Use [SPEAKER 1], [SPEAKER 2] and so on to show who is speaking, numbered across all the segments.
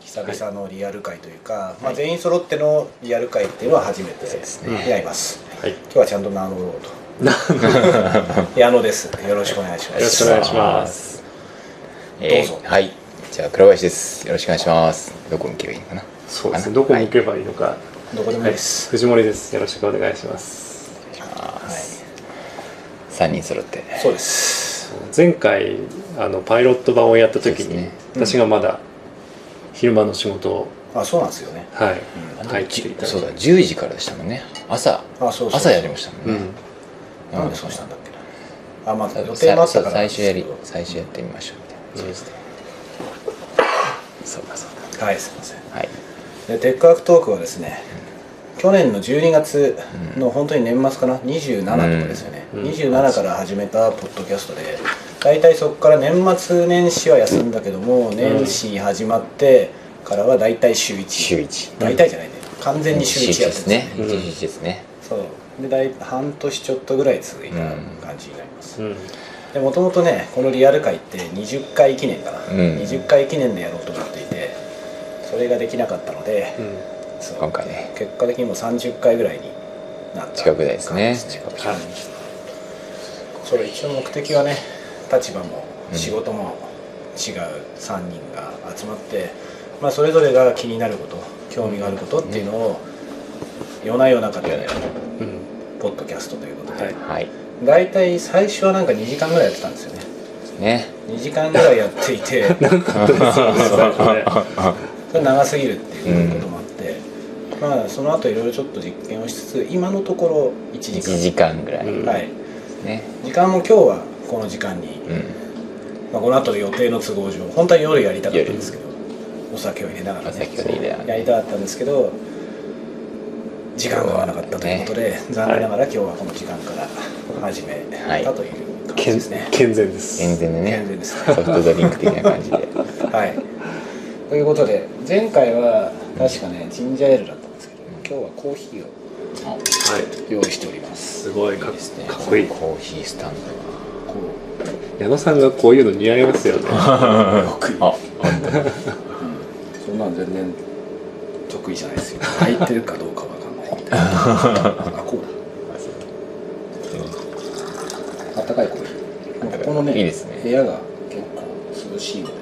[SPEAKER 1] 久々のリアル会というか、まあ、全員揃ってのリアル会っていうのは初めてやります、
[SPEAKER 2] はい
[SPEAKER 1] 今日はちゃんと名乗ろうと矢野ですよろしくお願いしま
[SPEAKER 2] よろしくお
[SPEAKER 1] す
[SPEAKER 2] 願いします。
[SPEAKER 3] えー
[SPEAKER 1] どうぞ
[SPEAKER 3] はいじゃあ倉林ですよろしくお願いしますどこに行けばいいのかな
[SPEAKER 2] そうですね。どこに行けばいいのか。
[SPEAKER 1] どこでもいいです、
[SPEAKER 2] 藤森です。よろしくお願いします。
[SPEAKER 1] はい、
[SPEAKER 3] 3人揃って
[SPEAKER 1] そうです
[SPEAKER 2] 前回あのパイロット版をやった時
[SPEAKER 3] そう
[SPEAKER 2] に、
[SPEAKER 1] ね
[SPEAKER 3] です
[SPEAKER 2] 私がまだ昼間の仕事を
[SPEAKER 1] あそうなんですよね
[SPEAKER 2] はい、
[SPEAKER 3] あの
[SPEAKER 2] 入っていた
[SPEAKER 3] じそうだ10時からでしたもんね朝
[SPEAKER 1] あそうそう
[SPEAKER 3] 朝やりましたもん
[SPEAKER 2] う
[SPEAKER 3] ね、
[SPEAKER 2] ん
[SPEAKER 1] なんでそうしたんだっけなあまあ
[SPEAKER 3] さ
[SPEAKER 1] 予定もあった
[SPEAKER 3] さ
[SPEAKER 1] から
[SPEAKER 3] 最初やり
[SPEAKER 1] は
[SPEAKER 3] 最初やってみましょうみたいな、そうですねそうかそう
[SPEAKER 1] いすいません
[SPEAKER 3] かはい
[SPEAKER 1] でテックアクトークはですね去年の12月の本当に年末かな27とかですよね、
[SPEAKER 2] うん
[SPEAKER 1] 27から始めたポッドキャストで大体そこから年末年始は休んだけども年始始まってからは大体週1
[SPEAKER 3] 週1
[SPEAKER 1] 大体じゃないね完全に週1やっ
[SPEAKER 3] で
[SPEAKER 1] て
[SPEAKER 3] す
[SPEAKER 1] たん
[SPEAKER 3] ね
[SPEAKER 1] です
[SPEAKER 3] 1日ですね、
[SPEAKER 1] そうで大半年ちょっとぐらい続いた感じになります、
[SPEAKER 2] うん
[SPEAKER 1] でもともとねこのリアル会って20回記念かな、
[SPEAKER 3] うん
[SPEAKER 1] 20回記念でやろうと思っていてそれができなかったので、
[SPEAKER 2] うん
[SPEAKER 1] そう
[SPEAKER 3] 今回ね
[SPEAKER 1] 結果的にもう30回ぐらいになった
[SPEAKER 3] 近くですね
[SPEAKER 1] 感じ
[SPEAKER 3] 近く
[SPEAKER 2] はい
[SPEAKER 1] それ一応目的はね立場も仕事も違う3人が集まって、まあ、それぞれが気になること興味があることっていうのを夜な夜中でやる
[SPEAKER 2] うん
[SPEAKER 1] ポッドキャストということで、
[SPEAKER 2] はい
[SPEAKER 3] はい
[SPEAKER 1] 大体最初はなんか2時間ぐらいやってたんですよね
[SPEAKER 3] ね
[SPEAKER 1] 2時間ぐらいやっていて
[SPEAKER 2] 最初ね
[SPEAKER 1] それ長すぎるっていうこともあって、まあその後いろいろちょっと実験をしつつ今のところ1時
[SPEAKER 3] 1
[SPEAKER 1] 間
[SPEAKER 3] 時間ぐらい
[SPEAKER 2] うん
[SPEAKER 1] はい
[SPEAKER 3] ね
[SPEAKER 1] 時間も今日はこの時間に、
[SPEAKER 3] うん
[SPEAKER 1] まあ、この後の予定の都合上本当は夜やりたかったんですけどお酒を入れながら、
[SPEAKER 3] お
[SPEAKER 1] ね
[SPEAKER 3] 酒を入れながらね
[SPEAKER 1] やりたかったんですけど時間が合わなかったということで、残念ながら今日はこの時間から始め
[SPEAKER 3] はい
[SPEAKER 1] たという感じ
[SPEAKER 2] 健
[SPEAKER 1] ですね、
[SPEAKER 2] 健全です
[SPEAKER 3] 健全で
[SPEAKER 1] 健
[SPEAKER 3] ね
[SPEAKER 1] 全です
[SPEAKER 3] ソフトドリンク的 な感じで
[SPEAKER 1] はいということで前回は確かねジンジャーエールだったんですけど今日はコーヒーを
[SPEAKER 2] はい
[SPEAKER 1] 用意しております
[SPEAKER 2] すごいか
[SPEAKER 3] いいですね
[SPEAKER 2] かっこいい
[SPEAKER 3] コーヒースタン
[SPEAKER 1] こ
[SPEAKER 2] 矢野さんがこういうの似合いますよね
[SPEAKER 1] うよく
[SPEAKER 3] ドあ
[SPEAKER 1] そんなん全然得意じゃないです よ入ってるかどうかわかんないみたいなあこうだあったかいコーヒーまあここのね
[SPEAKER 3] いいですね
[SPEAKER 1] 部屋が結構涼しいので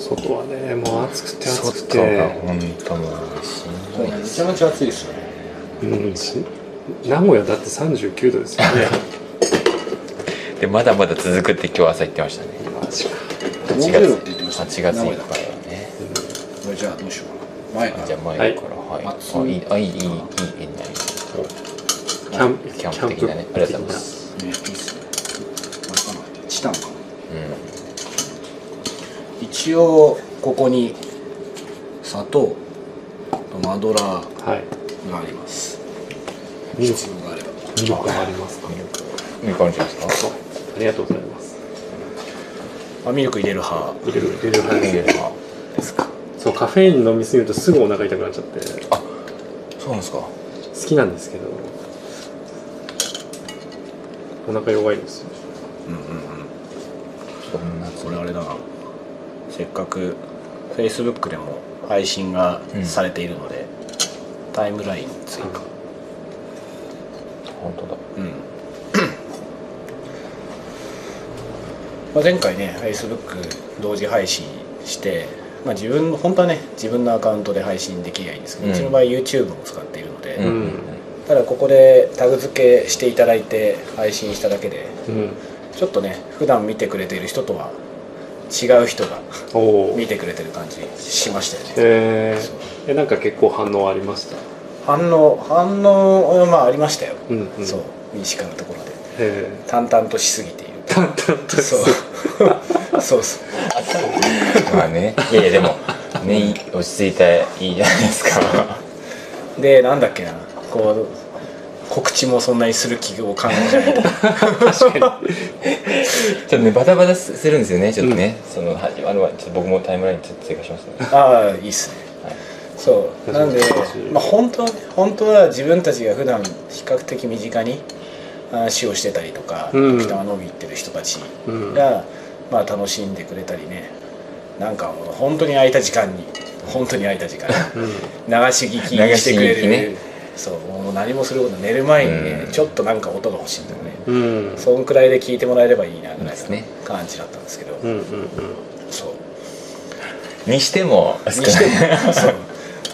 [SPEAKER 2] そう外はねもう暑くて暑く
[SPEAKER 3] 外が
[SPEAKER 2] て、
[SPEAKER 3] 本当もうしんどい
[SPEAKER 1] めちゃめちゃ暑いですよね
[SPEAKER 2] うん、し名古屋だって39度ですよね
[SPEAKER 3] でまだまだ続くって今日朝言ってましたね
[SPEAKER 2] マジか
[SPEAKER 3] 8
[SPEAKER 1] 40度って言ってましたね
[SPEAKER 3] 月8月い
[SPEAKER 1] 名
[SPEAKER 3] っ
[SPEAKER 1] 古屋
[SPEAKER 3] ぱいはね
[SPEAKER 1] これじゃあどうしようかな前か
[SPEAKER 3] じゃ
[SPEAKER 1] ら
[SPEAKER 3] あ前からはい、
[SPEAKER 1] 暑い
[SPEAKER 3] い、あいいいいいいいいいいね
[SPEAKER 2] キャンプ
[SPEAKER 3] キャンプ的なねありがとうございます
[SPEAKER 1] ねいいっすねこれかなチタンかな一応ここに砂糖とマドラー
[SPEAKER 2] はい
[SPEAKER 1] があります
[SPEAKER 2] ミル
[SPEAKER 1] 必要があれば
[SPEAKER 2] クミルクもありますか
[SPEAKER 3] うんいい感じですか
[SPEAKER 2] ありがとうございます
[SPEAKER 1] あミルク入れる派
[SPEAKER 2] 入れる入れる入れる
[SPEAKER 3] あ
[SPEAKER 2] そうカフェイン飲みすぎるとすぐお腹痛くなっちゃって好
[SPEAKER 3] そうなんですか
[SPEAKER 2] きなんですけどお腹弱いんですよ
[SPEAKER 1] うんうんうん
[SPEAKER 3] そんな
[SPEAKER 1] これあれだなせっかく Facebook でも配信がされているので、タイムライン追加
[SPEAKER 3] 本当だ
[SPEAKER 1] うん まあ前回ね Facebook 同時配信して、まあ、自分の本当はね自分のアカウントで配信できりゃいいんですけど、う
[SPEAKER 3] うん
[SPEAKER 1] ちの場合 YouTube も使っているので、
[SPEAKER 3] うん
[SPEAKER 1] ただここでタグ付けしていただいて配信しただけで
[SPEAKER 2] うん
[SPEAKER 1] ちょっとね普段見てくれている人とは違う人が
[SPEAKER 2] おお
[SPEAKER 1] 見てくれてる感じしましたよね
[SPEAKER 2] えー、えなんか結構反応ありました
[SPEAKER 1] 反応反応まあありましたよ、
[SPEAKER 2] うんうん
[SPEAKER 1] そう民主化のところで
[SPEAKER 2] え
[SPEAKER 1] 淡々としすぎている
[SPEAKER 2] ー、淡々と
[SPEAKER 1] そうそう そう
[SPEAKER 3] まあねいやいやでもねいい落ち着いていいじゃないですか
[SPEAKER 1] でなんだっけなこう告知もそんなにする気を感じないと
[SPEAKER 2] 確かに
[SPEAKER 3] ちょっとねバタバタするんですよねちょっとね、その始まる前ちょっと僕もタイムラインちょっと追加しますね
[SPEAKER 1] ああいいっすね
[SPEAKER 3] はい
[SPEAKER 1] そうなんで
[SPEAKER 2] 確かに確かに
[SPEAKER 1] まあ本当はね本当は自分たちが普段比較的身近に話をしてたりとか、
[SPEAKER 2] うん
[SPEAKER 1] 北は飲み行ってる人たち
[SPEAKER 2] うん
[SPEAKER 1] が、まあ、楽しんでくれたりねなんかもう本当に空いた時間に本当に空いた時間に流し聞きしてくれ
[SPEAKER 3] 流し聞き
[SPEAKER 1] る、
[SPEAKER 3] ね
[SPEAKER 1] そうもう何もすること寝る前にね、
[SPEAKER 3] うん
[SPEAKER 1] ちょっとなんか音が欲しいんだよね、
[SPEAKER 2] うんうん
[SPEAKER 1] そんくらいで聞いてもらえればいいなぐらい
[SPEAKER 3] です
[SPEAKER 1] な
[SPEAKER 3] ね
[SPEAKER 1] 感じだったんですけど、
[SPEAKER 2] うんうん
[SPEAKER 1] そう
[SPEAKER 3] にしても
[SPEAKER 1] にして もそ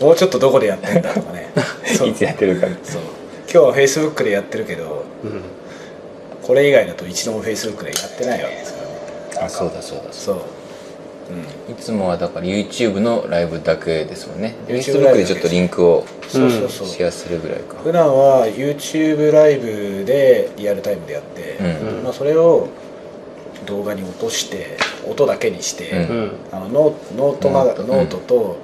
[SPEAKER 1] うもうちょっとどこでやってんだとかねそう
[SPEAKER 3] いつやってるか
[SPEAKER 1] そう今日はフェイスブックでやってるけど
[SPEAKER 2] うん
[SPEAKER 1] これ以外だと一度もフェイスブックでやってないわけですからね
[SPEAKER 3] あそうだそうだそ
[SPEAKER 1] そう、うん、
[SPEAKER 3] ういつもはだから YouTube のライブだけですもんね
[SPEAKER 1] YouTube
[SPEAKER 3] Facebook でちょっとリンクを
[SPEAKER 1] そうそうそう、
[SPEAKER 3] シェアするぐらいか
[SPEAKER 1] 普段は YouTube ライブでリアルタイムでやって、
[SPEAKER 3] うん
[SPEAKER 1] まあ、それを動画に落として音だけにして、
[SPEAKER 3] うん
[SPEAKER 2] うん
[SPEAKER 1] あのノノートマ
[SPEAKER 3] ノートうん
[SPEAKER 1] ノートと、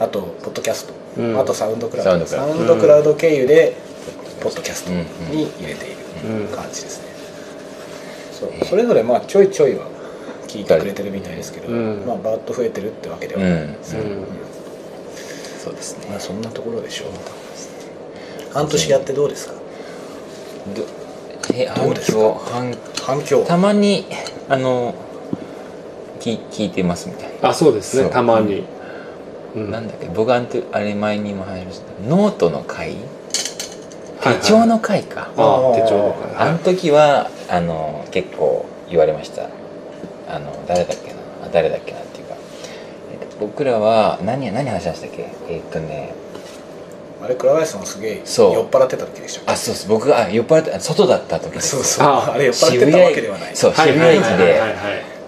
[SPEAKER 1] あとポッドキャスト、
[SPEAKER 2] うん
[SPEAKER 1] あとサウンドクラウド
[SPEAKER 3] サ
[SPEAKER 1] サ
[SPEAKER 3] ウ
[SPEAKER 1] ウ
[SPEAKER 2] ン
[SPEAKER 1] ンド
[SPEAKER 2] ドク
[SPEAKER 1] ク
[SPEAKER 2] ラ
[SPEAKER 1] ラ
[SPEAKER 2] ウ
[SPEAKER 1] ウ
[SPEAKER 2] ド
[SPEAKER 1] ド経由でポッドキャストに入れている
[SPEAKER 2] うん
[SPEAKER 1] 感じですね、そうそれぞれまあちょいちょいは聞いてくれてるみたいですけど、
[SPEAKER 2] うん
[SPEAKER 1] まあ、バーッと増えてるってわけでは
[SPEAKER 3] う
[SPEAKER 1] ない、
[SPEAKER 3] ん
[SPEAKER 2] うん
[SPEAKER 3] そうですね
[SPEAKER 1] まあ、そんなところでしょう半年やってどうですか
[SPEAKER 3] どえ
[SPEAKER 1] ど
[SPEAKER 3] 反
[SPEAKER 1] うですか
[SPEAKER 3] 響反
[SPEAKER 1] 反響
[SPEAKER 3] たまにあの聞聞いてますみたい
[SPEAKER 2] あそうです
[SPEAKER 3] そ
[SPEAKER 2] ね
[SPEAKER 3] う
[SPEAKER 2] たまにうん
[SPEAKER 3] なな
[SPEAKER 2] は
[SPEAKER 3] んだっけ僕あんてあれ前にも話しましたノートの回
[SPEAKER 2] いはい
[SPEAKER 3] 手帳の回か
[SPEAKER 2] ああ手帳の会
[SPEAKER 3] あの
[SPEAKER 2] は
[SPEAKER 3] 時はあの結構言われましたあの誰だっけなあ誰だっけなっていうか、えっと僕らは何何話しましたっけえっとね
[SPEAKER 1] あれ倉林さんすげえ酔っ
[SPEAKER 3] そう
[SPEAKER 1] 払ってた時でしょ
[SPEAKER 3] あそうです僕があ酔っ払ってあ外だった時です
[SPEAKER 1] そうそう
[SPEAKER 2] あ
[SPEAKER 1] あれ酔っ払ってたわけではない
[SPEAKER 3] そう
[SPEAKER 2] い
[SPEAKER 3] 渋
[SPEAKER 2] は
[SPEAKER 3] 谷
[SPEAKER 2] い
[SPEAKER 3] 駅
[SPEAKER 2] はいはい
[SPEAKER 3] で
[SPEAKER 2] はい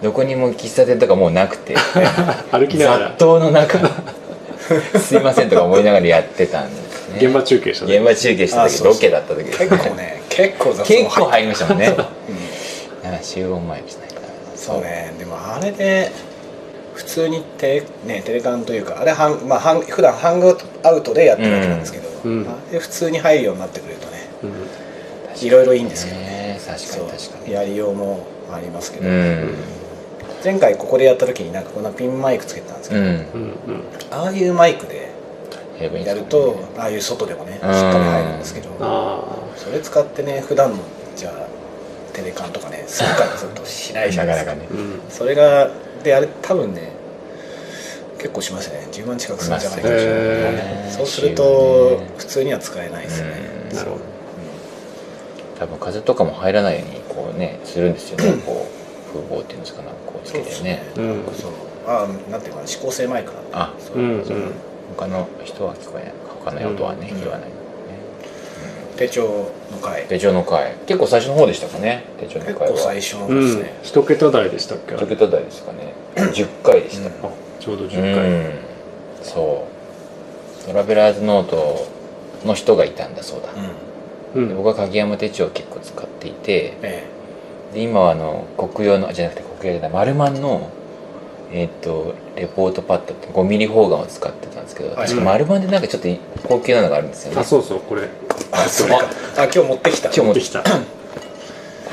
[SPEAKER 3] どこにも喫茶店とかもうなく て
[SPEAKER 2] 歩きながら
[SPEAKER 3] 雑踏の中 すいませんとか思いながらやってたんですね
[SPEAKER 2] 現場中継した
[SPEAKER 3] 現場中継した
[SPEAKER 1] あ
[SPEAKER 3] 時
[SPEAKER 1] そうそう
[SPEAKER 3] ロケだった時です
[SPEAKER 1] 結構ね結構雑音
[SPEAKER 3] 結構
[SPEAKER 1] 入っ
[SPEAKER 3] 入りましたもん
[SPEAKER 1] て
[SPEAKER 3] ね
[SPEAKER 1] うん
[SPEAKER 3] なんか集合前じゃないかな
[SPEAKER 1] そうねでもあれで普通にテレ,、ね、テレカンというかあれハン、まあ、ハン普段ハングアウトでやってるわけなんですけど、
[SPEAKER 2] うん
[SPEAKER 1] あれ普通に入るようになってくれるとね
[SPEAKER 2] うん
[SPEAKER 1] いろいろいいんですけど
[SPEAKER 3] ね確か
[SPEAKER 1] そう
[SPEAKER 3] に確かに
[SPEAKER 1] やりようもありますけど、
[SPEAKER 3] うん
[SPEAKER 1] 前回ここでやった時になんかこんなピンマイクつけてたんですけ
[SPEAKER 3] う
[SPEAKER 1] ど、
[SPEAKER 3] ん
[SPEAKER 2] うんうん
[SPEAKER 1] ああいうマイクで
[SPEAKER 3] やればいいんで
[SPEAKER 1] や
[SPEAKER 3] す
[SPEAKER 1] る
[SPEAKER 3] かね
[SPEAKER 1] とああいう外でもねしっかり入るんですけど、
[SPEAKER 2] あ
[SPEAKER 1] それ使ってね普段のじゃあテレカンとかねするからするとしないじゃ
[SPEAKER 3] な
[SPEAKER 1] ない
[SPEAKER 3] か
[SPEAKER 1] です
[SPEAKER 3] な
[SPEAKER 1] か
[SPEAKER 3] かね
[SPEAKER 2] あうん
[SPEAKER 1] それがであれ多分ね結構しますね10万近くするんじゃないか
[SPEAKER 2] し
[SPEAKER 1] な
[SPEAKER 2] ますね
[SPEAKER 3] へー
[SPEAKER 1] そうすると
[SPEAKER 3] 集
[SPEAKER 1] 普通には使えないです
[SPEAKER 3] 合
[SPEAKER 1] よ
[SPEAKER 3] ね
[SPEAKER 1] ね、
[SPEAKER 3] うん
[SPEAKER 2] なるほど
[SPEAKER 3] 多分風とかも入らないようにこうねするんですよねこう風防っていうんですかなんかこうつけてね
[SPEAKER 2] うん
[SPEAKER 1] そうあなんていうかな指向性マイクなんで
[SPEAKER 3] あ
[SPEAKER 1] そううんそう
[SPEAKER 2] うん
[SPEAKER 3] 他の人は聞こえない他の音はね
[SPEAKER 1] うん
[SPEAKER 3] 拾わない
[SPEAKER 1] 手帳の回
[SPEAKER 3] 手帳の回結構最初の方でしたかね手帳の
[SPEAKER 1] 結
[SPEAKER 3] 回
[SPEAKER 1] 構最
[SPEAKER 3] は
[SPEAKER 1] 初の
[SPEAKER 2] う
[SPEAKER 1] です
[SPEAKER 2] ん
[SPEAKER 1] ね、
[SPEAKER 2] 一桁台でしたっけあれ
[SPEAKER 3] 1桁台ですかね10回でした
[SPEAKER 1] うん
[SPEAKER 2] あちょうど
[SPEAKER 3] う
[SPEAKER 2] 10回
[SPEAKER 3] んそうトラベラーズノートの人がいたんだそうだ
[SPEAKER 1] うん、
[SPEAKER 2] う
[SPEAKER 3] で
[SPEAKER 2] ん
[SPEAKER 3] 僕は鍵山手帳を結構使っていて
[SPEAKER 1] え
[SPEAKER 3] で今はあの国用のじゃなくて国用じゃない丸マンのえっ、とレポートパッドって5ミリ方眼を使ってたんですけど
[SPEAKER 1] はい
[SPEAKER 3] 確か丸マンでなんかちょっと高級なのがあるんですよね
[SPEAKER 2] あそうそうこれ
[SPEAKER 1] えあそれかあ今日持ってきた
[SPEAKER 3] 今日持
[SPEAKER 2] 持
[SPEAKER 3] っ
[SPEAKER 2] ってて
[SPEAKER 3] き
[SPEAKER 2] き
[SPEAKER 3] た
[SPEAKER 2] た
[SPEAKER 3] こ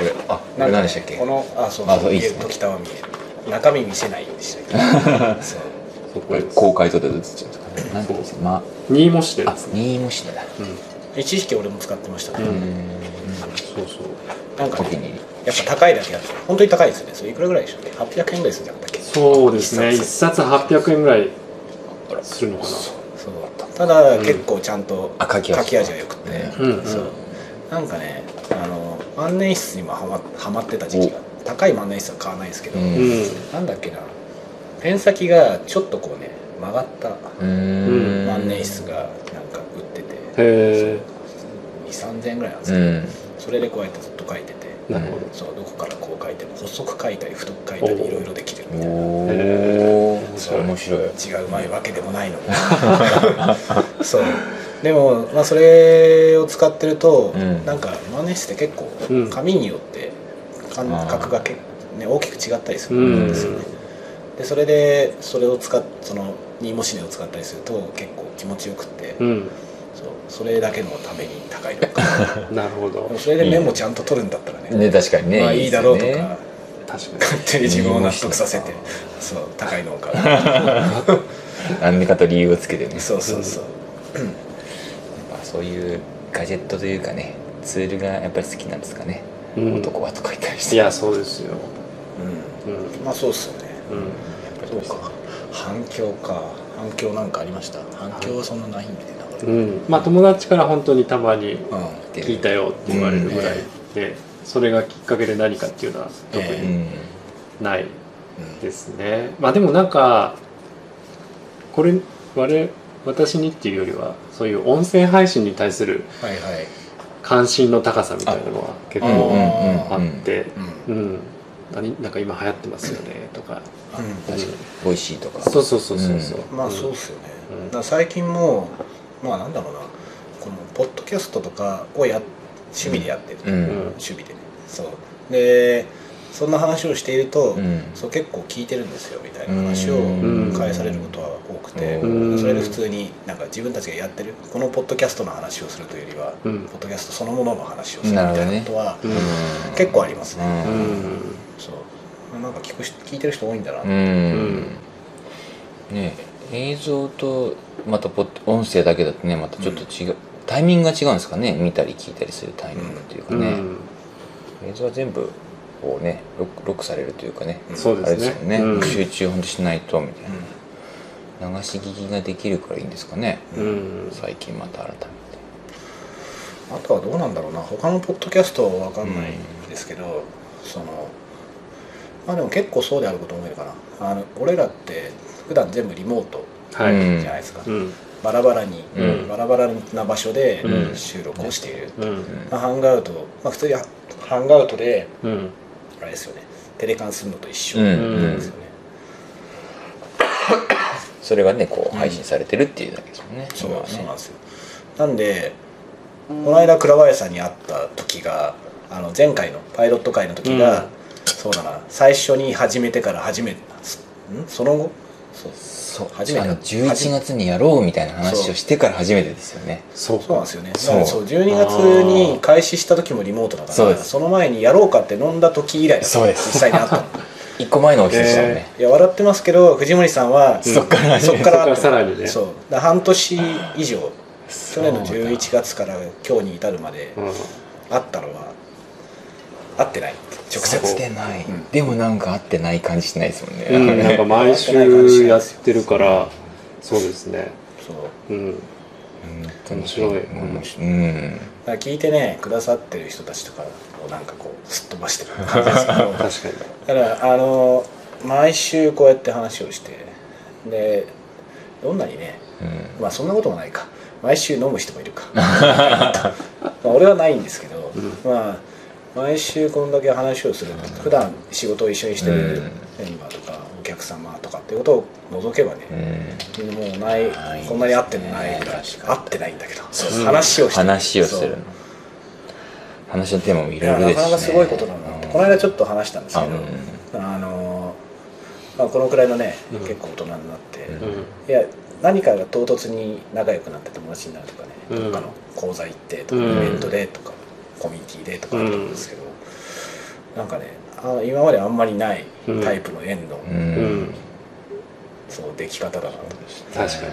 [SPEAKER 3] れあこれ何でしたっけ
[SPEAKER 1] このあそうそう
[SPEAKER 3] あそういいですね
[SPEAKER 1] 見えると北は見える中身見せないでしたっ けそう
[SPEAKER 2] そうこ
[SPEAKER 3] これ
[SPEAKER 2] れ
[SPEAKER 3] 公開とで映っちゃうんですかね何て言うんですかま
[SPEAKER 2] 2もしてる
[SPEAKER 3] あ新もしだ
[SPEAKER 1] 一時期俺も使ってましたね、
[SPEAKER 2] うん
[SPEAKER 3] うん
[SPEAKER 2] そうそう
[SPEAKER 1] なんか
[SPEAKER 3] お気
[SPEAKER 1] ね
[SPEAKER 3] に入り
[SPEAKER 1] やっぱ高いだけあって本当に高いですよねそれいくらぐらいでしたっけ800円ぐらいするんじゃなかったっけ
[SPEAKER 2] そうですね
[SPEAKER 1] 一
[SPEAKER 2] 一冊800円ぐらい
[SPEAKER 3] あら
[SPEAKER 2] するのかな
[SPEAKER 1] そうただ、
[SPEAKER 2] うん
[SPEAKER 1] 結構ちゃんと
[SPEAKER 3] あ書き味
[SPEAKER 1] 書き味がよくて、
[SPEAKER 2] うんうん
[SPEAKER 1] そうなんかねあの万年筆にもはまはまってた時期が高い万年筆は買わないですけど、
[SPEAKER 3] うん
[SPEAKER 2] うん
[SPEAKER 1] なんだっけなペン先がちょっとこうね曲がった
[SPEAKER 3] うーん
[SPEAKER 1] 万年筆がなんか売ってて
[SPEAKER 2] へ
[SPEAKER 1] 23000円ぐらいなんです
[SPEAKER 3] う
[SPEAKER 1] けど、
[SPEAKER 3] ん
[SPEAKER 1] それでこうやってずっと書いてて
[SPEAKER 2] えなるほ
[SPEAKER 1] そうどこからこう書いても細く書いたり太く書いたりいろいろできるみたいな
[SPEAKER 3] おお
[SPEAKER 2] へー
[SPEAKER 3] そう面白い
[SPEAKER 1] 字がうまいわけでもないの にそうでも、まあ、それを使ってると、
[SPEAKER 3] うん
[SPEAKER 1] なんか真似して結構
[SPEAKER 2] うん
[SPEAKER 1] 紙によって感
[SPEAKER 3] あー
[SPEAKER 1] 覚がけ、ね、大きく違ったりす
[SPEAKER 2] ど
[SPEAKER 1] る
[SPEAKER 2] うんん
[SPEAKER 1] ですよね、でそれでそれを使っそのニーモシネを使ったりすると結構気持ちよくって、
[SPEAKER 2] うん
[SPEAKER 1] そうそれだけのために高いのか
[SPEAKER 2] なるほ
[SPEAKER 1] で
[SPEAKER 2] ど
[SPEAKER 1] もそれでメモちゃんと取るんだったらね
[SPEAKER 3] ね確かにね、
[SPEAKER 1] まあ、いいだろうとか、
[SPEAKER 2] 確か
[SPEAKER 1] 勝手に自分を納得させて
[SPEAKER 3] ニーモ
[SPEAKER 1] そう高いのか
[SPEAKER 3] 何かと理由をつけてね
[SPEAKER 1] そうそうそう
[SPEAKER 3] まあ、そういうガジェットというかねツールがやっぱり好きなんですかね、
[SPEAKER 2] にうん
[SPEAKER 3] 男はとか言ったりし
[SPEAKER 2] い
[SPEAKER 3] て
[SPEAKER 2] やそうですよ
[SPEAKER 1] うん
[SPEAKER 2] うん
[SPEAKER 1] まあそうっすよね
[SPEAKER 2] うん
[SPEAKER 3] やっぱりどうして
[SPEAKER 1] そうか反響か反響なんかありました反響はそんなないんでなこれ、
[SPEAKER 2] うん、まあ友達から本当にたまに
[SPEAKER 1] うん
[SPEAKER 3] って
[SPEAKER 2] 聞いたよって言われるぐらいで、それがきっかけで何かっていうのは特
[SPEAKER 3] う
[SPEAKER 2] に
[SPEAKER 3] ん
[SPEAKER 2] ない
[SPEAKER 1] うん
[SPEAKER 2] ですね、まあでもなんかこれ我私にっていうよりはそういう音声配信に対する
[SPEAKER 1] はいはい
[SPEAKER 2] 関心の高さみたいなのは結
[SPEAKER 3] うんうん
[SPEAKER 2] 構
[SPEAKER 3] うん
[SPEAKER 2] あって
[SPEAKER 1] うん
[SPEAKER 2] うん、何なんか今流行ってますよねとか
[SPEAKER 1] う
[SPEAKER 2] 確かに、
[SPEAKER 3] 美味しいとか
[SPEAKER 2] そうそうそうそうそう、
[SPEAKER 1] んまあそうっ
[SPEAKER 2] ん
[SPEAKER 1] すよね、
[SPEAKER 2] うん
[SPEAKER 1] だから最近もうまあなんだろうなこのポッドキャストとかをや趣味でやってる、
[SPEAKER 3] うん
[SPEAKER 2] うん
[SPEAKER 1] 趣味でねそうでそんな話をしていると、
[SPEAKER 3] うん
[SPEAKER 1] そう結構聞いてるんですよみたいな話を
[SPEAKER 2] ん
[SPEAKER 1] 返されることは多くて、
[SPEAKER 2] うん
[SPEAKER 1] それで普通になんか自分たちがやってるこのポッドキャストの話をするというよりは、
[SPEAKER 2] うん
[SPEAKER 1] ポッドキャストそのものの話をするみたいなことは、
[SPEAKER 2] うん
[SPEAKER 1] 結構ありますね、
[SPEAKER 2] う
[SPEAKER 3] ね
[SPEAKER 2] ん
[SPEAKER 1] そうなんか聞くし聞いてる人多いんだな、
[SPEAKER 3] うん、うんね映像とまたポッ音声だけだとねまたちょっと違う、タイミングが違うんですかね見たり聞いたりするタイミングというか
[SPEAKER 2] うん
[SPEAKER 3] ね、映像は全部こうねロックロックされるというかね、
[SPEAKER 2] そうで
[SPEAKER 3] あれ
[SPEAKER 2] す
[SPEAKER 3] です
[SPEAKER 2] ね
[SPEAKER 3] よね、
[SPEAKER 2] うん
[SPEAKER 3] 集中ほんとしないとみたいな、
[SPEAKER 1] うん
[SPEAKER 3] 流し聞きができるからいいんですかね、
[SPEAKER 2] うん
[SPEAKER 3] 最近また改めて
[SPEAKER 1] あとはどうなんだろうな他のポッドキャストは分かんないですけど、そのまあでも結構そうであることも多いのかなあの俺らって普段全部リモート
[SPEAKER 2] はい、
[SPEAKER 3] う
[SPEAKER 2] うんん
[SPEAKER 1] じゃないですか、
[SPEAKER 2] うん
[SPEAKER 1] バラバラに、
[SPEAKER 2] うん
[SPEAKER 1] バラバラな場所で
[SPEAKER 2] うん
[SPEAKER 1] 収録をしている、まあ、ハンガウト、まあ、普通にハハンガウトで
[SPEAKER 2] うん
[SPEAKER 1] あれですよねテレカンするのと一緒
[SPEAKER 3] うん
[SPEAKER 1] で
[SPEAKER 2] ん
[SPEAKER 3] うん
[SPEAKER 1] すよね、
[SPEAKER 3] それがねこう配信されてるっていうだけですもんね、
[SPEAKER 1] そう
[SPEAKER 3] 今はね
[SPEAKER 1] そうなんですよなんでこの間倉林さんに会った時があの前回のパイロット会の時が、
[SPEAKER 2] うん
[SPEAKER 1] そうだな最初に始めてから始めんその後そう
[SPEAKER 3] そう
[SPEAKER 1] 初めて
[SPEAKER 3] あの11月にやろうみたいな話をしてから初めてですよね
[SPEAKER 2] そう
[SPEAKER 1] そうなん
[SPEAKER 2] か
[SPEAKER 1] ですよね
[SPEAKER 3] そ
[SPEAKER 1] だ
[SPEAKER 3] う
[SPEAKER 1] からそう12月に開始した時もリモートだから
[SPEAKER 3] そうです
[SPEAKER 1] の前にやろうかって飲んだ時以来だ
[SPEAKER 3] そうです
[SPEAKER 1] 実際に会 ったの
[SPEAKER 3] 一個前のお日でしたよね、
[SPEAKER 1] いや笑ってますけど藤森さんは、
[SPEAKER 3] そっからね
[SPEAKER 1] そっから
[SPEAKER 2] そっからさらにね
[SPEAKER 1] そうだから半年以上去
[SPEAKER 3] 去
[SPEAKER 1] 年の11月から今日に至るまで
[SPEAKER 2] うん
[SPEAKER 1] 会ったのは会ってない直
[SPEAKER 3] 直接会っ
[SPEAKER 1] 接
[SPEAKER 3] てない、
[SPEAKER 1] ん
[SPEAKER 3] でもなんか会ってない感じしないですもんね、
[SPEAKER 2] うん、
[SPEAKER 3] な
[SPEAKER 2] なんん
[SPEAKER 3] か
[SPEAKER 2] か毎週やってるからそうですね
[SPEAKER 1] そう
[SPEAKER 2] うん面白い
[SPEAKER 3] 面白いうん
[SPEAKER 1] だから聞いてねくださってる人たちとかをなんかこうすっ飛ばしてる感じですけ ど
[SPEAKER 2] 確かに
[SPEAKER 1] だからあの毎週こうやって話をしてでどんなにね
[SPEAKER 3] うん
[SPEAKER 1] まあそんなこともないか毎週飲む人もいるかまあ俺はないんですけど、まあ毎週こんだけ話をする普段仕事を一緒にしてるメンバーとかお客様とかっていうことを除けばね、
[SPEAKER 3] うん
[SPEAKER 1] もうない
[SPEAKER 3] ない
[SPEAKER 1] こんなに会ってないぐらい
[SPEAKER 3] 確
[SPEAKER 1] 会
[SPEAKER 3] かに
[SPEAKER 1] ってないんだけど話をして
[SPEAKER 3] 話をす
[SPEAKER 1] そ
[SPEAKER 3] る
[SPEAKER 1] う
[SPEAKER 3] 話のテーマもい
[SPEAKER 1] い
[SPEAKER 3] ろ
[SPEAKER 1] や
[SPEAKER 3] いろ
[SPEAKER 1] な
[SPEAKER 3] ですし、ね、
[SPEAKER 1] かなかすごいことだなってこの間ちょっと話したんですけどあのまあこのくらいのね
[SPEAKER 2] うん
[SPEAKER 1] 結構大人になって
[SPEAKER 3] う
[SPEAKER 2] うん
[SPEAKER 1] いや何かが唐突に仲良くなって友達になるとかね
[SPEAKER 2] うん
[SPEAKER 1] どっかの講座行ってとか
[SPEAKER 2] う
[SPEAKER 1] イ
[SPEAKER 2] ん
[SPEAKER 1] ベントでとかコミュニティでとかあると思うんですけどなんかねあ今まであんまりないタイプの縁の
[SPEAKER 3] う
[SPEAKER 2] う
[SPEAKER 3] んうん
[SPEAKER 2] ん
[SPEAKER 1] そのでき方だなと、うん
[SPEAKER 2] 確かに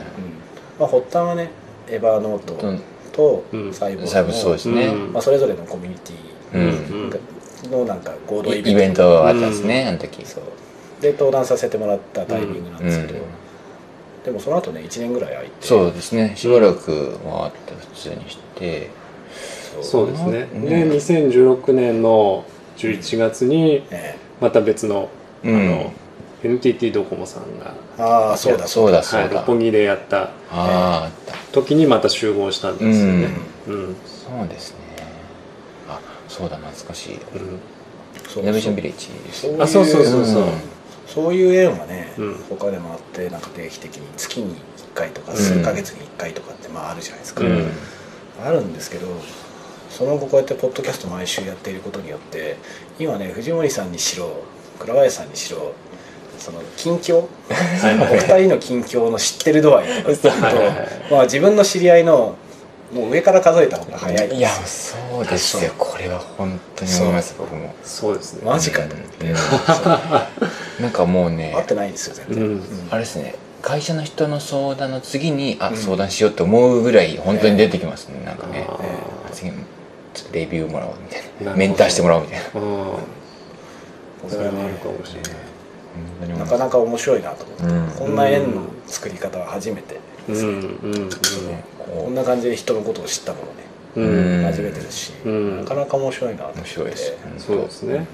[SPEAKER 1] まあ、発端はねエバーノート
[SPEAKER 3] うん
[SPEAKER 1] と
[SPEAKER 2] うん
[SPEAKER 1] サイボ
[SPEAKER 3] 最
[SPEAKER 1] ー
[SPEAKER 3] 後
[SPEAKER 1] グ
[SPEAKER 3] そう
[SPEAKER 1] の
[SPEAKER 3] ですね、
[SPEAKER 2] うん
[SPEAKER 1] まあ、それぞれのコミュニテ
[SPEAKER 3] うん
[SPEAKER 2] うん
[SPEAKER 1] ィのなんか合同
[SPEAKER 3] イ
[SPEAKER 1] イベント
[SPEAKER 3] ベントがあったんですね、あの時
[SPEAKER 1] そうで登壇させてもらったタイミングなんですけど、
[SPEAKER 3] うん
[SPEAKER 1] でもその後ね1年ぐらい空いて
[SPEAKER 3] そうですねしばらく回って普通にして
[SPEAKER 1] そ
[SPEAKER 2] そうですね
[SPEAKER 3] うん
[SPEAKER 2] で2016年の11月に
[SPEAKER 1] え
[SPEAKER 2] また別のあ
[SPEAKER 3] うん
[SPEAKER 2] の NTT ドコモさんが、
[SPEAKER 1] えああそうだ
[SPEAKER 3] そうだそ
[SPEAKER 2] は
[SPEAKER 3] う
[SPEAKER 2] い、
[SPEAKER 3] だ、
[SPEAKER 2] 六本木でやった
[SPEAKER 3] ああーあっ
[SPEAKER 2] 時にまた集合したんですよねうん
[SPEAKER 3] たそうですねあそうだ懐かしい
[SPEAKER 2] うん
[SPEAKER 1] そ
[SPEAKER 3] イ
[SPEAKER 1] う
[SPEAKER 3] ノベー
[SPEAKER 1] そ
[SPEAKER 3] ショ
[SPEAKER 1] う
[SPEAKER 3] ンビレッジです
[SPEAKER 1] そういう
[SPEAKER 2] あそうそうそうそう
[SPEAKER 1] そういう縁はね、
[SPEAKER 2] うん
[SPEAKER 1] 他でもあってなんか定期的に月に1回とか
[SPEAKER 3] うん
[SPEAKER 1] 数ヶ月に1回とかってまああるじゃないですか、
[SPEAKER 2] うん
[SPEAKER 1] あるんですけどその後こうやってポッドキャスト毎週やっていることによって今ね藤森さんにしろ倉林さんにしろその近況お二人の近況の知ってる度合いと
[SPEAKER 3] そう
[SPEAKER 1] まあ自分の知り合いのもう上から数えた方が早い
[SPEAKER 3] いやそうですよこれは本当に思います僕も
[SPEAKER 2] そうですね
[SPEAKER 1] マジかと思って、
[SPEAKER 3] うん
[SPEAKER 1] そう
[SPEAKER 3] なんかもう ね
[SPEAKER 1] 会ってないんですよ全
[SPEAKER 2] う
[SPEAKER 1] 然、
[SPEAKER 2] ん
[SPEAKER 1] うん
[SPEAKER 3] あれですね会社の人の相談の次にあ、相談しようと思うぐらい本当に出てきますね、なんかね
[SPEAKER 2] あ
[SPEAKER 3] 次ちょっとレビューもらおうみた
[SPEAKER 2] な
[SPEAKER 3] い
[SPEAKER 2] るほ
[SPEAKER 3] な
[SPEAKER 2] ど
[SPEAKER 3] メンターしてもらおうみたいな
[SPEAKER 2] ーうん
[SPEAKER 1] こ
[SPEAKER 2] そ
[SPEAKER 1] れ
[SPEAKER 2] れ
[SPEAKER 1] は
[SPEAKER 2] はあ
[SPEAKER 1] ね
[SPEAKER 2] るかもしれない
[SPEAKER 3] 当に思い
[SPEAKER 1] な
[SPEAKER 3] ます
[SPEAKER 1] かなか面白いなと思って、
[SPEAKER 3] うん
[SPEAKER 1] こんな円の作り方は初めて、
[SPEAKER 2] うんうん
[SPEAKER 3] ね
[SPEAKER 1] こ
[SPEAKER 3] こ
[SPEAKER 1] ん
[SPEAKER 3] う
[SPEAKER 1] な感じで人のことを知ったのもね、
[SPEAKER 2] うん
[SPEAKER 3] う
[SPEAKER 2] うん
[SPEAKER 3] ん
[SPEAKER 1] 初めてですし、
[SPEAKER 2] うん
[SPEAKER 1] なかなか面白いなと思って
[SPEAKER 3] 面白いです本当
[SPEAKER 2] そうですね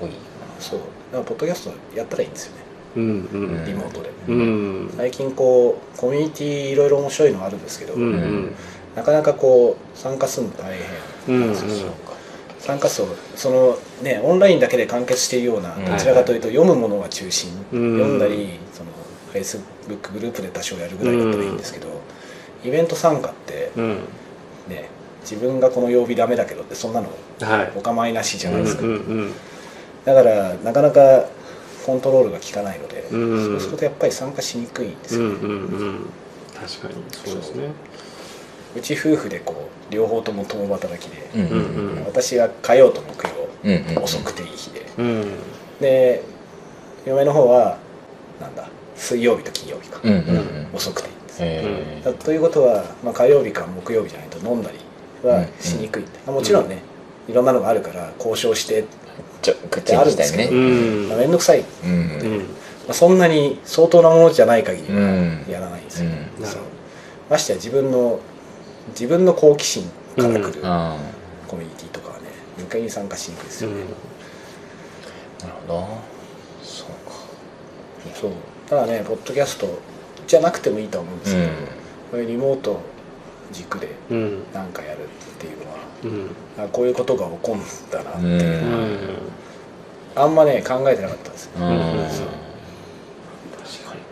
[SPEAKER 3] 濃いな
[SPEAKER 1] そうだからポッドキャストやったらいいんですよね
[SPEAKER 2] うんうん
[SPEAKER 1] リモートで、
[SPEAKER 2] うん
[SPEAKER 1] 最近こうコミュニティいろいろ面白いのあるんですけど、
[SPEAKER 2] うんうん
[SPEAKER 1] なかなかこう参加するの大変
[SPEAKER 2] うんうん
[SPEAKER 1] 参加層そのねオンラインだけで完結しているような
[SPEAKER 3] うん
[SPEAKER 1] どちらかというと読むものが中心、
[SPEAKER 2] うん
[SPEAKER 1] 読んだりそのフェイスブックグループで多少やるぐらいだったらいいんですけど、イベント参加って
[SPEAKER 2] うん
[SPEAKER 1] ね自分がこの曜日ダメだけどってそんなの
[SPEAKER 2] はい
[SPEAKER 1] お構いなしじゃないですか、
[SPEAKER 2] うんうん
[SPEAKER 1] だからなかなかコントロールが効かないので、
[SPEAKER 2] うん
[SPEAKER 1] そうするとやっぱり参加しにくいんで
[SPEAKER 2] う
[SPEAKER 1] すよ、
[SPEAKER 2] んうんうん確かにそうですね
[SPEAKER 1] うち夫婦でこう両方とも共働きで、
[SPEAKER 3] う
[SPEAKER 2] う
[SPEAKER 3] んうんん
[SPEAKER 2] うん
[SPEAKER 1] 私が火曜と木曜、
[SPEAKER 3] うんうん
[SPEAKER 1] 遅くていい日で
[SPEAKER 2] うん
[SPEAKER 1] で嫁の方はなんだ水曜日と金曜日か、
[SPEAKER 3] うんうんうん
[SPEAKER 1] 遅くていいんです、
[SPEAKER 3] え
[SPEAKER 1] だということは、まあ、火曜日か木曜日じゃないと飲んだりはしにくいんで、あもちろんね、いろんなのがあるから交渉して
[SPEAKER 3] ちょくっちゃしたいね
[SPEAKER 2] う
[SPEAKER 1] うん面倒くさい、ま
[SPEAKER 3] うん
[SPEAKER 2] うん
[SPEAKER 1] あ、そんなに相当なものじゃない限り
[SPEAKER 3] う
[SPEAKER 1] は
[SPEAKER 3] ん
[SPEAKER 1] やらないんですよ、
[SPEAKER 3] うん
[SPEAKER 2] なる
[SPEAKER 1] そ
[SPEAKER 2] ほ
[SPEAKER 1] うましてや自分の自分の好奇心から来る
[SPEAKER 3] あ
[SPEAKER 1] コミュニティとかはね余計に参加しにくいです
[SPEAKER 2] どう
[SPEAKER 1] よね、
[SPEAKER 2] ん
[SPEAKER 3] あなるほどそうか
[SPEAKER 1] そうただねポッドキャストじゃなくてもいいと思うんですけど、こういうリモート軸で
[SPEAKER 2] うん
[SPEAKER 1] なんかやるっていうのは
[SPEAKER 2] うん
[SPEAKER 1] あこういうことが起こるんだなっていう、
[SPEAKER 3] うん
[SPEAKER 1] あんまね考えてなかったんですよ、
[SPEAKER 3] うんうん確かにな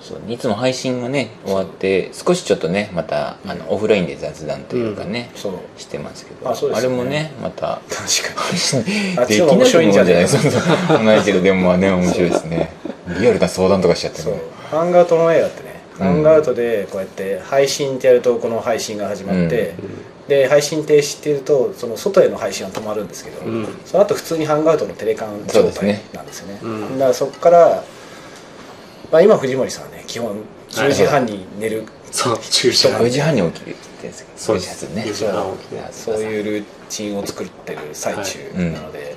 [SPEAKER 3] そういつも配信がね終わって少しちょっとねまたあのオフラインで雑談というかね
[SPEAKER 1] そう
[SPEAKER 3] してますけど
[SPEAKER 1] あそうです
[SPEAKER 3] れ
[SPEAKER 1] よね
[SPEAKER 3] もねまた
[SPEAKER 1] 確かあっ
[SPEAKER 3] で
[SPEAKER 1] ちの方
[SPEAKER 3] きな
[SPEAKER 1] が面白いんじゃない
[SPEAKER 3] いそうそうないけどでもまあね面白いですねリアルな相談とかしちゃっ
[SPEAKER 1] に
[SPEAKER 3] て
[SPEAKER 1] そう
[SPEAKER 3] ね
[SPEAKER 1] ハンガウトの映画ってね
[SPEAKER 3] うん
[SPEAKER 1] ハンガウトでこうやって配信ってやるとこの配信が始まって、
[SPEAKER 3] う
[SPEAKER 1] で配信停止っていうとその外への配信は止まるんですけど、
[SPEAKER 2] うん
[SPEAKER 1] その後普通にハンガウトのテレカン
[SPEAKER 3] そ
[SPEAKER 1] 状
[SPEAKER 3] うですね
[SPEAKER 1] 態なんですよね
[SPEAKER 2] うん
[SPEAKER 1] だからそこから、まあ、今藤森さんはね基本10時半に寝る
[SPEAKER 2] そう注射
[SPEAKER 3] 9時半に起きるって言って
[SPEAKER 2] そう
[SPEAKER 3] 9
[SPEAKER 2] で
[SPEAKER 3] 時
[SPEAKER 2] す
[SPEAKER 3] 発ね
[SPEAKER 2] 9時半起きて
[SPEAKER 1] そう
[SPEAKER 3] う
[SPEAKER 1] いうルーチンを作ってる最中なので、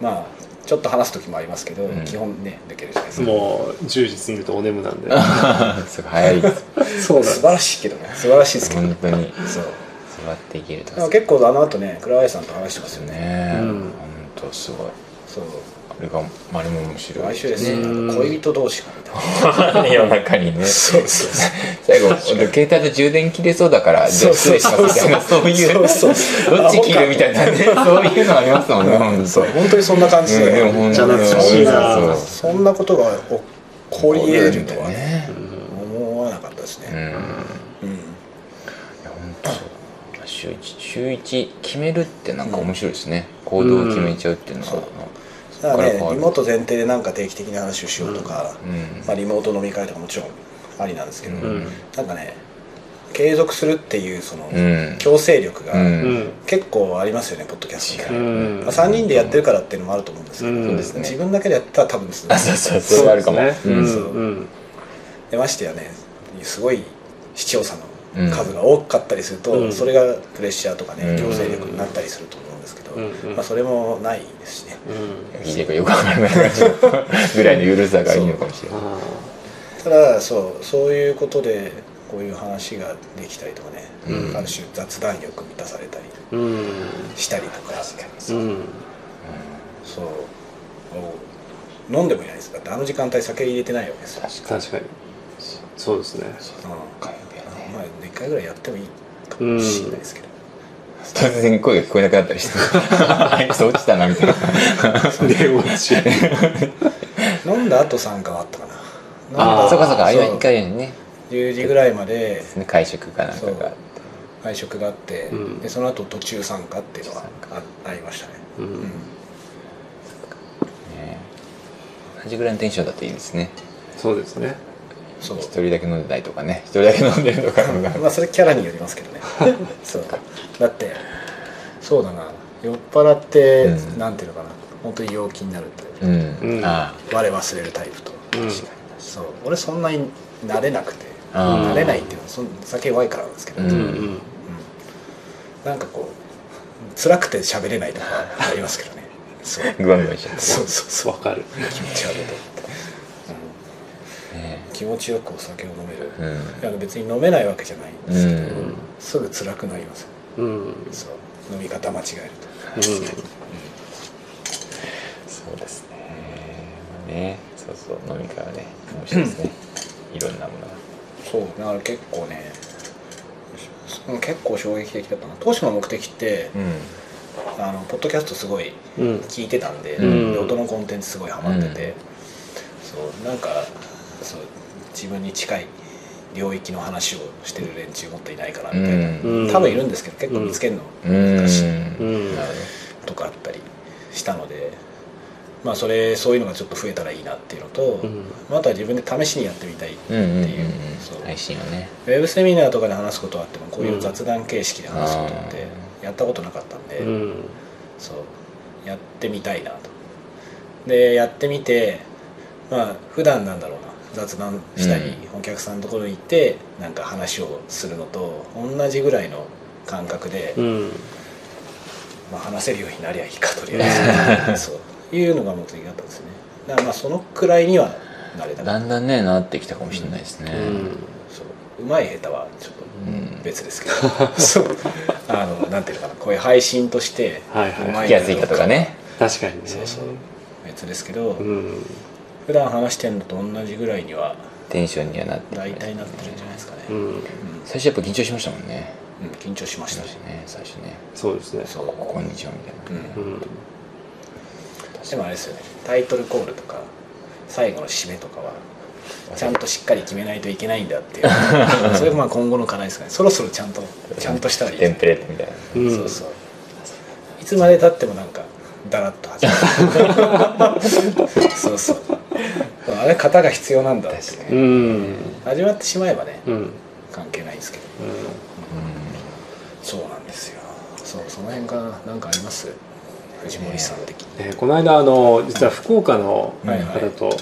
[SPEAKER 1] まあちょっと話す時もありますけど、
[SPEAKER 3] うん
[SPEAKER 1] 基本ね抜けるじゃないですか
[SPEAKER 2] もう10時過ぎるとお眠なんで
[SPEAKER 3] すごい早いです
[SPEAKER 2] そうなんで
[SPEAKER 1] 素
[SPEAKER 2] す
[SPEAKER 1] 晴らしいけどね素晴らしいですけど、
[SPEAKER 3] 本当に
[SPEAKER 1] そう
[SPEAKER 3] 座っていけると
[SPEAKER 1] で
[SPEAKER 3] か
[SPEAKER 1] も
[SPEAKER 3] ね
[SPEAKER 1] 結構あの後ね倉林さんと話してますよね
[SPEAKER 3] え
[SPEAKER 2] うん
[SPEAKER 3] 本当すごい
[SPEAKER 1] そう
[SPEAKER 3] あれがあれも面白い
[SPEAKER 1] 来週です
[SPEAKER 2] う
[SPEAKER 1] ね
[SPEAKER 2] ん
[SPEAKER 1] なんか恋人同士がみたいな
[SPEAKER 3] 夜中にね
[SPEAKER 1] そうそうそう
[SPEAKER 3] 最後携帯と充電切れそうだからじゃあ失礼しますみたいなそういうどっ
[SPEAKER 1] そう
[SPEAKER 3] ち切るみたいなねそういうのありますもんね本当
[SPEAKER 1] 本当にそんな感じで、
[SPEAKER 3] うんでも本
[SPEAKER 2] ちゃ
[SPEAKER 3] 当に
[SPEAKER 2] 懐かしいな
[SPEAKER 3] そうそう
[SPEAKER 1] そんなことが起こり得るとはね
[SPEAKER 3] ね
[SPEAKER 1] 思わなかったです
[SPEAKER 3] うんい
[SPEAKER 1] ね、う
[SPEAKER 3] や
[SPEAKER 1] ん
[SPEAKER 3] 本当そう週一週一決めるってなんか面白いですね行動を決めちゃうっていうのは
[SPEAKER 1] だからねリ
[SPEAKER 3] ここから変わる
[SPEAKER 1] モート前提でなんか定期的な話をしようとか、
[SPEAKER 3] うん
[SPEAKER 1] まあ、リモート飲み会とかもちろんありなんですけど、
[SPEAKER 2] うん
[SPEAKER 1] なんかね継続するっていうその
[SPEAKER 3] うん
[SPEAKER 1] 強制力が
[SPEAKER 3] うん
[SPEAKER 2] うん
[SPEAKER 1] 結構ありますよね、ポッドキャストっ
[SPEAKER 2] う
[SPEAKER 1] て、
[SPEAKER 2] ん
[SPEAKER 1] まあ、3人でやってるからっていうのもあると思うんですけど、
[SPEAKER 2] うんそうです
[SPEAKER 3] ね
[SPEAKER 1] 自分だけでやったら多分ですね
[SPEAKER 3] あそうそうそれはあるかも
[SPEAKER 2] そうですね
[SPEAKER 3] うん
[SPEAKER 2] うん
[SPEAKER 1] でましてやねすごい視聴者の数が多かったりすると、
[SPEAKER 2] うん
[SPEAKER 1] それがプレッシャーとか
[SPEAKER 3] う
[SPEAKER 1] ね
[SPEAKER 3] ん
[SPEAKER 1] 強制力になったりすると思うんですけど、
[SPEAKER 2] うんうん
[SPEAKER 1] まあ、それもないですしね
[SPEAKER 2] うん
[SPEAKER 3] いいねかよくわからない感じぐらいのゆるさがいいのかもしれない
[SPEAKER 2] あ
[SPEAKER 1] ただそうそういうことでこういう話ができたりとかね、
[SPEAKER 3] うん
[SPEAKER 1] ある種雑談欲満たされたり
[SPEAKER 2] ーうん
[SPEAKER 1] したりとか
[SPEAKER 2] うん
[SPEAKER 1] そう飲んでもいないですだってあの時間帯酒入れてないわけですよ、
[SPEAKER 3] 確かに
[SPEAKER 2] 確かにそうですね
[SPEAKER 1] うん
[SPEAKER 3] 火曜日はね
[SPEAKER 1] まあ一回ぐらいやってもいいかもしれないですけど、
[SPEAKER 3] 突然声が聞こえなくなったり してあいつ落ちたなみたいな
[SPEAKER 2] で落ち
[SPEAKER 1] 飲んだ後参加はあったかな飲ん
[SPEAKER 2] あ
[SPEAKER 1] だ
[SPEAKER 2] ー
[SPEAKER 3] そうかそうかあれは一
[SPEAKER 1] う
[SPEAKER 3] 回ね
[SPEAKER 1] 10時ぐらいまで
[SPEAKER 3] ね会食かなんかがあって
[SPEAKER 1] 会食があって、
[SPEAKER 2] うん
[SPEAKER 1] でその後途中参加っていうのはあありましたね、
[SPEAKER 2] う
[SPEAKER 1] うん
[SPEAKER 2] ん
[SPEAKER 3] ね同じぐらいのテンションだといいですね
[SPEAKER 2] そうですね
[SPEAKER 1] そう
[SPEAKER 3] 一人だけ飲んでないとかね一人だけ飲んでるとかのが
[SPEAKER 1] まあそれキャラによりますけどねそうだってそうだな酔っ払って、
[SPEAKER 3] うん
[SPEAKER 1] なんていうのかな本当に陽気になるって、
[SPEAKER 3] う
[SPEAKER 2] うんん
[SPEAKER 3] あ
[SPEAKER 1] 我忘れるタイプと、
[SPEAKER 2] うん
[SPEAKER 1] そう俺そんなに慣れなくて
[SPEAKER 3] あー
[SPEAKER 1] 慣れないっていうのはその酒弱いからなんですけど、
[SPEAKER 3] う
[SPEAKER 2] うんん
[SPEAKER 1] なんかこう辛くて喋れないとかありますけどねそう
[SPEAKER 3] グワングワンしちゃっ
[SPEAKER 1] そうそうそう
[SPEAKER 2] わかる
[SPEAKER 1] 気持ち悪いと思って、
[SPEAKER 3] たね
[SPEAKER 1] うん気持ちよくお酒を飲める、
[SPEAKER 3] う
[SPEAKER 1] あの別に飲めないわけじゃないんですけど、
[SPEAKER 3] うん
[SPEAKER 1] すぐ辛くなりますよ
[SPEAKER 2] うんうん
[SPEAKER 1] そう飲み方間違えると
[SPEAKER 3] そうですねまあねそうそう飲み会はね面白いですねいろんなものが
[SPEAKER 1] そうだから結構ねうん結構衝撃的だったな当初の目的って、
[SPEAKER 3] う
[SPEAKER 1] あのポッドキャストすごい
[SPEAKER 2] うん
[SPEAKER 1] 聞いてたんで、
[SPEAKER 2] うん
[SPEAKER 1] で音のコンテンツすごいハマってて、
[SPEAKER 3] うん
[SPEAKER 1] そうなんかそう自分に近い領域の話をしてる連中もっといないかなみたいな、
[SPEAKER 2] うん
[SPEAKER 1] 多分いるんですけど結構見つけるの
[SPEAKER 3] ん
[SPEAKER 1] 難しい
[SPEAKER 2] うん
[SPEAKER 3] なるほど
[SPEAKER 1] とかあったりしたので、まあそれそういうのがちょっと増えたらいいなっていうのと、
[SPEAKER 2] うん
[SPEAKER 1] また自分で試しにやってみたい、
[SPEAKER 3] うんうんうん
[SPEAKER 1] っていうそう
[SPEAKER 3] うん配信をね
[SPEAKER 1] ウェブセミナーとかで話すことはあってもこういう雑談形式で話すことって
[SPEAKER 3] う
[SPEAKER 1] やったことなかったんで、
[SPEAKER 2] うん
[SPEAKER 1] そうやってみたいなとでやってみてまあ普段なんだろうな雑談したり、お客さんのところに行ってなんか話をするのと同じぐらいの感覚で、
[SPEAKER 2] うん
[SPEAKER 1] まあ、話せるようになりゃいいかとりあえずそういうのが目的だったんですねだからまあそのくらいにはなれた
[SPEAKER 3] だんだんねなってきたかもしれないですね
[SPEAKER 1] そううまい下手はちょっと
[SPEAKER 3] うん
[SPEAKER 1] 別ですけど そうあのなんていうのかなこういう配信として
[SPEAKER 2] はいはいう
[SPEAKER 1] ま
[SPEAKER 3] 聞
[SPEAKER 1] い
[SPEAKER 3] きやすいかとかね
[SPEAKER 2] 確かにね
[SPEAKER 1] そうそう別ですけど、
[SPEAKER 2] うん
[SPEAKER 1] 普段話してんのと同じぐらいには
[SPEAKER 3] テンションにはなって
[SPEAKER 1] 大体なってるんじゃないですかね、
[SPEAKER 2] う
[SPEAKER 1] うん
[SPEAKER 2] ん
[SPEAKER 3] 最初やっぱ緊張しましたもんね
[SPEAKER 1] うん緊張しました
[SPEAKER 3] 最
[SPEAKER 1] し
[SPEAKER 3] 初ね最初ね
[SPEAKER 2] そうですね
[SPEAKER 1] そう、
[SPEAKER 3] こんにちはみたいな
[SPEAKER 1] うん
[SPEAKER 2] うん
[SPEAKER 1] でもあれですよねタイトルコールとか最後の締めとかはちゃんとしっかり決めないといけないんだ っていうそれがまあ今後の課題ですかねそろそろちゃんとちゃんとしたらいい
[SPEAKER 3] テンプレートみたいな
[SPEAKER 2] うん
[SPEAKER 1] そうそういつまでたってもなんかだらっと始ま るそうそうあれ型が必要なんだっていうね
[SPEAKER 2] うん
[SPEAKER 1] 始まってしまえばね
[SPEAKER 2] うん
[SPEAKER 1] 関係ないんですけど
[SPEAKER 2] うん
[SPEAKER 1] そうなんですよそうその辺が何かあります藤森さん的に、
[SPEAKER 2] えーこの間あの実は福岡の
[SPEAKER 1] はいはい
[SPEAKER 2] 方と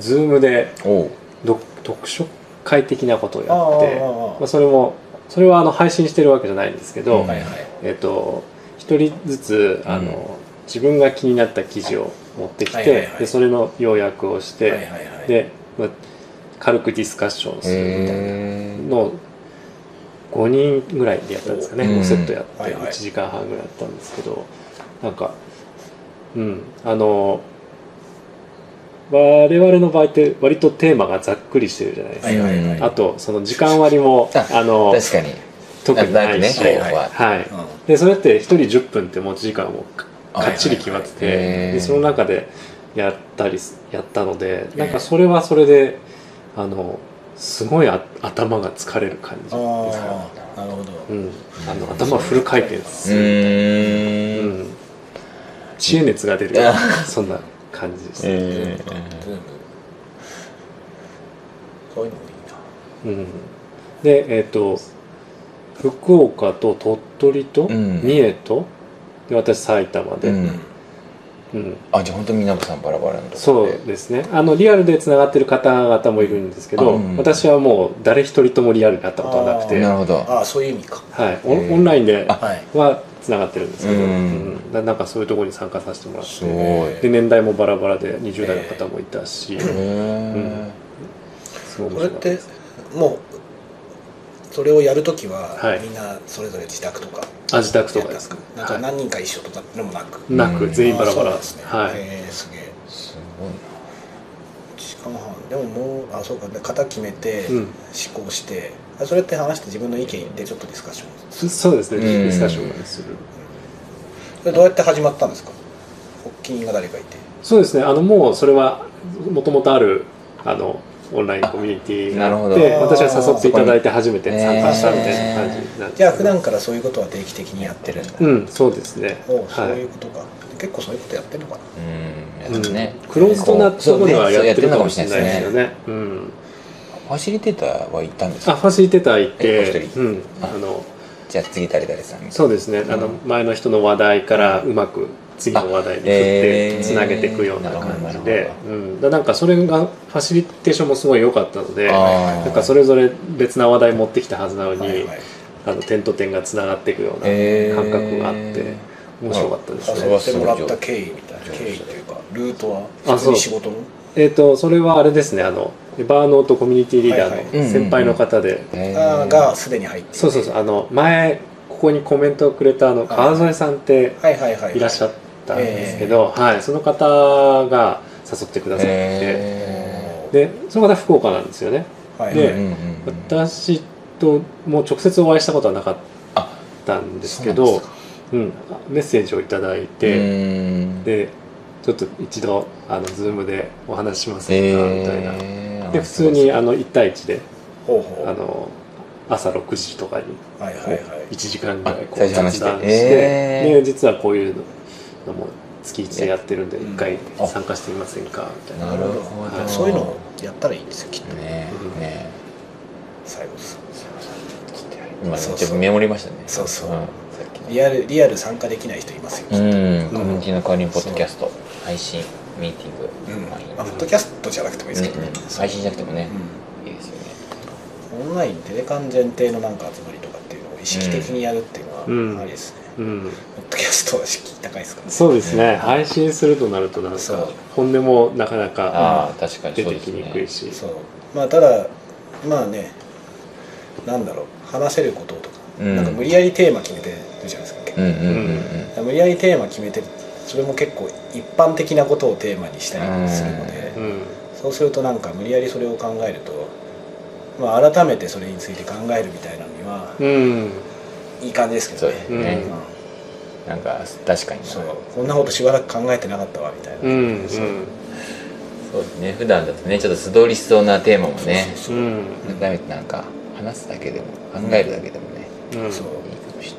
[SPEAKER 2] Zoom で
[SPEAKER 3] うんおう
[SPEAKER 2] ど読書会的なことをやって
[SPEAKER 1] ああああああ
[SPEAKER 2] まあ、それもそれはあの配信してるわけじゃないんですけど、
[SPEAKER 3] うん
[SPEAKER 1] はいはい
[SPEAKER 2] えっと一人ずつあの、自分が気になった記事を持ってきて、
[SPEAKER 1] はいはいはい
[SPEAKER 2] でそれの要約をして、
[SPEAKER 1] はいはいはい
[SPEAKER 2] で、まあ、軽くディスカッションするみたいな
[SPEAKER 3] へ
[SPEAKER 2] のを5人ぐらいでやったんですかね、
[SPEAKER 3] うん
[SPEAKER 2] 5セットやって
[SPEAKER 1] はいはい
[SPEAKER 2] 1時間半ぐらいやったんですけど、なんかうんあの我々の場合って割とテーマがざっくりしてるじゃないですか、
[SPEAKER 1] はいはいはい
[SPEAKER 2] あとその時間割も
[SPEAKER 3] あ
[SPEAKER 2] あの
[SPEAKER 3] 確かに
[SPEAKER 2] 特にないし、
[SPEAKER 3] んとなくね
[SPEAKER 1] はい
[SPEAKER 3] こう
[SPEAKER 1] は
[SPEAKER 3] は
[SPEAKER 2] はい
[SPEAKER 1] うん
[SPEAKER 2] でそれって1人10分って持ち時間もか
[SPEAKER 3] あ
[SPEAKER 2] かっちり決まってて、
[SPEAKER 3] はいはいはいへー
[SPEAKER 2] でその中でやったりすやったのでなんかそれはそれであのすごいあ頭が疲れる感じですか
[SPEAKER 1] ああなるほど、
[SPEAKER 2] ら、うん、あの頭フル回転す
[SPEAKER 3] う
[SPEAKER 2] る、う
[SPEAKER 3] ーん
[SPEAKER 2] ん、知恵熱が出るようなそんな感じです、
[SPEAKER 1] ブー
[SPEAKER 3] え
[SPEAKER 1] ムかブームそういうのもいいな
[SPEAKER 2] うん、でえっ、と福岡と鳥取と
[SPEAKER 3] うん
[SPEAKER 2] 三重と、で私埼玉で、
[SPEAKER 3] うん
[SPEAKER 2] うん、
[SPEAKER 3] あじゃあ本当みんなさんバラバラのとこ
[SPEAKER 2] そう
[SPEAKER 3] ろで
[SPEAKER 2] ですねあのリアルでつながってる方々もいるんですけど、
[SPEAKER 3] あうん
[SPEAKER 2] 私はもう誰一人ともリアルに会ったことはなくて、
[SPEAKER 3] な
[SPEAKER 2] は
[SPEAKER 3] るほど
[SPEAKER 1] ああそういう意味か
[SPEAKER 2] い、オ
[SPEAKER 3] へー
[SPEAKER 2] ンオンラインで
[SPEAKER 3] あ
[SPEAKER 1] はい
[SPEAKER 2] はつながってるんですけど、
[SPEAKER 3] うん
[SPEAKER 2] うんななんかそういうところに参加させてもらっ
[SPEAKER 3] す
[SPEAKER 2] て
[SPEAKER 3] ごいへ
[SPEAKER 2] で年代もバラバラで20代の方もいたし、
[SPEAKER 3] え
[SPEAKER 2] すごい
[SPEAKER 1] そ
[SPEAKER 2] 面
[SPEAKER 1] れ
[SPEAKER 2] 白
[SPEAKER 1] っ
[SPEAKER 2] かった
[SPEAKER 1] てもうそれをやるときは、
[SPEAKER 2] はい
[SPEAKER 1] みんなそれぞれ自宅とか
[SPEAKER 2] あ自宅とか
[SPEAKER 1] や
[SPEAKER 2] で
[SPEAKER 1] ったん
[SPEAKER 2] す
[SPEAKER 1] かなんか
[SPEAKER 2] はい
[SPEAKER 1] 何人か一緒とかでもなく、
[SPEAKER 2] なく
[SPEAKER 3] うん
[SPEAKER 2] 全員バラ
[SPEAKER 1] ああそ
[SPEAKER 2] バ
[SPEAKER 1] うなん
[SPEAKER 2] ラ
[SPEAKER 1] ですね、
[SPEAKER 2] はい
[SPEAKER 1] へえすげえ
[SPEAKER 3] すごい
[SPEAKER 1] 時間半でももうあそうかで型決めて、
[SPEAKER 2] うん
[SPEAKER 1] 思考してあそれって話して自分の意見言ってちょっとディスカッション
[SPEAKER 2] そそうですね
[SPEAKER 3] うん
[SPEAKER 2] ディスカッションする
[SPEAKER 1] それどうやって始まったんですか発起人が誰かいて
[SPEAKER 2] そうですねあのもうそれはもともとあるあのオンラインコミュニティが
[SPEAKER 3] なる
[SPEAKER 2] あ
[SPEAKER 3] ほ
[SPEAKER 2] っ
[SPEAKER 3] ど
[SPEAKER 2] て私は誘っていただいて初めて参加したみたいな
[SPEAKER 3] へー
[SPEAKER 2] 感じなんですけど
[SPEAKER 1] じゃあ普段からそういうことは定期的にやってるんだ、
[SPEAKER 2] うんそうですね
[SPEAKER 1] おうそう
[SPEAKER 2] はいいう
[SPEAKER 1] ことか、結構そういうことやってるのかな
[SPEAKER 3] なうんやつね
[SPEAKER 2] うんクローズドなところでは
[SPEAKER 3] そうね
[SPEAKER 2] やってるかもしれ
[SPEAKER 3] そ
[SPEAKER 2] な
[SPEAKER 3] う
[SPEAKER 2] い
[SPEAKER 3] や
[SPEAKER 2] で
[SPEAKER 3] って
[SPEAKER 2] すよ
[SPEAKER 3] るのかもしれない
[SPEAKER 2] ねうん
[SPEAKER 3] ですねファシリテーターはいたんです
[SPEAKER 2] あ
[SPEAKER 3] か
[SPEAKER 2] ファシリテーターい
[SPEAKER 3] え
[SPEAKER 2] て
[SPEAKER 3] お一人
[SPEAKER 2] うん
[SPEAKER 3] あ
[SPEAKER 2] あの
[SPEAKER 3] じゃあ次誰々さんみたい
[SPEAKER 2] そうですねあの前の人の話題からうまく次の話題に振っ
[SPEAKER 3] あへ
[SPEAKER 2] て
[SPEAKER 3] ー
[SPEAKER 2] つなげていくような感じ
[SPEAKER 3] なる
[SPEAKER 2] で
[SPEAKER 3] ほ
[SPEAKER 2] うんだなんかそれがファシリテーションもすごい良かったので
[SPEAKER 3] あー
[SPEAKER 2] なんかそれぞれ別な話題持ってきたはずなの
[SPEAKER 1] はい
[SPEAKER 2] に
[SPEAKER 1] はい
[SPEAKER 2] あの点と点がつながっていくような
[SPEAKER 3] へー
[SPEAKER 2] 感覚があって面白かったで
[SPEAKER 1] あ
[SPEAKER 2] す
[SPEAKER 1] そう
[SPEAKER 2] ね
[SPEAKER 1] やってもらった経緯みたいな経緯というかルートは
[SPEAKER 2] あ
[SPEAKER 1] 普通
[SPEAKER 2] そう
[SPEAKER 1] に仕事の
[SPEAKER 2] えっ、とそれはあれですねあのバーノートコミュニティリーダ
[SPEAKER 1] はい
[SPEAKER 2] ー
[SPEAKER 1] は
[SPEAKER 2] の
[SPEAKER 3] い
[SPEAKER 2] 先輩の方で、
[SPEAKER 3] へー
[SPEAKER 1] あーがすでに入っていて
[SPEAKER 2] そうそうそうあの前ここにコメントをくれたあの川添さんって
[SPEAKER 1] はいはいはい
[SPEAKER 2] いらっしゃったんですけど、はい、その方が誘ってくださって
[SPEAKER 3] へ
[SPEAKER 2] でその方福岡なんですよね
[SPEAKER 1] はい
[SPEAKER 2] で
[SPEAKER 3] ーうんうんうん
[SPEAKER 2] 私ともう直接お会いしたことはなかっ
[SPEAKER 3] あ
[SPEAKER 2] たんですけ
[SPEAKER 3] そうなん
[SPEAKER 2] ど
[SPEAKER 3] ですか
[SPEAKER 2] うん、メッセージをいただいうて、
[SPEAKER 3] ーん
[SPEAKER 2] でちょっと一度あの Zoom でお話ししませんかみたいな、
[SPEAKER 3] えー
[SPEAKER 2] で普通にあの1対1で
[SPEAKER 1] ほうほう
[SPEAKER 2] あの朝6時とかに
[SPEAKER 1] はいはいはい
[SPEAKER 2] 1時間ぐらいこう
[SPEAKER 3] あ最初話して
[SPEAKER 2] 談して、
[SPEAKER 3] えー
[SPEAKER 2] で実はこういうのも月1でやってるんで
[SPEAKER 1] うん
[SPEAKER 2] 1回
[SPEAKER 3] あ
[SPEAKER 2] 参加してみませんかみたいな。
[SPEAKER 3] なるほど
[SPEAKER 1] そういうのをやったらいいんですよきっと
[SPEAKER 3] ね
[SPEAKER 2] うん
[SPEAKER 3] ね
[SPEAKER 1] 最後さ
[SPEAKER 3] 今めっ
[SPEAKER 1] そう
[SPEAKER 3] ち
[SPEAKER 1] そ
[SPEAKER 3] ゃ
[SPEAKER 1] う
[SPEAKER 3] メモりましたね
[SPEAKER 1] そうそうん
[SPEAKER 3] さっきの
[SPEAKER 1] リアルリアル参加できない人いますよ、きっと
[SPEAKER 3] うん、
[SPEAKER 2] うん
[SPEAKER 3] コミュニティの代わりにポッドキャスト、配信、ミーティング、
[SPEAKER 1] うん
[SPEAKER 3] まあいい
[SPEAKER 1] ま
[SPEAKER 3] な
[SPEAKER 1] あ、フットキャストじゃなくてもいいですけどね、
[SPEAKER 3] うんうん配信じゃなくてもね、いいですよね。
[SPEAKER 1] うんオンラインでデカン前提のなんか集まりとかっていうのを意識的にやるっていうの
[SPEAKER 2] うん
[SPEAKER 1] はありですね、
[SPEAKER 2] うん、
[SPEAKER 1] ポッドキャストは敷居高いですからね
[SPEAKER 2] そうです
[SPEAKER 3] うん
[SPEAKER 2] ね配信するとなるとなんか
[SPEAKER 1] そう
[SPEAKER 2] 本音もなかなか
[SPEAKER 3] ああ、確かに
[SPEAKER 2] 出
[SPEAKER 3] そう
[SPEAKER 2] て
[SPEAKER 3] です
[SPEAKER 2] きに
[SPEAKER 3] ね。
[SPEAKER 2] くいし
[SPEAKER 1] そうまあただまあねなんだろう話せることとか、
[SPEAKER 3] うん
[SPEAKER 1] なんか無理やりテーマ決めてるじゃないですか結
[SPEAKER 3] う
[SPEAKER 1] 構
[SPEAKER 3] んうんうんうん。
[SPEAKER 1] 無理やりテーマ決めてるそれも結構一般的なことをテーマにしたりするので、
[SPEAKER 2] うん
[SPEAKER 1] そうするとなんか無理やりそれを考えると、まあ、改めてそれについて考えるみたいなのには
[SPEAKER 2] うん
[SPEAKER 1] いい感じですけ
[SPEAKER 3] そ
[SPEAKER 1] ど
[SPEAKER 3] う
[SPEAKER 1] ね
[SPEAKER 3] ですね。
[SPEAKER 2] うん
[SPEAKER 3] なんか、確かにな
[SPEAKER 1] そ
[SPEAKER 3] そうう
[SPEAKER 1] こんなことしばらく考えてなかったわみたいな、
[SPEAKER 2] うん
[SPEAKER 1] そう
[SPEAKER 3] ですね。普段だとね、ちょっと素通りしそうなテーマもね、
[SPEAKER 1] そうう,、
[SPEAKER 2] ん
[SPEAKER 3] 改めてなんか、話すだけでも、考えるだけでもね、
[SPEAKER 2] うん
[SPEAKER 1] そう
[SPEAKER 3] いいかもし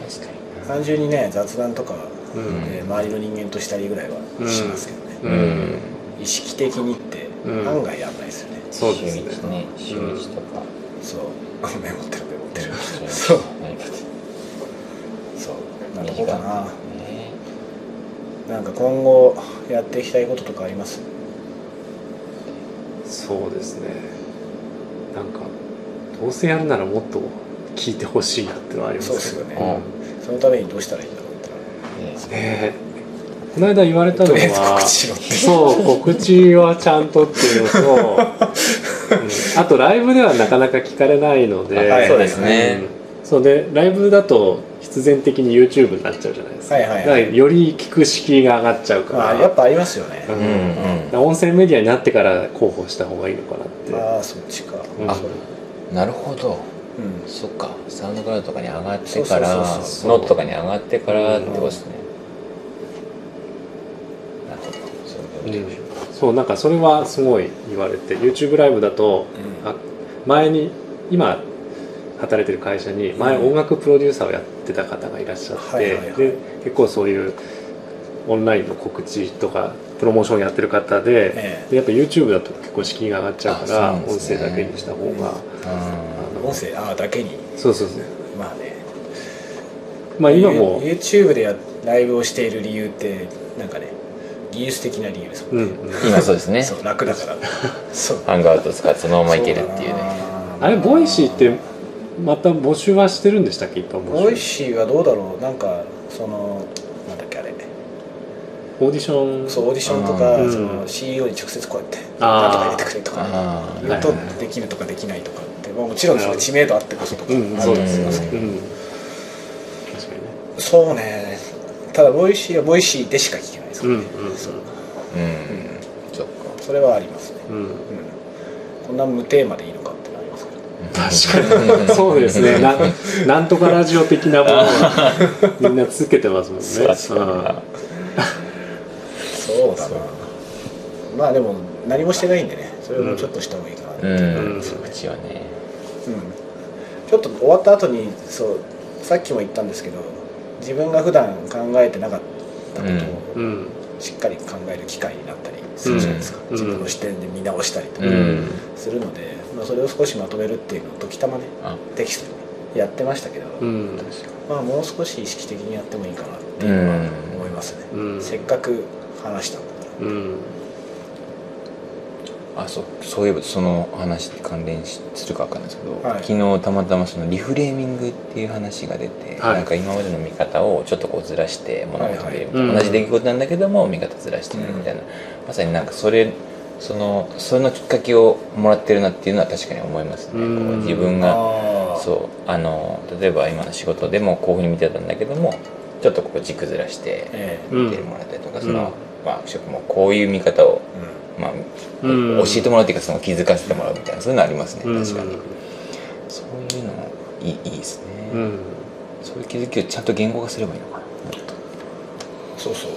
[SPEAKER 3] れない。確かにな。
[SPEAKER 1] 単純にね雑談とか、
[SPEAKER 2] うん
[SPEAKER 1] で周りの人間としたりぐらいはしますけどね、
[SPEAKER 2] う
[SPEAKER 3] うんん。
[SPEAKER 1] 意識的にって
[SPEAKER 2] うん
[SPEAKER 1] 案外やんないですよね、
[SPEAKER 2] そうですね
[SPEAKER 3] 週一ね、週一とか。
[SPEAKER 1] そうメモってるメモってる
[SPEAKER 3] そ
[SPEAKER 1] そうう。
[SPEAKER 3] 何か
[SPEAKER 1] そうなんとこかな
[SPEAKER 3] ね
[SPEAKER 1] なんか今後やっていきたいこととかあります
[SPEAKER 2] そうですねなんかどうせやるならもっと聞いてほしいなってのはあります
[SPEAKER 1] そうですよ
[SPEAKER 2] ね
[SPEAKER 1] ねそのためにどうしたらいいんだろうって
[SPEAKER 3] ね
[SPEAKER 2] ねえこの間言われたの
[SPEAKER 1] とりあえず
[SPEAKER 2] は
[SPEAKER 1] 告知しろって
[SPEAKER 2] そう告知はちゃんとっていうのと、うんあとライブではなかなか聞かれないので、
[SPEAKER 1] あはい
[SPEAKER 3] そうですね。
[SPEAKER 2] うんそうでライブだと必然的に YouTube になっちゃうじゃないですか,、
[SPEAKER 1] はいはいはい
[SPEAKER 2] だからより聞く敷居が上がっちゃうから、
[SPEAKER 1] まあやっぱありますよね
[SPEAKER 2] う
[SPEAKER 3] うんん
[SPEAKER 2] だから音声メディアになってから広報した方がいいのかなって、
[SPEAKER 1] ああそっちか
[SPEAKER 2] うん
[SPEAKER 3] あうん。なるほど。
[SPEAKER 1] うん
[SPEAKER 3] そっか。サウンドクラウドとかに上がってから、
[SPEAKER 1] そう
[SPEAKER 3] ノ
[SPEAKER 1] そうそう
[SPEAKER 2] そう
[SPEAKER 3] ートとかに上がってからってことですね。なるほど。そういうこ
[SPEAKER 2] そうなんかそれはすごい言われて YouTube ライブだと
[SPEAKER 1] うん
[SPEAKER 2] あ前に今働いてる会社に前
[SPEAKER 1] うん
[SPEAKER 2] 音楽プロデューサーをやってた方がいらっしゃって、
[SPEAKER 1] はいはいはい
[SPEAKER 2] で結構そういうオンラインの告知とかプロモーションやってる方で,、
[SPEAKER 1] ええ
[SPEAKER 2] でやっぱ YouTube だと結構敷居が上がっちゃうか
[SPEAKER 3] あ
[SPEAKER 2] ら、
[SPEAKER 3] そうなん
[SPEAKER 2] 音
[SPEAKER 3] です
[SPEAKER 2] 声
[SPEAKER 3] ね
[SPEAKER 2] だけにした方が、
[SPEAKER 3] とうん
[SPEAKER 1] 音声ああだけに
[SPEAKER 2] そうそうそう
[SPEAKER 1] まあね
[SPEAKER 2] まあ今も、
[SPEAKER 1] ユ YouTube でやライブをしている理由ってなんかね技術的な理由ですもん
[SPEAKER 2] う
[SPEAKER 1] ね、
[SPEAKER 2] んうん、
[SPEAKER 3] 今そうですね。
[SPEAKER 1] そう楽だ からそう
[SPEAKER 3] ハンガーウッド使ってそのままいけるっていうね。
[SPEAKER 2] あれボイシーってまた募集はしてるんでしたっけ一般募集
[SPEAKER 1] ボイシーはどうだろうなんかそのなんだっけあれ
[SPEAKER 2] オーディション
[SPEAKER 1] そうオーディションとか、
[SPEAKER 2] うん
[SPEAKER 1] その CEO に直接こうやって
[SPEAKER 2] あー
[SPEAKER 1] なんとか入れてくれとか
[SPEAKER 3] ああ
[SPEAKER 1] 言うと
[SPEAKER 2] はいはいはい
[SPEAKER 1] できるとかできないとかって、まあ、もちろんそれ知名度あってこそとかあ
[SPEAKER 2] うん
[SPEAKER 1] る
[SPEAKER 2] そ
[SPEAKER 1] と
[SPEAKER 2] う
[SPEAKER 1] 思い
[SPEAKER 2] で
[SPEAKER 1] ますす
[SPEAKER 2] よ
[SPEAKER 1] けど、
[SPEAKER 2] ね、うん、確かにね
[SPEAKER 1] そうねただボイシーはボイシーでしか聞けないですからね、
[SPEAKER 2] うんうん
[SPEAKER 1] そう
[SPEAKER 3] うん。そっか。
[SPEAKER 1] それはありますね、
[SPEAKER 2] うん
[SPEAKER 1] うん、こんな無テーマでいいのかってなりますけど
[SPEAKER 2] 確かにそうですねななんとかラジオ的なも のをみんな続けてますもんね
[SPEAKER 3] そう確かに
[SPEAKER 2] うん
[SPEAKER 3] な
[SPEAKER 1] そうだ
[SPEAKER 3] そ
[SPEAKER 1] な
[SPEAKER 3] う
[SPEAKER 1] まあでも何もしてないんでねそれもちょっとした方がいいかなって、うん
[SPEAKER 3] うん。
[SPEAKER 2] ん
[SPEAKER 3] 告知はね。
[SPEAKER 1] ちょっと終わった後にそうさっきも言ったんですけど自分が普段考えてなかったこと
[SPEAKER 2] う
[SPEAKER 1] を
[SPEAKER 2] ん
[SPEAKER 1] しっかり考える機会になったりするじゃないですか、
[SPEAKER 2] うん
[SPEAKER 1] 自分の視点で見直したりとか
[SPEAKER 3] うん。
[SPEAKER 1] するので、まあ、それを少しまとめるっていうのを時たまね
[SPEAKER 3] あ、
[SPEAKER 1] テキストにやってましたけど、
[SPEAKER 2] うん
[SPEAKER 1] まあもう少し意識的にやってもいいかなっていうのは思いますね、
[SPEAKER 2] うん
[SPEAKER 1] せっかく話したんだから
[SPEAKER 2] うん
[SPEAKER 3] あそうそういえばその話に関連しするか分かんないですけど、
[SPEAKER 1] はい
[SPEAKER 3] 昨日たまたまそのリフレーミングっていう話が出て、
[SPEAKER 2] はい
[SPEAKER 3] なんか今までの見方をちょっとこうずらして物事を見るみたいな、
[SPEAKER 2] はいはい
[SPEAKER 3] 同じ出来事なんだけども見方ずらしてみるみたいな、まさになんかそれそのそのきっかけをもらってるなっていうのは確かに思いますね、
[SPEAKER 2] うん
[SPEAKER 3] こう自分が
[SPEAKER 1] あー
[SPEAKER 3] そうあの例えば今の仕事でもこういうふうに見てたんだけどもちょっとここ軸ずらして
[SPEAKER 1] ええ
[SPEAKER 3] 見てもらったりとか、
[SPEAKER 2] うん
[SPEAKER 3] その、まあ、職もこういう見方をまあ、
[SPEAKER 2] うん
[SPEAKER 3] 教えてもらうっていうかその気づかせてもらうみたいなそういうのありますね
[SPEAKER 2] うん
[SPEAKER 3] 確かに、そういうのもいいいいですね、
[SPEAKER 2] うん
[SPEAKER 3] そういう気づきをちゃんと言語化すればいいのかななんか
[SPEAKER 1] そうそう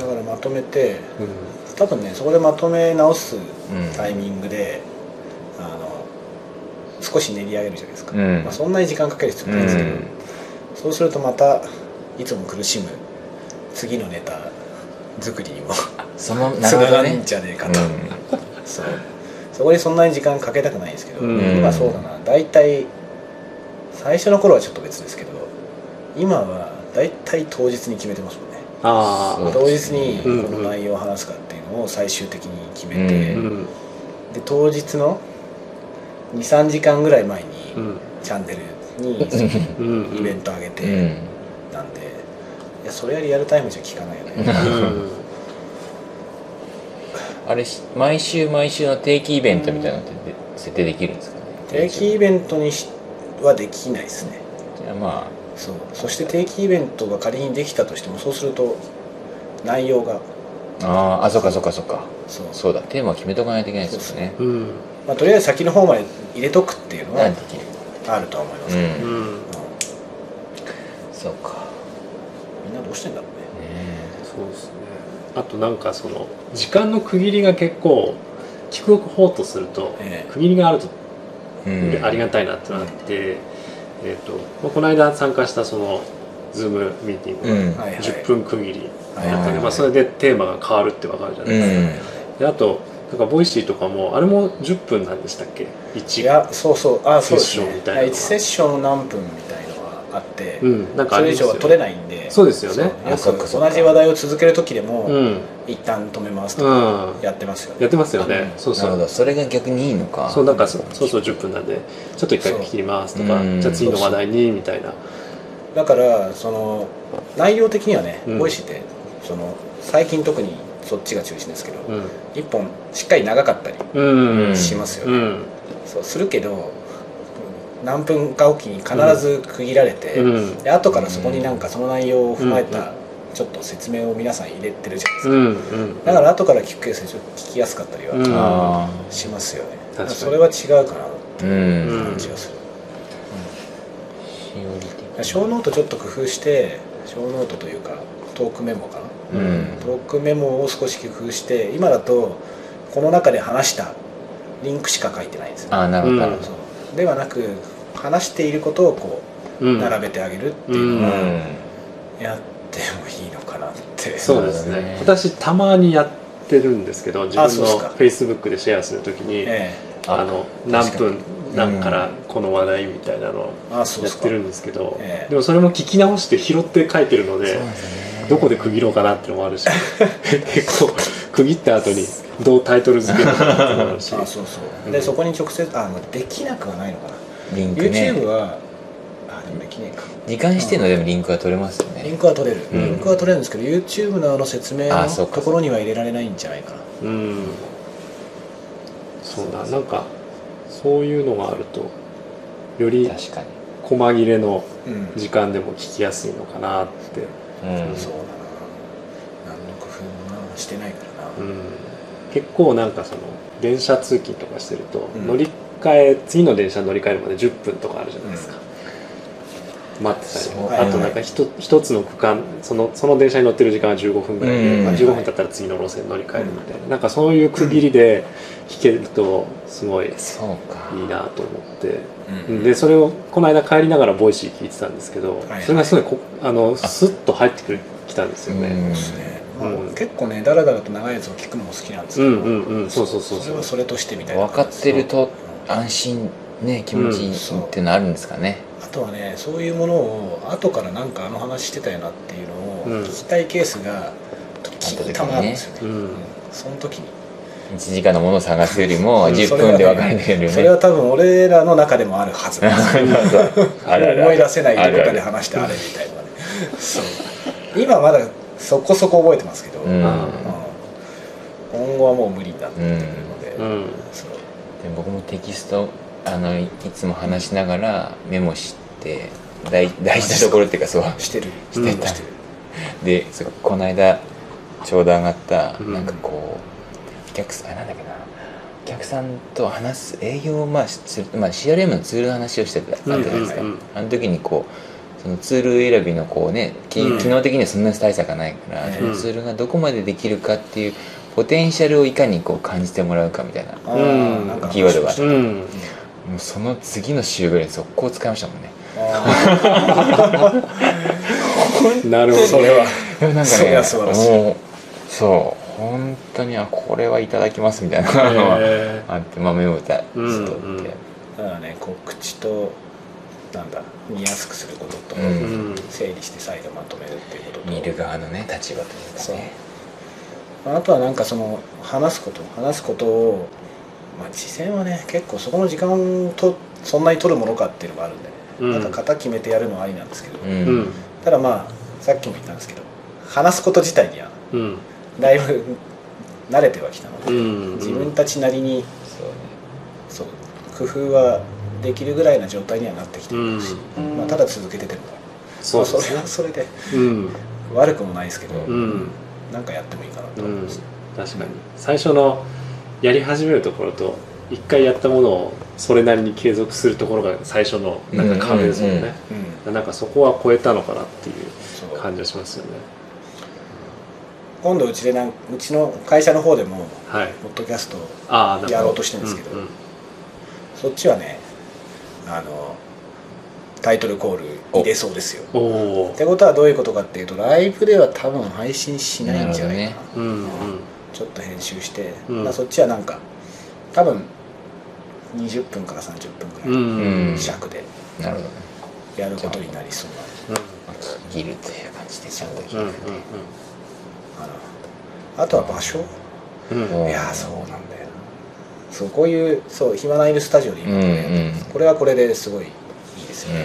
[SPEAKER 1] だからまとめて
[SPEAKER 2] うん
[SPEAKER 1] 多分ねそこでまとめ直す
[SPEAKER 3] うん
[SPEAKER 1] タイミングで、あの少し練り上げるじゃないですか、
[SPEAKER 3] うん
[SPEAKER 1] まあ、そんなに時間かける必要
[SPEAKER 3] う
[SPEAKER 1] ないですけど、
[SPEAKER 3] ん
[SPEAKER 1] そうするとまたいつも苦しむ次のネタ作りに も
[SPEAKER 3] その
[SPEAKER 1] つながるん
[SPEAKER 3] ね
[SPEAKER 1] じゃねえか
[SPEAKER 3] うん
[SPEAKER 1] と、そうそこにそんなに時間かけたくないんですけど、
[SPEAKER 2] うん
[SPEAKER 1] 今そうだな大体最初の頃はちょっと別ですけど今は大体当日に決めてますもんね
[SPEAKER 2] ああ
[SPEAKER 1] 当日に
[SPEAKER 2] うん
[SPEAKER 1] この内容を話すかっていうのを最終的に決め
[SPEAKER 2] う
[SPEAKER 1] て、
[SPEAKER 2] ん
[SPEAKER 1] で当日の23時間ぐらい前に
[SPEAKER 2] うん
[SPEAKER 1] チャンネルに
[SPEAKER 2] うん
[SPEAKER 1] イベントあげて、
[SPEAKER 3] うん
[SPEAKER 1] なんでいやそれよりやるタイムじゃ効かないよ
[SPEAKER 2] う
[SPEAKER 1] ね
[SPEAKER 2] ん
[SPEAKER 3] あれし毎週毎週の定期イベントみたいなのってで設定できるんですかね
[SPEAKER 1] 定期イベントにしはできないですね
[SPEAKER 3] じゃあま
[SPEAKER 1] そうそして定期イベントが仮にできたとしてもそうすると内容が
[SPEAKER 3] ああーあそっかそっかそっか
[SPEAKER 1] そう
[SPEAKER 3] そうだテーマを決めとかないといけないですよね
[SPEAKER 2] うん
[SPEAKER 1] まあ、とりあえず先の方まで入れとくっていうのは
[SPEAKER 3] なんできる
[SPEAKER 1] あるとは思いますけど、
[SPEAKER 3] う
[SPEAKER 2] うんん
[SPEAKER 3] そうか
[SPEAKER 1] みんなどうしてんだろうね
[SPEAKER 3] ねえ
[SPEAKER 2] そうですねあとなんかその時間の区切りが結構聞く方とすると、
[SPEAKER 1] ええ
[SPEAKER 2] 区切りがあると
[SPEAKER 3] うん
[SPEAKER 2] ありがたいなってなって、えっとまあ、この間参加したその Zoom ミーティング
[SPEAKER 3] うん
[SPEAKER 1] はいはい
[SPEAKER 2] 10分区切り
[SPEAKER 1] は
[SPEAKER 2] やったんで、
[SPEAKER 3] はい
[SPEAKER 2] まあ、それでテーマが変わるってわかるじゃな
[SPEAKER 3] う
[SPEAKER 2] いですか、
[SPEAKER 3] ん
[SPEAKER 2] であとなんかボイシーとかもあれも10分なんでしたっけ1
[SPEAKER 1] いやそうそうあそうです
[SPEAKER 2] セッション
[SPEAKER 1] ね
[SPEAKER 2] みたいなのが
[SPEAKER 1] 1セッション何分みたいのがあって、
[SPEAKER 2] うんなんかあ
[SPEAKER 1] それ以上は取れ
[SPEAKER 2] い
[SPEAKER 1] ないんで
[SPEAKER 2] そうですよね
[SPEAKER 1] よ
[SPEAKER 3] あそっか
[SPEAKER 1] く
[SPEAKER 3] そっか
[SPEAKER 1] 同じ話題を続ける時でも、
[SPEAKER 2] うん、
[SPEAKER 1] 一旦止めます
[SPEAKER 2] う
[SPEAKER 1] とか
[SPEAKER 2] ん、
[SPEAKER 1] やってますよね
[SPEAKER 2] やってますよね、そう
[SPEAKER 3] な
[SPEAKER 2] そ
[SPEAKER 3] るほ
[SPEAKER 2] う
[SPEAKER 3] どそれが逆にいいのか
[SPEAKER 2] そうなんかそそうそう10分なんでちょっと一回切りますとか
[SPEAKER 3] そう
[SPEAKER 2] じゃあ次の話題にみたいな
[SPEAKER 1] だからその内容的にはね
[SPEAKER 2] うん
[SPEAKER 1] ボイシーってその最近特にそっちが中心ですけど、
[SPEAKER 2] うん
[SPEAKER 1] 一本しっかり長かったり
[SPEAKER 2] うん
[SPEAKER 1] しますよ
[SPEAKER 2] う
[SPEAKER 1] ね、
[SPEAKER 2] ん
[SPEAKER 1] そうするけど何分かおきに必ず区切られて、
[SPEAKER 2] うん
[SPEAKER 1] で後からそこになんかその内容を踏まえた
[SPEAKER 2] う
[SPEAKER 1] ちょっと説明を皆さん入れてるじゃないです
[SPEAKER 2] う
[SPEAKER 1] か、
[SPEAKER 2] んうん
[SPEAKER 1] だから後から聞くケースでちょっと聞きやすかったりは
[SPEAKER 2] うん
[SPEAKER 3] あ
[SPEAKER 1] しますよね、
[SPEAKER 2] 確かに
[SPEAKER 1] それは違うかな
[SPEAKER 3] あうん、
[SPEAKER 2] うん
[SPEAKER 1] 感じがする、
[SPEAKER 3] しおり的
[SPEAKER 1] 小ノートちょっと工夫して小ノートというかトークメモかな
[SPEAKER 3] うん
[SPEAKER 1] トークメモを少し工夫して今だとこの中で話したリンクしか書いてないんですよ、
[SPEAKER 3] ああなるほどなるほど
[SPEAKER 1] そうではなく話していることをこ
[SPEAKER 2] う
[SPEAKER 1] うん並べてあげるっていう
[SPEAKER 2] う
[SPEAKER 1] のは
[SPEAKER 2] ん
[SPEAKER 1] やってもいいのかなって
[SPEAKER 2] そうです
[SPEAKER 3] なる
[SPEAKER 2] ね
[SPEAKER 3] ほどね
[SPEAKER 2] 私たまにやってるんですけど自
[SPEAKER 1] あ
[SPEAKER 2] 分
[SPEAKER 1] そうっ
[SPEAKER 2] の
[SPEAKER 1] す
[SPEAKER 2] フ
[SPEAKER 1] か
[SPEAKER 2] ェイスブックでシェアするときに、
[SPEAKER 1] え
[SPEAKER 2] あの何分何からこの話題みたいなのを
[SPEAKER 1] えあそう
[SPEAKER 2] や
[SPEAKER 1] で
[SPEAKER 2] っ
[SPEAKER 1] すか
[SPEAKER 2] てるんですけど
[SPEAKER 1] ええ
[SPEAKER 2] でもそれも聞き直して拾って書いてるの
[SPEAKER 3] そう
[SPEAKER 2] で
[SPEAKER 3] なんですね
[SPEAKER 2] どこで区切ろうかなっていうのもあるし 結構区切った後にどうタイトル付けるかっていうのもあるし
[SPEAKER 1] あそうそう、
[SPEAKER 2] うん
[SPEAKER 1] でそこに直接あまあできなくはないのかな
[SPEAKER 3] リンク
[SPEAKER 1] YouTube
[SPEAKER 3] ね
[SPEAKER 1] はあでもできねえか
[SPEAKER 3] 時間してのでもリンクが取れますよ
[SPEAKER 1] リン
[SPEAKER 3] ね
[SPEAKER 1] クは取れる、
[SPEAKER 3] うん
[SPEAKER 1] リンクは取れるんですけど YouTube のあの説明
[SPEAKER 3] あ
[SPEAKER 1] の
[SPEAKER 3] そうか
[SPEAKER 1] ところには入れられないんじゃないかな
[SPEAKER 2] うんそうだなんかそういうのがあるとより
[SPEAKER 3] 確か
[SPEAKER 2] 細切れの
[SPEAKER 1] うん
[SPEAKER 2] 時間でも聞きやすいのかなって
[SPEAKER 3] にうん
[SPEAKER 1] そうだな何の工夫もなしてないからな、
[SPEAKER 2] うん結構なんかその電車通勤とかしてると
[SPEAKER 1] うん
[SPEAKER 2] 乗り換え、次の電車乗り換えるまで10分とかあるじゃないですか、待ってたり
[SPEAKER 3] そう
[SPEAKER 2] あとなんかひと一つの区間そのその電車に乗ってる時間は15分ぐらいで、
[SPEAKER 3] うん
[SPEAKER 2] まあ、15分経ったら次の路線乗り換えるみたいな、なんかそういう区切りで聞けるとすごいい
[SPEAKER 3] そうか
[SPEAKER 2] いなと思って、
[SPEAKER 1] う
[SPEAKER 2] でそれをこの間帰りながらボイシー聞いてたんですけど、
[SPEAKER 1] はいはい
[SPEAKER 2] それがすごいこあのスッと入ってくるきたんですよね、
[SPEAKER 1] そうですね、
[SPEAKER 2] うん
[SPEAKER 1] もう結構ねだらだらと長いやつを聞くのも好きなんです
[SPEAKER 2] う
[SPEAKER 1] けど、
[SPEAKER 2] ん、うんうんそうそうそう
[SPEAKER 1] それ
[SPEAKER 2] そう
[SPEAKER 1] はそれとしてみたいな
[SPEAKER 3] 分かってると
[SPEAKER 1] うん
[SPEAKER 3] 安心ね気持ちいいっていうのあるんですかね
[SPEAKER 1] あとはねそういうものを後からなんかあの話してたよなっていうのを
[SPEAKER 2] うん
[SPEAKER 1] 聞きたいケースが、聞いたなあるんですよね、
[SPEAKER 2] うん
[SPEAKER 1] うんその時に
[SPEAKER 3] 1時間のものを探すよりも
[SPEAKER 1] うん
[SPEAKER 3] 10
[SPEAKER 1] それは
[SPEAKER 3] 分
[SPEAKER 1] ね
[SPEAKER 3] で分かれてるよね
[SPEAKER 1] それは多分俺らの中でもある はず
[SPEAKER 3] あるある
[SPEAKER 1] 思い出せないどこか
[SPEAKER 3] ある
[SPEAKER 1] で
[SPEAKER 3] あ
[SPEAKER 1] 話してあれみたいなねそう今まだそこそこ覚えてますけど、
[SPEAKER 3] るう
[SPEAKER 1] うん
[SPEAKER 3] ん
[SPEAKER 1] 今後はもう無理になってるので、
[SPEAKER 2] うん
[SPEAKER 1] そう
[SPEAKER 3] で僕もテキストあのいつも話しながらメモして大大事なところっていうかそう
[SPEAKER 1] してる
[SPEAKER 2] して
[SPEAKER 3] た
[SPEAKER 1] る
[SPEAKER 3] でそうこの間ちょうど上がった
[SPEAKER 2] うん
[SPEAKER 3] なんかこうお客さんあなんだっけなお客さんと話す営業をまあしする、まあ、CRM のツールの話をしてたあったじゃないですか、
[SPEAKER 2] うんうんうん
[SPEAKER 3] あの時にこうそのツール選びのこうね機
[SPEAKER 2] うん
[SPEAKER 3] 機能的にはそんなに大差がないから、
[SPEAKER 1] うん
[SPEAKER 3] そのツールがどこまでできるかっていうポテンシャルをいかにこう感じてもらうかみたいな
[SPEAKER 1] あ
[SPEAKER 2] う
[SPEAKER 1] ー
[SPEAKER 2] ん
[SPEAKER 1] なんか
[SPEAKER 3] キーワードが
[SPEAKER 2] うん
[SPEAKER 3] もうその次の週ぐらいに速攻使いましたもんね
[SPEAKER 1] あ
[SPEAKER 2] なるほ
[SPEAKER 1] ー
[SPEAKER 2] ど
[SPEAKER 1] それは
[SPEAKER 3] でもなんか
[SPEAKER 1] それ
[SPEAKER 3] ね
[SPEAKER 1] は素晴らしい
[SPEAKER 3] もうそう本当にあこれはいただきますみたいなのは、
[SPEAKER 2] へ
[SPEAKER 3] あってまあメモ歌ちょっとって、
[SPEAKER 2] うんうん
[SPEAKER 1] だからねこう口となんだ見やすくすることと、
[SPEAKER 3] うん
[SPEAKER 2] ーうん
[SPEAKER 1] 整理して再度まとめるっていうことと
[SPEAKER 3] 見る側のね立場というか
[SPEAKER 1] そう
[SPEAKER 3] ね
[SPEAKER 1] あとはなんかその話すこと話すことをまあ事前はね結構そこの時間とそんなに取るものかっていうのがあるんで、ね
[SPEAKER 2] うん
[SPEAKER 1] なんか型決めてやるのはありなんですけど、
[SPEAKER 3] う、
[SPEAKER 2] うんん
[SPEAKER 1] ただまあさっきも言ったんですけど話すこと自体には
[SPEAKER 2] うん
[SPEAKER 1] だいぶ慣れてはきたの
[SPEAKER 2] う
[SPEAKER 1] で、
[SPEAKER 2] ん
[SPEAKER 1] 自分たちなりに
[SPEAKER 3] そうね
[SPEAKER 1] そう工夫はできるぐらいな状態にはなってきてるし、まあ、ただ続けてても、
[SPEAKER 2] そう
[SPEAKER 1] ま
[SPEAKER 2] で
[SPEAKER 1] あそ
[SPEAKER 2] す
[SPEAKER 1] れ
[SPEAKER 2] ね
[SPEAKER 1] はそれで
[SPEAKER 2] うん
[SPEAKER 1] 悪くもないですけど、
[SPEAKER 2] うん
[SPEAKER 1] なんかやってもいいかなと
[SPEAKER 2] う
[SPEAKER 1] 思い
[SPEAKER 2] ん
[SPEAKER 1] ます、
[SPEAKER 2] 確かに最初のやり始めるところと一回やったものをそれなりに継続するところが最初のなんか壁ですもんね、
[SPEAKER 3] うんう
[SPEAKER 1] う
[SPEAKER 3] ん
[SPEAKER 1] ん
[SPEAKER 2] なんかそこは超えたのかなっていう
[SPEAKER 1] そう
[SPEAKER 2] 感じがしますよね
[SPEAKER 1] 今度うちでなんうちの会社の方でも
[SPEAKER 2] はい
[SPEAKER 1] ポッドキャスト
[SPEAKER 2] ああなるほど
[SPEAKER 1] やろうとしてるんですけど
[SPEAKER 2] うん
[SPEAKER 1] そっちはねあのタイトルコール入れそうですよ
[SPEAKER 2] おお
[SPEAKER 1] ってことはどういうことかっていうとライブでは多分配信しないんじゃないかな
[SPEAKER 2] うんうん
[SPEAKER 1] ちょっと編集して、
[SPEAKER 2] うん
[SPEAKER 1] まあ、そっちはなんか多分20分から30分
[SPEAKER 2] うんう
[SPEAKER 1] く
[SPEAKER 2] ん
[SPEAKER 1] ら
[SPEAKER 3] う
[SPEAKER 1] い
[SPEAKER 3] ん
[SPEAKER 1] 尺で
[SPEAKER 3] なるほどね
[SPEAKER 1] やることになりそうなんで
[SPEAKER 3] まあ切るという感じでちゃんと切
[SPEAKER 2] うんうん
[SPEAKER 3] る
[SPEAKER 1] あのあとは場所
[SPEAKER 2] うんうん
[SPEAKER 3] うん
[SPEAKER 1] いやーそうなんだよなそうこういうそう暇ないるスタジオで
[SPEAKER 3] うん
[SPEAKER 1] 今
[SPEAKER 3] う
[SPEAKER 1] こ
[SPEAKER 3] ん
[SPEAKER 1] れやってるんですこれはこれですごいいいですよね、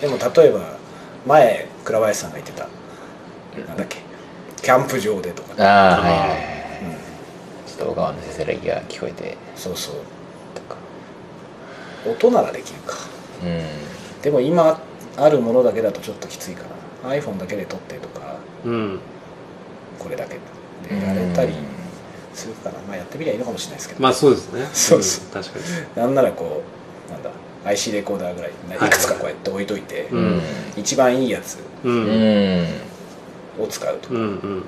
[SPEAKER 1] でも例えば前倉林さんが言ってたなんだっけキャンプ場でとか
[SPEAKER 3] ああ
[SPEAKER 1] ね、
[SPEAKER 3] はいはいはい、
[SPEAKER 1] うん、
[SPEAKER 3] ちょっと小川のせせらぎが聞こえて
[SPEAKER 1] そうそう
[SPEAKER 3] とか
[SPEAKER 1] 音ならできるか
[SPEAKER 3] うん
[SPEAKER 1] でも今あるものだけだとちょっときついかな iPhone だけで撮ってとか
[SPEAKER 2] うん
[SPEAKER 1] これだけでやれたり
[SPEAKER 3] うん
[SPEAKER 1] するかな、まあやってみりゃいいのかもしれないですけど、
[SPEAKER 2] まあそうですね
[SPEAKER 1] そうそ
[SPEAKER 2] ん確かに
[SPEAKER 1] なんならこうなんだ IC レコーダーぐらいね
[SPEAKER 2] はい
[SPEAKER 1] いくつかこうやって置いといて、
[SPEAKER 2] うん
[SPEAKER 1] 一番いいやつ
[SPEAKER 2] う
[SPEAKER 3] うん
[SPEAKER 2] うん
[SPEAKER 3] ん
[SPEAKER 1] を使うと、
[SPEAKER 2] うんうん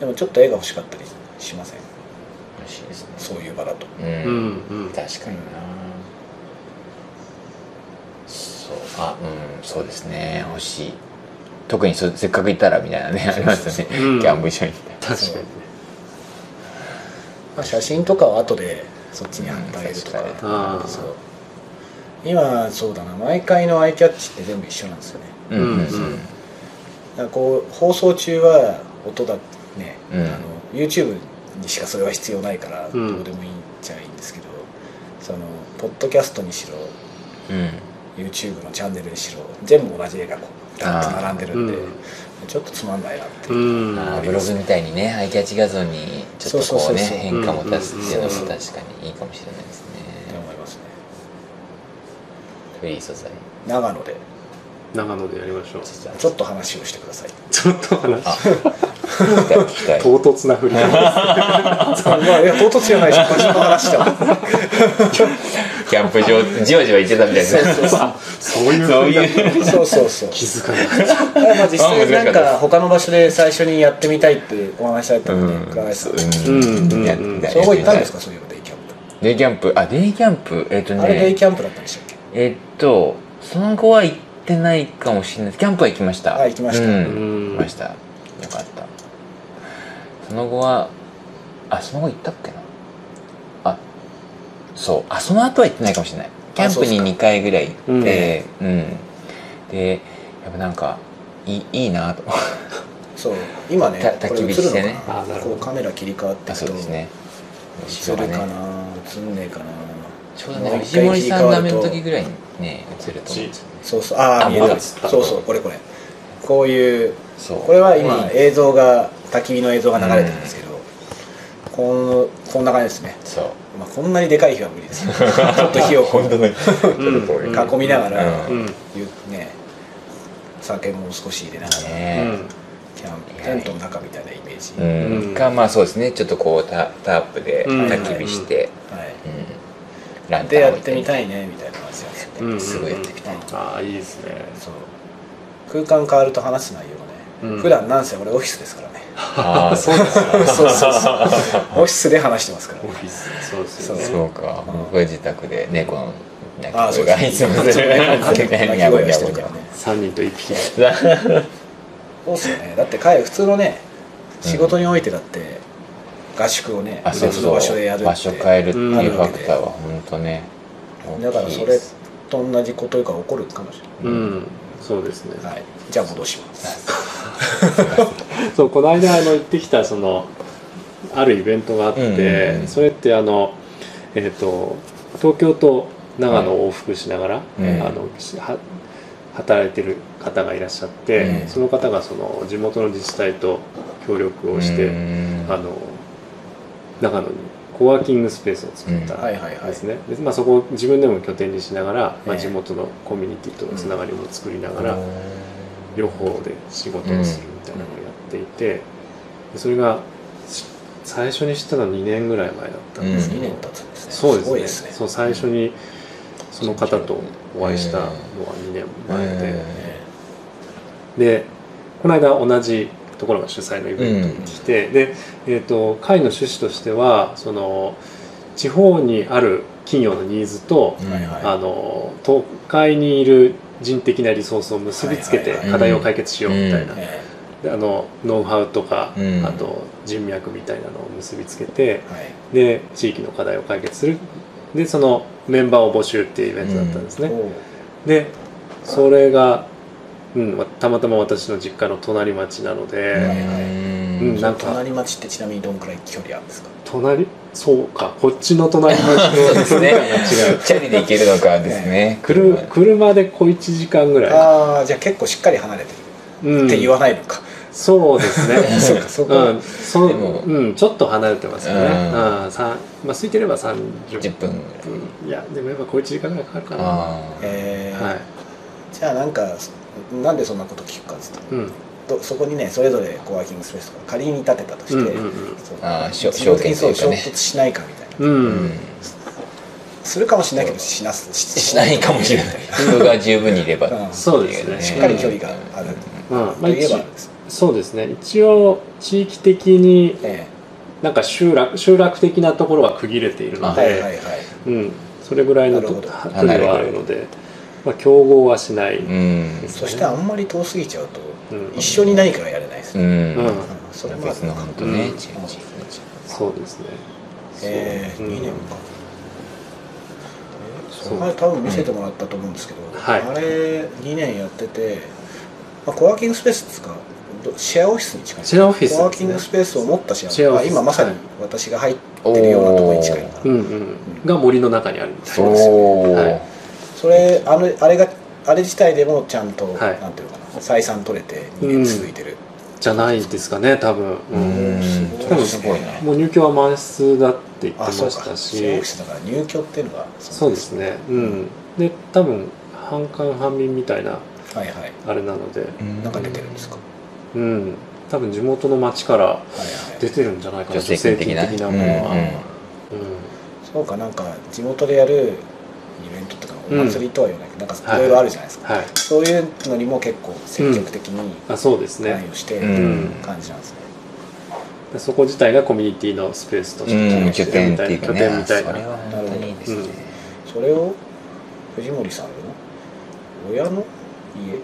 [SPEAKER 1] でもちょっと絵が欲しかったりしません
[SPEAKER 3] らしいですね
[SPEAKER 1] そういう場だと
[SPEAKER 3] うん、
[SPEAKER 2] うん
[SPEAKER 3] 確かになそうあうんそうですね欲しい特にそせっかく行ったらみたいなねありますよね
[SPEAKER 2] うん
[SPEAKER 3] キャンプ場に行ったら
[SPEAKER 2] 確かにね
[SPEAKER 1] まあ、写真とかは後でそっちに貼ってあげるとか,、
[SPEAKER 3] うん確
[SPEAKER 2] かに
[SPEAKER 1] そう今そうだな毎回のアイキャッチって全部一緒なんですよね
[SPEAKER 3] うんうんう
[SPEAKER 2] う
[SPEAKER 3] ん
[SPEAKER 2] ん
[SPEAKER 1] だからこう放送中は音だね、
[SPEAKER 3] うん
[SPEAKER 1] あの YouTube にしかそれは必要ないから
[SPEAKER 2] うん
[SPEAKER 1] どうでもいいっちゃいいんですけど、そのポッドキャストにしろ YouTube のチャンネルにしろ全部同じ絵がこうダッと並んでるんで、
[SPEAKER 2] うん
[SPEAKER 1] ちょっとつまんないなっていうう、
[SPEAKER 2] ん
[SPEAKER 3] あーブログみたいにねアイキャッチ画像にちょっと
[SPEAKER 1] そ
[SPEAKER 3] こ
[SPEAKER 1] ううそう
[SPEAKER 3] ね
[SPEAKER 1] そうそう
[SPEAKER 3] 変化も出すっていうのも
[SPEAKER 2] うん
[SPEAKER 3] 確
[SPEAKER 2] うん
[SPEAKER 3] かにいいかもしれないです
[SPEAKER 1] って
[SPEAKER 3] ね
[SPEAKER 1] 思いますね
[SPEAKER 3] フリー素材
[SPEAKER 1] 長野で
[SPEAKER 2] 長野でやりましょう
[SPEAKER 3] 実は
[SPEAKER 1] ちょっと話をしてくだ さい
[SPEAKER 2] ちょっと話
[SPEAKER 3] あ聞きたい聞きたい
[SPEAKER 2] 唐突な振り方
[SPEAKER 1] まあいや唐突じゃないし個人の話だもん
[SPEAKER 3] キャンプ場じわじわ行ってたみたい
[SPEAKER 1] そう
[SPEAKER 3] な
[SPEAKER 1] そうそう
[SPEAKER 2] そういう
[SPEAKER 3] そう
[SPEAKER 2] 振り
[SPEAKER 3] いう
[SPEAKER 1] そうそうそう
[SPEAKER 2] 気づかなかっ
[SPEAKER 1] だからまあ実際なんか他の場所で最初にやってみたいってお話しされてたんで、倉橋さん、
[SPEAKER 2] うんうん
[SPEAKER 3] や
[SPEAKER 2] うん
[SPEAKER 3] や
[SPEAKER 1] そこ行ったん
[SPEAKER 3] や
[SPEAKER 1] ですかそういえばデイキャンプ
[SPEAKER 3] デイキャンプあデイキャンプえっ、とね
[SPEAKER 1] あれデイキャンプだったんでしたっけ
[SPEAKER 3] えっとその後は行ってないかもしれないキャンプは行きました
[SPEAKER 1] あ行きました
[SPEAKER 3] う、
[SPEAKER 2] たうん
[SPEAKER 3] 行き
[SPEAKER 2] ん
[SPEAKER 3] ましたよかったその後はあその後行ったっけなあそうあその後は行ってないかもしれないキャンプに2回ぐらい行ってうん、でやっぱなんかいいいいなと
[SPEAKER 1] そう今ね
[SPEAKER 3] た焚き火してね
[SPEAKER 1] これ映るのか
[SPEAKER 2] あな
[SPEAKER 1] な
[SPEAKER 2] る
[SPEAKER 1] こ
[SPEAKER 2] ほど
[SPEAKER 1] うカメラ切り替わって
[SPEAKER 3] あ
[SPEAKER 1] く
[SPEAKER 3] そう
[SPEAKER 1] と
[SPEAKER 3] ですね
[SPEAKER 1] 映
[SPEAKER 3] 後
[SPEAKER 1] る
[SPEAKER 3] ろが
[SPEAKER 1] か
[SPEAKER 3] ね
[SPEAKER 1] な映んねえかな
[SPEAKER 3] ちょうど
[SPEAKER 1] も
[SPEAKER 3] ね
[SPEAKER 1] う一
[SPEAKER 3] 藤
[SPEAKER 1] 回
[SPEAKER 3] 森さんダメの
[SPEAKER 1] 切り
[SPEAKER 3] 時
[SPEAKER 1] 替
[SPEAKER 3] ぐらいにね映ると思うんですよね
[SPEAKER 1] そうそうあ
[SPEAKER 3] あ
[SPEAKER 1] あ見え
[SPEAKER 3] まだ
[SPEAKER 1] た
[SPEAKER 2] っ
[SPEAKER 3] 映
[SPEAKER 2] た
[SPEAKER 1] そうそうこれこれこういう
[SPEAKER 3] そう
[SPEAKER 1] これは今
[SPEAKER 3] ね
[SPEAKER 1] 映像が焚き火の映像が流れてるんですけど、このこんな感じですね、
[SPEAKER 3] そう
[SPEAKER 1] まあ、こんなにでかい火は無理 ですけどちょっと火をこう
[SPEAKER 3] 当ねちょっとこういう
[SPEAKER 2] うん
[SPEAKER 3] ね
[SPEAKER 1] 囲みながら、
[SPEAKER 2] うん
[SPEAKER 1] ゆね酒も少し入れながら、
[SPEAKER 3] え
[SPEAKER 1] キャンプテントの中みたいなイメージ、
[SPEAKER 3] う
[SPEAKER 1] は
[SPEAKER 3] ん
[SPEAKER 2] うん
[SPEAKER 3] かまあそうですねちょっとこうタタープで
[SPEAKER 2] うん
[SPEAKER 3] 焚き火して
[SPEAKER 1] い、
[SPEAKER 3] うんランタ
[SPEAKER 1] で
[SPEAKER 3] ン
[SPEAKER 1] やってみ
[SPEAKER 3] い
[SPEAKER 1] たいねみたいな話なんですよね、
[SPEAKER 2] うんうん
[SPEAKER 3] すごいやってみたい
[SPEAKER 2] ああいいですね
[SPEAKER 1] そう空間変わると話す内容がね、
[SPEAKER 2] うん
[SPEAKER 1] 普段なんせ俺オフィスですからね
[SPEAKER 3] ああそうです
[SPEAKER 1] そうそうそうオフィスで話してますから
[SPEAKER 2] オフィスそうですよね
[SPEAKER 3] そうか
[SPEAKER 1] うん
[SPEAKER 3] 僕は自宅で猫の鳴
[SPEAKER 1] ああ
[SPEAKER 3] き
[SPEAKER 1] そう
[SPEAKER 3] 声
[SPEAKER 1] で
[SPEAKER 3] がいつ
[SPEAKER 1] す
[SPEAKER 3] も
[SPEAKER 1] ね
[SPEAKER 3] する
[SPEAKER 1] 泣き声がしてるからね
[SPEAKER 2] 3人と1匹
[SPEAKER 1] そうっすよ ねだって彼普通のね仕事においてだって合宿をね
[SPEAKER 3] あそう
[SPEAKER 1] 別の
[SPEAKER 3] そう
[SPEAKER 1] 場所でやるって
[SPEAKER 3] 場所変えるっていう
[SPEAKER 1] うん
[SPEAKER 3] ファクターは本当ね
[SPEAKER 1] だからそ
[SPEAKER 3] 大きいで
[SPEAKER 1] れ
[SPEAKER 3] す
[SPEAKER 1] と同じことが起こるかもしれ
[SPEAKER 2] うんそうですね
[SPEAKER 1] ない、はい、じゃあ戻します
[SPEAKER 2] そうこの間あの行ってきたそのあるイベントがあって、
[SPEAKER 3] うんうんうん
[SPEAKER 2] それってあの、えー、と東京と長野を往復しながら、
[SPEAKER 3] うん
[SPEAKER 2] あのしは働いてる方がいらっしゃって、
[SPEAKER 3] うん
[SPEAKER 2] その方がその地元の自治体と協力をして、
[SPEAKER 3] うん
[SPEAKER 2] あの長野にコワーキングスペースを作った
[SPEAKER 1] はいはいはい
[SPEAKER 2] ですね、でまあ、そこを自分でも拠点にしながら、まあ、
[SPEAKER 1] ええ
[SPEAKER 2] 地元のコミュニティとのつながりも作りながら、
[SPEAKER 3] うん
[SPEAKER 2] 両方で仕事をするみたいなのをやっていて、でそれがし最初に知ったのは2年ぐらい前だったんですけ
[SPEAKER 1] 2
[SPEAKER 2] ど、
[SPEAKER 1] 年経つんですね
[SPEAKER 2] そうです
[SPEAKER 1] ご
[SPEAKER 2] ね
[SPEAKER 1] いですね
[SPEAKER 2] そう最初にその方とお会いしたのは2年前で、
[SPEAKER 1] ね
[SPEAKER 2] でこの間同じところが主催のイベントに来て、で、えー、と会の趣旨としてはその地方にある企業のニーズと、
[SPEAKER 3] うん
[SPEAKER 1] はいはい
[SPEAKER 2] あの都会にいる人的なリソースを結びつけて
[SPEAKER 1] はいはい
[SPEAKER 3] はい
[SPEAKER 2] 課題を解決しようみたいな
[SPEAKER 3] うん
[SPEAKER 1] え
[SPEAKER 2] であのノウハウとか、
[SPEAKER 3] うん
[SPEAKER 2] あと人脈みたいなのを結びつけて
[SPEAKER 1] えはい
[SPEAKER 2] で地域の課題を解決するでそのメンバーを募集っていうイベントだったんですね、
[SPEAKER 1] おう
[SPEAKER 2] でそれが、うん、わたまたま私の実家の隣町なので、
[SPEAKER 1] はい
[SPEAKER 2] うんなんか
[SPEAKER 1] 隣町ってちなみにどんくらい距離あるんですか
[SPEAKER 2] 隣そうかこっちの隣町
[SPEAKER 3] そうですね
[SPEAKER 2] 違う
[SPEAKER 3] チャリで行けるのかですね
[SPEAKER 2] くる車で小1時間ぐらい、
[SPEAKER 1] ああじゃあ結構しっかり離れてる
[SPEAKER 2] うん、
[SPEAKER 1] って言わないのか、
[SPEAKER 2] そうですね
[SPEAKER 1] そうか そうこ
[SPEAKER 2] ん、そう
[SPEAKER 3] でも
[SPEAKER 2] うん、ちょっと離れてますよね、う
[SPEAKER 3] うん
[SPEAKER 2] んさんまあ、空いてれば30
[SPEAKER 3] 10分ぐらい
[SPEAKER 2] 分いやでもやっぱ小1時間ぐらいかかるかな
[SPEAKER 3] あー
[SPEAKER 1] えー
[SPEAKER 2] はい
[SPEAKER 1] じゃあなんかなんでそんなこと聞くかっつう
[SPEAKER 2] うん
[SPEAKER 1] ととそこにねそれぞれコワーキングスペースとか仮に建てたとして、
[SPEAKER 2] うんうん
[SPEAKER 1] そう
[SPEAKER 3] あーしょ
[SPEAKER 1] その時に
[SPEAKER 3] 証
[SPEAKER 1] そう
[SPEAKER 3] 券というか
[SPEAKER 1] 衝
[SPEAKER 3] ね
[SPEAKER 1] 突しないかみたいな、
[SPEAKER 2] うん、
[SPEAKER 3] うん
[SPEAKER 1] するかもしれないけどしなすし
[SPEAKER 3] しないかもしれ ない人が十分にいれば
[SPEAKER 1] うん
[SPEAKER 2] そうですね
[SPEAKER 1] しっかり距離がある
[SPEAKER 2] うんま
[SPEAKER 1] と
[SPEAKER 2] あ、
[SPEAKER 1] いえ
[SPEAKER 2] 一
[SPEAKER 1] ばあるんです、
[SPEAKER 2] そうですね一応地域的に
[SPEAKER 1] え
[SPEAKER 2] なんか集落集落的なところは区切れているの
[SPEAKER 1] え、はい
[SPEAKER 2] で、
[SPEAKER 1] はいはい
[SPEAKER 2] うん、それぐらいのと
[SPEAKER 1] なる
[SPEAKER 2] 距
[SPEAKER 1] ほ
[SPEAKER 3] ど
[SPEAKER 2] 離はあるので、まあ、競合はしない、
[SPEAKER 3] う
[SPEAKER 2] うん
[SPEAKER 3] ん
[SPEAKER 1] そしてあんまり遠すぎちゃうと、
[SPEAKER 2] うん
[SPEAKER 1] 一緒に何かがやれないです
[SPEAKER 3] う
[SPEAKER 1] ね、
[SPEAKER 3] ん
[SPEAKER 2] うん
[SPEAKER 1] うんそれもある
[SPEAKER 3] 別の本当ね
[SPEAKER 2] うん
[SPEAKER 3] 地域
[SPEAKER 2] そうですね
[SPEAKER 1] ええ
[SPEAKER 2] そう
[SPEAKER 1] 2年か、
[SPEAKER 2] そう
[SPEAKER 1] あれ多分見せてもらったと思うんですけど、
[SPEAKER 2] はい
[SPEAKER 1] あれ2年やってて、まあ、コワーキングスペースですかどシェアオフィスに近い
[SPEAKER 2] シェアオフィスですね
[SPEAKER 1] コワーキングスペースを持ったシェア
[SPEAKER 2] シェアオフィス
[SPEAKER 1] まあ今まさに私が入ってるようなところに近いな
[SPEAKER 2] うんうん、が森の中にあるみたい
[SPEAKER 3] お
[SPEAKER 2] な
[SPEAKER 3] お
[SPEAKER 2] は
[SPEAKER 3] ー
[SPEAKER 2] い
[SPEAKER 1] それあのあれがあれ自体でもちゃんと、
[SPEAKER 2] はい
[SPEAKER 1] なんていうのかな採算取れて2年続いてる、
[SPEAKER 2] じゃないですかね多分、う
[SPEAKER 3] うんんそれすごいな
[SPEAKER 2] もう入居は満室だって言って
[SPEAKER 1] あ
[SPEAKER 2] ま
[SPEAKER 1] そう
[SPEAKER 2] し
[SPEAKER 1] か
[SPEAKER 2] た
[SPEAKER 1] シェアオ
[SPEAKER 2] し
[SPEAKER 1] フィスだから入居っていうのが
[SPEAKER 2] そうですねうんで多分半官半民みたいな
[SPEAKER 1] はいはい
[SPEAKER 2] あれなので
[SPEAKER 1] なんか出てるんですか、
[SPEAKER 2] うん多分地元の町から
[SPEAKER 1] はいはい
[SPEAKER 2] 出てるんじゃないかな
[SPEAKER 3] 助成金的な
[SPEAKER 2] 助成金ものは、
[SPEAKER 3] うんうん
[SPEAKER 1] そうかなんか地元でやるイベントとかお祭りとは言わないけど、なんかい
[SPEAKER 2] はい
[SPEAKER 1] ろいろあるじゃないですか、
[SPEAKER 2] はい
[SPEAKER 1] そういうのにも結構積極的に
[SPEAKER 2] あそうですね、
[SPEAKER 1] 関与して
[SPEAKER 3] うん
[SPEAKER 1] る感じなんですね、
[SPEAKER 2] でそこ自体がコミュニティのスペースとして
[SPEAKER 3] う
[SPEAKER 2] 機
[SPEAKER 3] ん拠
[SPEAKER 2] 能してる
[SPEAKER 3] 点
[SPEAKER 2] み
[SPEAKER 3] って
[SPEAKER 2] たい
[SPEAKER 3] いう
[SPEAKER 2] な
[SPEAKER 3] か
[SPEAKER 2] 拠
[SPEAKER 3] ね
[SPEAKER 2] 点みたい
[SPEAKER 3] それ
[SPEAKER 2] な
[SPEAKER 3] は本当にいいですね
[SPEAKER 1] それを藤森さんの親の家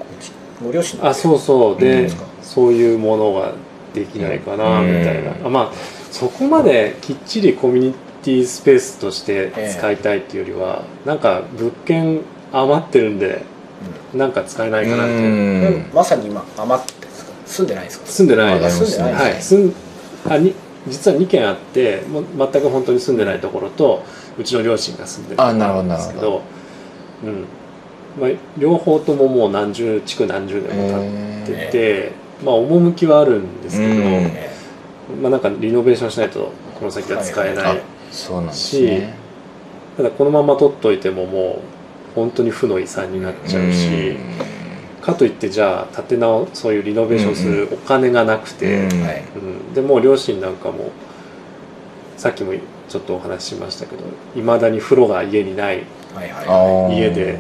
[SPEAKER 1] ご両親の家
[SPEAKER 2] あそうそう
[SPEAKER 1] う
[SPEAKER 2] で、
[SPEAKER 1] ん
[SPEAKER 2] そういうものができないかな
[SPEAKER 3] うん
[SPEAKER 2] みたいな、
[SPEAKER 3] うん
[SPEAKER 2] あまあそこまできっちりコミュニティスペースとして使いたいっていうよりは、なんか物件余ってるんでなんか使えないかなみたいな、
[SPEAKER 1] うん
[SPEAKER 3] ん
[SPEAKER 1] まさに今余ってるんですか住んでないんですか
[SPEAKER 2] 住んでない
[SPEAKER 3] わかりま
[SPEAKER 1] 住ん
[SPEAKER 3] す
[SPEAKER 1] でない
[SPEAKER 3] ね。
[SPEAKER 2] はい、住んあに実は2軒あってもう全く本当に住んでないところとうちの両親が住んでるところ
[SPEAKER 3] あなるほど
[SPEAKER 2] んですけ
[SPEAKER 3] なる
[SPEAKER 2] どうんまあ、両方とももう何十築何十年も経
[SPEAKER 3] え
[SPEAKER 2] ってて、まあ、趣はあるんですけど、
[SPEAKER 3] うん
[SPEAKER 1] え
[SPEAKER 2] まあ、なんかリノベーションしないとこの先は使えない、
[SPEAKER 3] はいーそうなんですね。
[SPEAKER 2] ただこのまま取っといてももう本当に負の遺産になっちゃうし、かといってじゃあ建て直そういうリノベーションするお金がなくて。
[SPEAKER 3] うん
[SPEAKER 1] はい
[SPEAKER 2] うん、でもう両親なんかもさっきもちょっとお話ししましたけどいまだに風呂が家にない
[SPEAKER 1] えはいはい
[SPEAKER 3] あー
[SPEAKER 2] 家で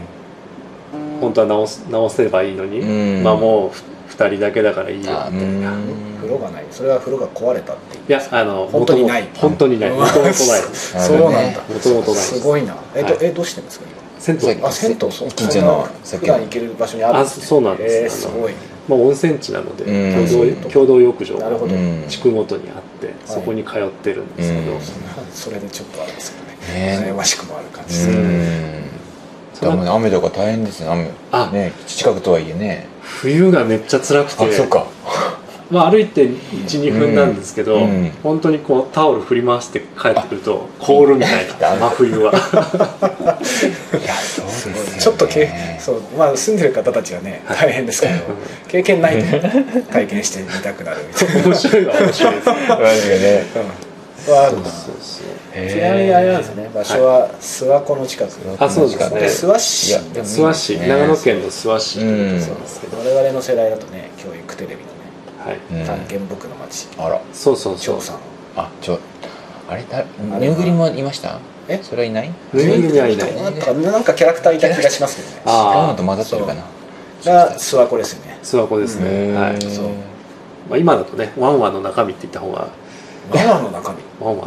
[SPEAKER 2] 本当は直す直せばいいのに、
[SPEAKER 3] うん
[SPEAKER 2] まあもうふ2人だけだからいいよ
[SPEAKER 3] あ
[SPEAKER 2] みたいな。
[SPEAKER 3] うん
[SPEAKER 1] 風呂がないそれは風呂が壊れたっていう
[SPEAKER 2] いやあの
[SPEAKER 1] 本当にない
[SPEAKER 2] 元々本当にないもと もとない
[SPEAKER 1] そうなんだ
[SPEAKER 2] もともとない
[SPEAKER 1] すごいなえっと
[SPEAKER 2] はい
[SPEAKER 1] えどうしてるんですか
[SPEAKER 2] 銭湯
[SPEAKER 1] 今あ銭湯そう
[SPEAKER 3] 近所の
[SPEAKER 1] そんな普段行ける場所にある
[SPEAKER 2] あそうなんです
[SPEAKER 1] えーすごい
[SPEAKER 2] まあ、温泉地なので
[SPEAKER 3] うん
[SPEAKER 2] 共同共同浴場
[SPEAKER 1] なるほど
[SPEAKER 3] うん
[SPEAKER 2] 地区ごとにあってそこに通ってるんですけど、
[SPEAKER 3] うん
[SPEAKER 1] それでちょっとあれですよね
[SPEAKER 3] ね
[SPEAKER 1] 悩ましくもある感じです
[SPEAKER 3] う
[SPEAKER 1] ね
[SPEAKER 3] ん
[SPEAKER 2] そ
[SPEAKER 3] 多
[SPEAKER 2] の
[SPEAKER 3] 分ね雨とか大変ですね
[SPEAKER 2] あ
[SPEAKER 3] 雨ね近くとはいえね
[SPEAKER 2] 冬がめっちゃ辛くて
[SPEAKER 3] あそうか
[SPEAKER 2] まあ、歩いて12分なんですけど、
[SPEAKER 3] うんうん
[SPEAKER 2] 本当にこうタオル振り回して帰ってくると凍るみたいな真冬 は
[SPEAKER 3] いやそうですよね
[SPEAKER 1] ちょっとけそうまあ住んでる方たちはね大変 ですけど経験ないと体験してみたくなるみたいな
[SPEAKER 2] 面白いは面白いですね
[SPEAKER 3] 確かにね
[SPEAKER 1] うんはあるな
[SPEAKER 2] そうそう
[SPEAKER 1] ちなみにあれなんですね場所は諏訪湖の近く
[SPEAKER 2] あそうです
[SPEAKER 1] で
[SPEAKER 2] ね
[SPEAKER 1] 諏訪市
[SPEAKER 3] いや
[SPEAKER 1] でも
[SPEAKER 2] 諏訪市、
[SPEAKER 3] ね
[SPEAKER 2] 長野県の諏訪市というところなんですけど、
[SPEAKER 1] 我々の世代だとね教育テレビのね
[SPEAKER 2] はい、
[SPEAKER 3] うん
[SPEAKER 1] 探検僕の街
[SPEAKER 3] あら
[SPEAKER 2] そうそうそ
[SPEAKER 1] 張
[SPEAKER 2] う
[SPEAKER 1] さん
[SPEAKER 3] あちょあれだぬいぐりもいました
[SPEAKER 1] え
[SPEAKER 3] それはいない
[SPEAKER 2] ぬいぐるみはいない
[SPEAKER 1] なんかなんかキャラクターいた気がしますけどね
[SPEAKER 2] あー
[SPEAKER 3] 違うのと混ざってるかな
[SPEAKER 1] が諏訪湖ですよね
[SPEAKER 2] 諏訪湖ですね、
[SPEAKER 3] へー
[SPEAKER 2] はい
[SPEAKER 1] そう
[SPEAKER 2] まあ、今だとねワンワンの中身って言った方が
[SPEAKER 1] ママの中身
[SPEAKER 2] ワンワンの中身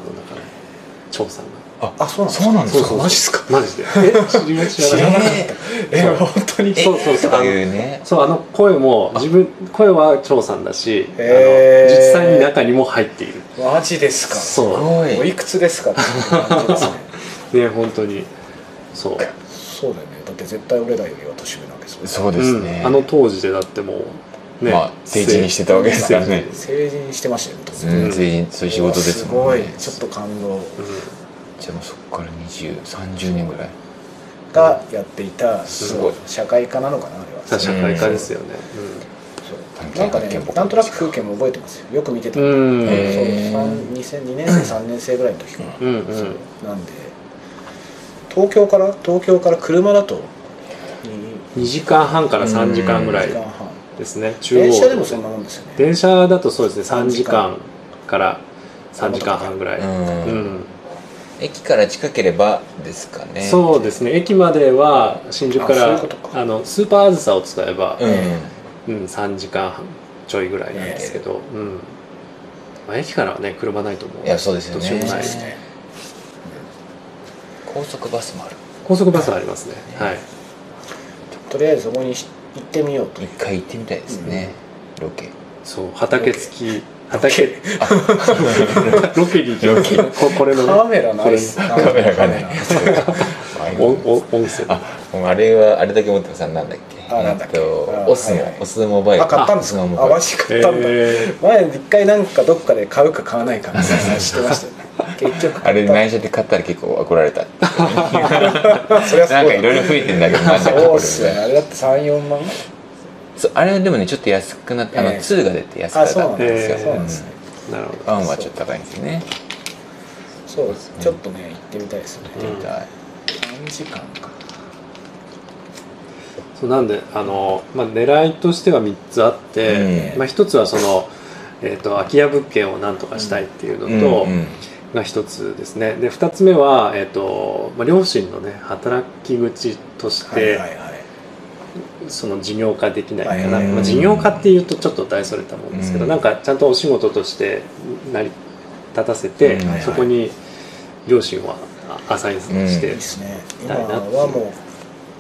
[SPEAKER 2] 張さんが
[SPEAKER 1] あそうなんですか
[SPEAKER 3] そうなんです
[SPEAKER 2] そ
[SPEAKER 3] か
[SPEAKER 2] うそう
[SPEAKER 1] マジっすか
[SPEAKER 2] マ ジでえ知りま知らなかっ
[SPEAKER 3] えー
[SPEAKER 1] え本当に
[SPEAKER 2] そうそうそう
[SPEAKER 3] とかいうね
[SPEAKER 2] たそうあの声も自分声は張さんだし、
[SPEAKER 1] へ
[SPEAKER 2] あ
[SPEAKER 1] ー
[SPEAKER 2] の実際に中にも入っている
[SPEAKER 1] マジですか
[SPEAKER 3] す
[SPEAKER 2] そう
[SPEAKER 3] ご
[SPEAKER 1] お
[SPEAKER 3] い
[SPEAKER 1] いくつですかっていう感じですね
[SPEAKER 2] ね本当にそう
[SPEAKER 1] そうだよねだって絶対俺らよりは年上なんですよ
[SPEAKER 3] そうですね
[SPEAKER 2] うんあの当時でだってもうね、
[SPEAKER 3] まあ成人してたわけですからね
[SPEAKER 1] 成人してましたよね当
[SPEAKER 3] う
[SPEAKER 1] 然
[SPEAKER 3] ん成人そういう仕事ですもんね
[SPEAKER 1] すごいちょっと感動
[SPEAKER 3] じゃあもうそこから2030年ぐらい
[SPEAKER 1] がやっていた
[SPEAKER 2] す
[SPEAKER 3] ごい
[SPEAKER 1] 社会科なのかなあれは
[SPEAKER 2] 社会科ですよね、
[SPEAKER 1] そうなんかねなんとなく風景も覚えてますよよく見てた
[SPEAKER 2] うんうん
[SPEAKER 1] そう
[SPEAKER 3] へー
[SPEAKER 1] 三二千二年生3年生ぐらいの時かな、
[SPEAKER 2] うんうん
[SPEAKER 1] そうなんで東京から東京から車だと
[SPEAKER 2] 2時間半から3時間ぐら
[SPEAKER 1] 2
[SPEAKER 2] い
[SPEAKER 1] 時間半
[SPEAKER 2] ですね中央
[SPEAKER 1] 電
[SPEAKER 2] 道
[SPEAKER 1] 車でもそんなもんですよね
[SPEAKER 2] 電車だとそうですね3時
[SPEAKER 1] 3
[SPEAKER 2] 間から3時間半ぐらい、
[SPEAKER 3] うん
[SPEAKER 2] うん
[SPEAKER 3] 駅から近ければですかね
[SPEAKER 2] そうですね駅までは新宿か
[SPEAKER 1] あ
[SPEAKER 2] ら
[SPEAKER 1] そういうことか
[SPEAKER 2] あのスーパーあずさを使えば、
[SPEAKER 3] う
[SPEAKER 2] う
[SPEAKER 3] ん
[SPEAKER 2] ん3時間半ちょいぐらいなんですけど、うんまあ、駅からはね車ないと思う
[SPEAKER 3] いやそうですよ
[SPEAKER 2] どうしよう
[SPEAKER 3] ね
[SPEAKER 2] もない
[SPEAKER 1] ですね
[SPEAKER 3] 高速バスもある
[SPEAKER 2] 高速バスはありますねはい
[SPEAKER 1] とりあえずそこにし行ってみようと
[SPEAKER 3] 一回行ってみたいですねロケ
[SPEAKER 2] そう畑付き畑ロ ケに行きま
[SPEAKER 3] ロ
[SPEAKER 2] す
[SPEAKER 3] ケ
[SPEAKER 2] ここれの
[SPEAKER 1] カメラないっす
[SPEAKER 3] カメラがない
[SPEAKER 2] おお音声
[SPEAKER 3] あもうあれはあれだけ持ってますなんだっけ
[SPEAKER 1] あなんだっけ
[SPEAKER 3] えと
[SPEAKER 1] あ
[SPEAKER 3] オス
[SPEAKER 1] はいはい
[SPEAKER 3] モオスモバイル
[SPEAKER 1] あ買ったんですか
[SPEAKER 3] オ
[SPEAKER 1] あ
[SPEAKER 3] スモバ
[SPEAKER 1] マ
[SPEAKER 3] イル
[SPEAKER 1] ジ買ったんだ、
[SPEAKER 2] え
[SPEAKER 1] 前一回なんかどっかで買うか買わないかみたいな話してましたよ ね結局
[SPEAKER 3] あれ
[SPEAKER 1] ない
[SPEAKER 3] 内緒で買ったら結構怒られた
[SPEAKER 1] そりゃそ
[SPEAKER 3] なん
[SPEAKER 1] う
[SPEAKER 3] かいろい
[SPEAKER 1] だ
[SPEAKER 3] ろ増えてんだ けどなんだか
[SPEAKER 1] そうっ
[SPEAKER 3] これ
[SPEAKER 1] すよねあれだって34万
[SPEAKER 3] そうあれでもねちょっと安くなってあの
[SPEAKER 1] ええ
[SPEAKER 3] 2が出て安
[SPEAKER 1] あ
[SPEAKER 3] く
[SPEAKER 1] そう
[SPEAKER 3] な
[SPEAKER 1] な
[SPEAKER 3] っ
[SPEAKER 1] ん
[SPEAKER 3] たんで
[SPEAKER 1] ですす
[SPEAKER 3] よ
[SPEAKER 1] よ、
[SPEAKER 2] ええ
[SPEAKER 1] そうなんですね
[SPEAKER 2] ーなるほど
[SPEAKER 3] ワンはちょっと高いんですよね
[SPEAKER 1] そう
[SPEAKER 3] すね
[SPEAKER 1] ちょっとね行ってみたいですよね、
[SPEAKER 2] うん
[SPEAKER 3] はい
[SPEAKER 1] 3時間か
[SPEAKER 2] そうなんであの、まあ、狙いとしては3つあって、
[SPEAKER 1] うん
[SPEAKER 2] まあ、1つはその、えー、と空き家物件をなんとかしたいっていうのと、
[SPEAKER 3] うんうん
[SPEAKER 2] が1つですねで2つ目は、えーとまあ、両親のね働き口とし
[SPEAKER 1] はい
[SPEAKER 2] て、
[SPEAKER 1] はいはい
[SPEAKER 2] その事業化できないかな、
[SPEAKER 1] はい
[SPEAKER 2] まあ、事業化っていうとちょっと大それたもんですけど、
[SPEAKER 3] うん
[SPEAKER 2] なんかちゃんとお仕事として成り立たせて、
[SPEAKER 3] うん
[SPEAKER 2] そこに両親はあアサインして、
[SPEAKER 1] いいですね今
[SPEAKER 2] たいなっていう
[SPEAKER 1] はも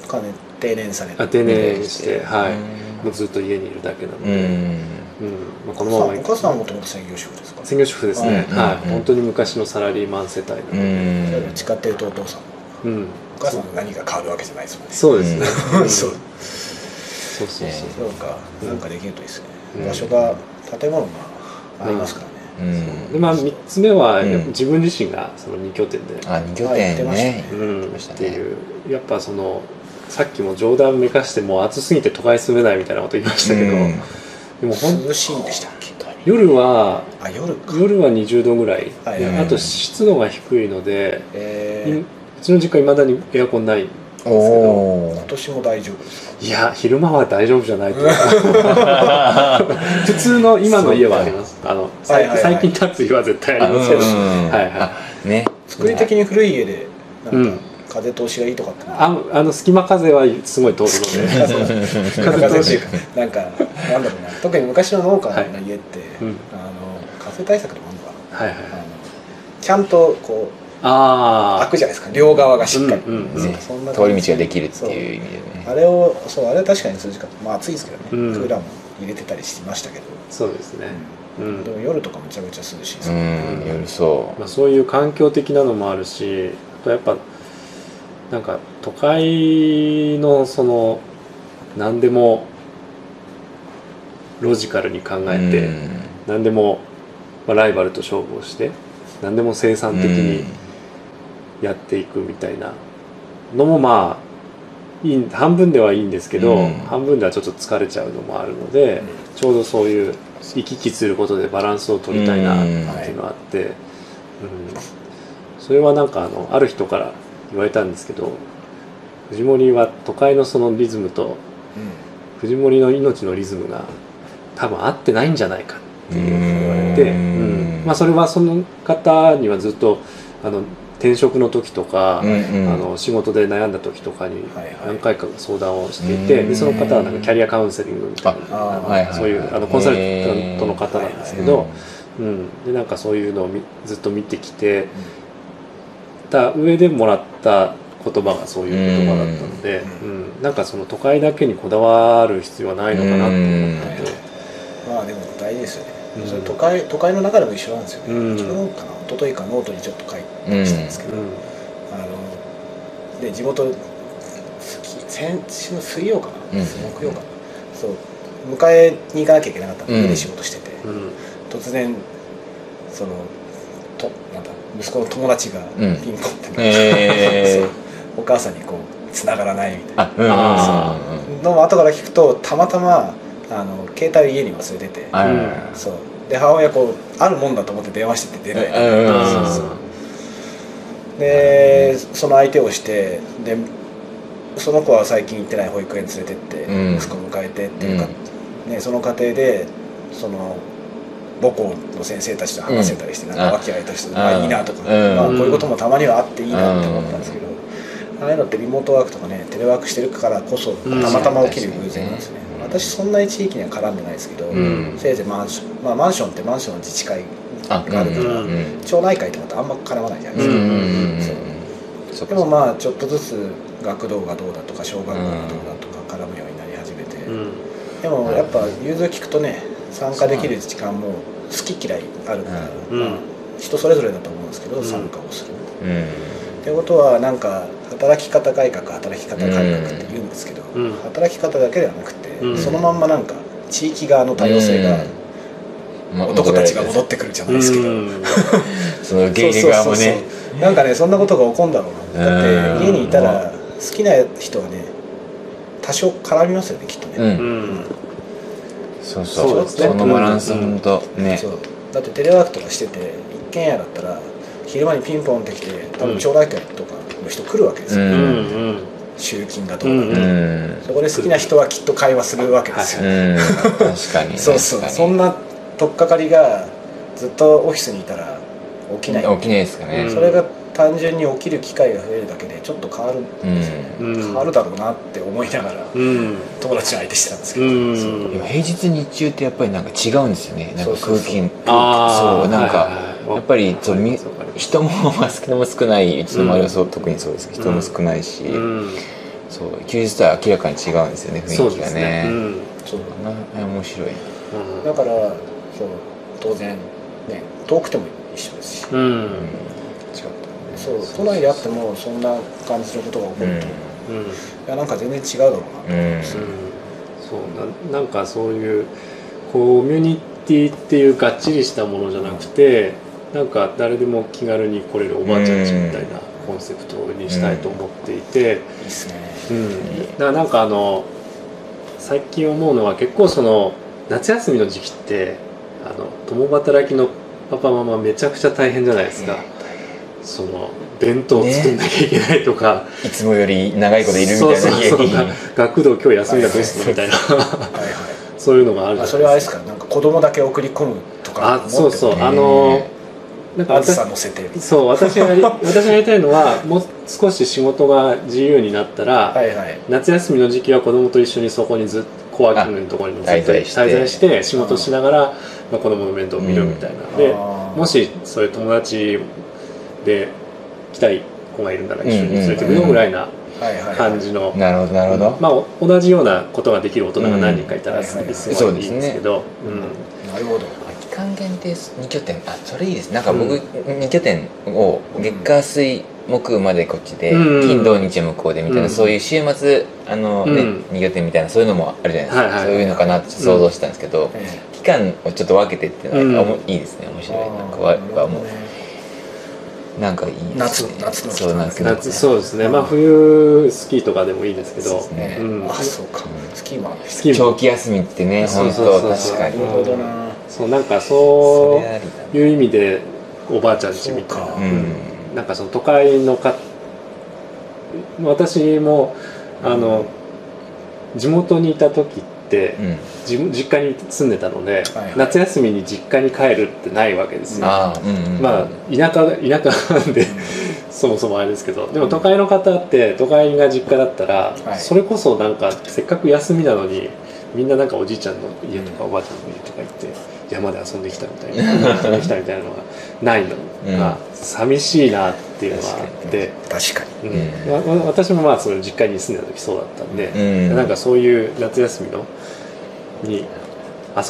[SPEAKER 1] う金定年されて
[SPEAKER 2] あ定年して、はい、も
[SPEAKER 3] う
[SPEAKER 2] うずっと家にいるだけなの
[SPEAKER 3] んう
[SPEAKER 2] で、うん
[SPEAKER 3] ん
[SPEAKER 2] まあ、こ
[SPEAKER 1] お
[SPEAKER 2] の
[SPEAKER 1] 母さ
[SPEAKER 2] まま
[SPEAKER 1] んお母さんはもともと専業主婦ですか
[SPEAKER 2] 専業主婦ですね、
[SPEAKER 3] うん
[SPEAKER 2] はい
[SPEAKER 3] うん
[SPEAKER 2] 本当に昔のサラリーマン世帯なの
[SPEAKER 3] う
[SPEAKER 2] で、
[SPEAKER 3] ん
[SPEAKER 1] 誓ってるとお父さんも
[SPEAKER 2] うん
[SPEAKER 1] お母さんの何が変わるわけじゃないですもんね
[SPEAKER 2] そうですね、
[SPEAKER 1] そう
[SPEAKER 2] そうそうそう
[SPEAKER 1] そうかなんかできるといいですね
[SPEAKER 2] うん
[SPEAKER 1] 場所が建物がありますからね、
[SPEAKER 3] うん
[SPEAKER 2] でまあ3つ目は
[SPEAKER 3] うん
[SPEAKER 2] やっぱ自分自身がその2拠点で、
[SPEAKER 3] あ二拠
[SPEAKER 1] あ言って
[SPEAKER 3] 点
[SPEAKER 1] ました
[SPEAKER 3] ね
[SPEAKER 1] ね
[SPEAKER 2] うん
[SPEAKER 3] ましたね
[SPEAKER 2] っていうやっぱそのさっきも冗談めかしてもう暑すぎて都会住めないみたいなこと言いましたけど、
[SPEAKER 3] うん
[SPEAKER 2] でもほん
[SPEAKER 1] 涼しいんでしたっけ
[SPEAKER 2] 夜は
[SPEAKER 1] あ夜か
[SPEAKER 2] 夜は20度ぐらい、
[SPEAKER 1] はい
[SPEAKER 2] で
[SPEAKER 1] はい
[SPEAKER 2] あと湿度が低いので、
[SPEAKER 1] え
[SPEAKER 2] い
[SPEAKER 1] ー
[SPEAKER 2] うちの実家いまだにエアコンない
[SPEAKER 3] おお
[SPEAKER 1] 今年も大丈夫です
[SPEAKER 2] いや昼間は大丈夫じ ゃないと思う普通の今の家はありますあの、さい
[SPEAKER 1] はいはいはい
[SPEAKER 2] 最近建つ家は絶対ありますけど、はいはい
[SPEAKER 3] いね
[SPEAKER 1] 作り的に古い家で
[SPEAKER 2] う
[SPEAKER 1] なん
[SPEAKER 2] ん
[SPEAKER 1] か風通しがいいとかって のは
[SPEAKER 2] ああの隙間風はすごい通るので、
[SPEAKER 1] 風通しなんかなんだろうな特に昔の農家の家って、
[SPEAKER 2] うん
[SPEAKER 1] あの風対策でもあるのかな
[SPEAKER 2] はいはい
[SPEAKER 1] あのちゃんとこう開
[SPEAKER 2] あ
[SPEAKER 1] くじゃないですか両側がしっかり、
[SPEAKER 2] うんうんうん
[SPEAKER 1] そう
[SPEAKER 3] ね
[SPEAKER 1] そんな
[SPEAKER 3] 通
[SPEAKER 1] 感
[SPEAKER 3] り
[SPEAKER 1] じ
[SPEAKER 3] 道ができるっていう意味でね
[SPEAKER 1] あれをそうあれは確かに数時間まあ暑いですけどね、
[SPEAKER 2] うん
[SPEAKER 1] クーラーも入れてたりしてましたけど、
[SPEAKER 2] あそうですね、う
[SPEAKER 1] うんで
[SPEAKER 2] ん
[SPEAKER 1] も夜とかめちゃめちゃ涼しいです、
[SPEAKER 3] うん寄りそ
[SPEAKER 2] まあ、そういう環境的なのもあるしあとやっぱなんか都会のその何でもロジカルに考
[SPEAKER 3] う
[SPEAKER 2] えて、何でも、まあ、ライバルと勝負をして何でも生産的にやっていくみたいなのもまあいい半分ではいいんですけど、
[SPEAKER 3] うん
[SPEAKER 2] 半分ではちょっと疲れちゃうのもあるので、ちょうどそういう行き来することでバランスを取りたいなっていうのがあって、うんそれはなんかあのある人から言われたんですけど藤森は都会のそのリズムと藤森の命のリズムが多分合ってないんじゃないかっていうふうに言われて、
[SPEAKER 3] う
[SPEAKER 2] うんんまあ、それはその方にはずっとあの転職の時とか、あの仕事で悩んだ時とかに
[SPEAKER 1] はいはい
[SPEAKER 2] 何回か相談をしていて、
[SPEAKER 3] うん
[SPEAKER 2] でその方はなんかキャリアカウンセリングみたいな
[SPEAKER 1] あ
[SPEAKER 2] あの
[SPEAKER 1] はいはい
[SPEAKER 2] そういうあのコンサルタントの方なんですけど、うん、でなんかそういうのをみずっと見てきてた上でもらった言葉がそういう言葉だったので、う
[SPEAKER 1] うん
[SPEAKER 2] なんかその都会だけにこだわる必要はないのかなって思ったので、
[SPEAKER 1] まあでも大事ですよね、
[SPEAKER 2] うん
[SPEAKER 1] それ都会都会の中でも一緒なんですよね、
[SPEAKER 2] うん
[SPEAKER 1] 昨日かな一昨日かノートにちょっと書いてしたんですけど、あので地元月先週の水曜かな、
[SPEAKER 3] うん
[SPEAKER 1] 木曜かなそう迎えに行かなきゃいけなかったので、
[SPEAKER 3] うん
[SPEAKER 1] 家で仕事してて、
[SPEAKER 2] うんうん
[SPEAKER 1] 突然そのとなんだ息子の友達が
[SPEAKER 3] うん
[SPEAKER 1] ピンポンって、
[SPEAKER 3] えー
[SPEAKER 1] そうお母さんにこう繋がらないみたいな
[SPEAKER 3] あうん
[SPEAKER 2] あ
[SPEAKER 1] のも後から聞くとたまたまあの携帯を家に忘れてて
[SPEAKER 3] あら
[SPEAKER 1] そうで母親こうあるもんだと思って電話してて出ない、
[SPEAKER 3] うん
[SPEAKER 1] そうそうでその相手をしてでその子は最近行ってない保育園連れてって、
[SPEAKER 3] うん
[SPEAKER 1] 息子迎えてっていうか、ね、その過程でその母校の先生たちと話せたりして、なんか和気あいとして、まあいいなとか、
[SPEAKER 3] うん
[SPEAKER 1] まあ、こういうこともたまにはあっていいなって思ったんですけど、ああいうのってリモートワークとかねテレワークしてるからこそた
[SPEAKER 2] ん
[SPEAKER 1] またま起きる偶然なんですね、
[SPEAKER 3] うん
[SPEAKER 1] 私そんなに地域には絡んでないですけど、
[SPEAKER 3] うん
[SPEAKER 1] せいぜいマンション、まあ、マンションってマンションの自治会があ
[SPEAKER 3] あ
[SPEAKER 1] るから、
[SPEAKER 2] うん
[SPEAKER 1] 町内会とかってあんま絡まないじゃないですか、
[SPEAKER 3] そう
[SPEAKER 1] でもまあちょっとずつ学童がどうだとか小学校がどうだとか絡むようになり始めて、
[SPEAKER 2] うん
[SPEAKER 1] でもやっぱ融通聞くとね参加できる時間も好き嫌いあるから、
[SPEAKER 2] うん
[SPEAKER 1] まあ人それぞれだと思うんですけど、
[SPEAKER 2] うん
[SPEAKER 1] 参加をする
[SPEAKER 3] うん
[SPEAKER 1] っていうことはなんか働き方改革働き方改革って言うんですけど、
[SPEAKER 2] うん
[SPEAKER 1] 働き方だけではなくて、
[SPEAKER 2] うん
[SPEAKER 1] そのまんまなんか地域側の多様性が、男たちが戻ってくるじゃないですけど、
[SPEAKER 2] うん
[SPEAKER 3] そのゲイリ側もね
[SPEAKER 1] そうなんかねそんなことが起こんだろうなだって
[SPEAKER 3] うん
[SPEAKER 1] 家にいたら好きな人はね多少絡みますよねきっとね、
[SPEAKER 2] うん
[SPEAKER 3] そうそうそのバランス本当ね
[SPEAKER 1] そうだってテレワークとかしてて一軒家だったら昼間にピンポンってきて多分町内会とかの人来るわけですよ、
[SPEAKER 3] う
[SPEAKER 2] うんん
[SPEAKER 1] 集金がどうだ
[SPEAKER 2] うん
[SPEAKER 3] うん
[SPEAKER 1] そこで好きな人はきっと会話するわけですよ、
[SPEAKER 3] うん 確かに
[SPEAKER 1] そうそうそん
[SPEAKER 3] な
[SPEAKER 1] な取っかかりがずっとオフィスにいたら起きない、
[SPEAKER 3] 起きないですかね
[SPEAKER 1] それが単純に起きる機会が増えるだけでちょっと変わる
[SPEAKER 3] うん
[SPEAKER 2] うん
[SPEAKER 1] 変わるだろうなって思いながら
[SPEAKER 2] うん
[SPEAKER 1] 友達の相手してたんですけど、
[SPEAKER 2] うん
[SPEAKER 3] でも平日日中ってやっぱりなんか違うんですよねなんか空気
[SPEAKER 2] あー
[SPEAKER 3] そうなん
[SPEAKER 2] はい
[SPEAKER 3] か
[SPEAKER 2] はいはい
[SPEAKER 3] やっぱりそうみ
[SPEAKER 2] わかります
[SPEAKER 3] 人もまあ少なも少ないうちの周りはそう特にそうですけど人も少ないし
[SPEAKER 2] うん
[SPEAKER 3] そう休日とは明らかに違うんですよね
[SPEAKER 2] そ
[SPEAKER 3] 雰囲
[SPEAKER 2] う
[SPEAKER 3] 気
[SPEAKER 2] で
[SPEAKER 3] が
[SPEAKER 2] すね
[SPEAKER 3] ね
[SPEAKER 1] そう
[SPEAKER 3] な面白い
[SPEAKER 2] うん
[SPEAKER 1] だからそう当然ね遠くても一緒ですし、
[SPEAKER 2] うん
[SPEAKER 3] 違った
[SPEAKER 1] そう都内であってもそんな感じのことが起こ
[SPEAKER 3] う
[SPEAKER 1] る
[SPEAKER 3] ん
[SPEAKER 1] と、い
[SPEAKER 2] うん
[SPEAKER 1] やなんか全然違うだろうな
[SPEAKER 3] うん
[SPEAKER 2] そうななんかそういうコミュニティっていうがっちりしたものじゃなくてなんか誰でも気軽に来れるおばあちゃんちみたいなコンセプトにしたいと思っていて、
[SPEAKER 1] いいっすね
[SPEAKER 2] うん、だからなんかあの最近思うのは結構その夏休みの時期ってあの共働きのパパママめちゃくちゃ大変じゃないですか、その弁当を作んなきゃいけないとか、
[SPEAKER 3] いつもより長いこといるみたいな
[SPEAKER 2] そうそうそう
[SPEAKER 3] 悲劇
[SPEAKER 2] 学童今日休みだどうするみたい な
[SPEAKER 1] はいはい
[SPEAKER 2] そういうのがあるじ
[SPEAKER 1] あ
[SPEAKER 2] ゃない
[SPEAKER 1] それはあれですかなんか子供だけ送り込むとか
[SPEAKER 2] あそうそう
[SPEAKER 1] 持って
[SPEAKER 2] あのなんか
[SPEAKER 1] あず
[SPEAKER 2] 私
[SPEAKER 1] さ乗せて
[SPEAKER 2] そう 私がやり私がやりたいのはもう少し仕事が自由になったら、
[SPEAKER 1] はいはい
[SPEAKER 2] 夏休みの時期は子供と一緒にそこにずっとコワーキングのところにもずっと
[SPEAKER 3] 滞在して
[SPEAKER 2] 滞在して仕事しながら、まあ、子供の面倒を見るみたいな、でも
[SPEAKER 1] も
[SPEAKER 2] しそういう友達で来たい子がいるなら一緒に連れてく
[SPEAKER 1] うんうん
[SPEAKER 2] よ
[SPEAKER 1] うん
[SPEAKER 2] ぐらいな
[SPEAKER 1] はいはい
[SPEAKER 2] 感じの、
[SPEAKER 3] なるほどなるほど、
[SPEAKER 2] まあお同じようなことができる大人が何人かいた
[SPEAKER 1] う
[SPEAKER 2] ら
[SPEAKER 1] ん
[SPEAKER 2] すごいいいんです
[SPEAKER 3] そうですね
[SPEAKER 2] けど、うん
[SPEAKER 1] なるほど
[SPEAKER 3] 期間限定2拠点あそれいいですなんか僕、二2拠点を月火水木までこっちで、
[SPEAKER 2] うん
[SPEAKER 3] 金土日向こうでみたいな、
[SPEAKER 2] うん
[SPEAKER 3] そういう週末あの、ね
[SPEAKER 2] うん
[SPEAKER 3] 2拠点みたいなそういうのもあるじゃないですか、
[SPEAKER 2] はいはい
[SPEAKER 3] そういうのかなって想像したんですけど、
[SPEAKER 1] ええ
[SPEAKER 3] 期間をちょっと分けてっていうのは、
[SPEAKER 2] うん
[SPEAKER 3] おもいいですね面白いなんか
[SPEAKER 1] あ
[SPEAKER 3] わ
[SPEAKER 1] ー
[SPEAKER 3] はもうなんかいいですね
[SPEAKER 1] 夏夏の期間
[SPEAKER 3] そうなんですけど
[SPEAKER 2] 夏そうですねまあ冬スキーとかでもいいですけ
[SPEAKER 3] そう
[SPEAKER 2] ど
[SPEAKER 3] ですね
[SPEAKER 1] ね
[SPEAKER 2] うん
[SPEAKER 1] あそうかスキーマン
[SPEAKER 2] スキー
[SPEAKER 3] 長
[SPEAKER 2] も
[SPEAKER 3] 期休みってね
[SPEAKER 2] そ
[SPEAKER 3] 本
[SPEAKER 2] うそう
[SPEAKER 3] 当
[SPEAKER 2] そうそう
[SPEAKER 3] 確か
[SPEAKER 1] な
[SPEAKER 3] に
[SPEAKER 1] るほどな
[SPEAKER 2] そうなんかそう
[SPEAKER 3] それありだな
[SPEAKER 2] いう意味でおばあちゃんち
[SPEAKER 1] そ
[SPEAKER 2] み
[SPEAKER 1] う
[SPEAKER 2] たいな
[SPEAKER 1] か
[SPEAKER 3] うん
[SPEAKER 2] なんかその都会のか私もあの地元にいた時って
[SPEAKER 3] うん
[SPEAKER 2] 自分実家に住んでたので、
[SPEAKER 1] はいはい
[SPEAKER 2] 夏休みに実家に帰るってないわけですよ、
[SPEAKER 3] ああうんうん
[SPEAKER 2] まあ田舎田舎なんでそもそもあれですけどでも都会の方って都会が実家だったら、
[SPEAKER 1] はい
[SPEAKER 2] それこそなんかせっかく休みなのにみんななんかおじいちゃんの家とかおばあちゃんの家とか行って山で遊んできたみた いな遊んできたみたいなのがないのが寂しいなっていうのはあって。
[SPEAKER 1] 確かに
[SPEAKER 2] うん
[SPEAKER 3] うん
[SPEAKER 2] わわ私もまあその実家に住んでた時そうだったんで、
[SPEAKER 3] うん
[SPEAKER 2] なんかそういう夏休みのに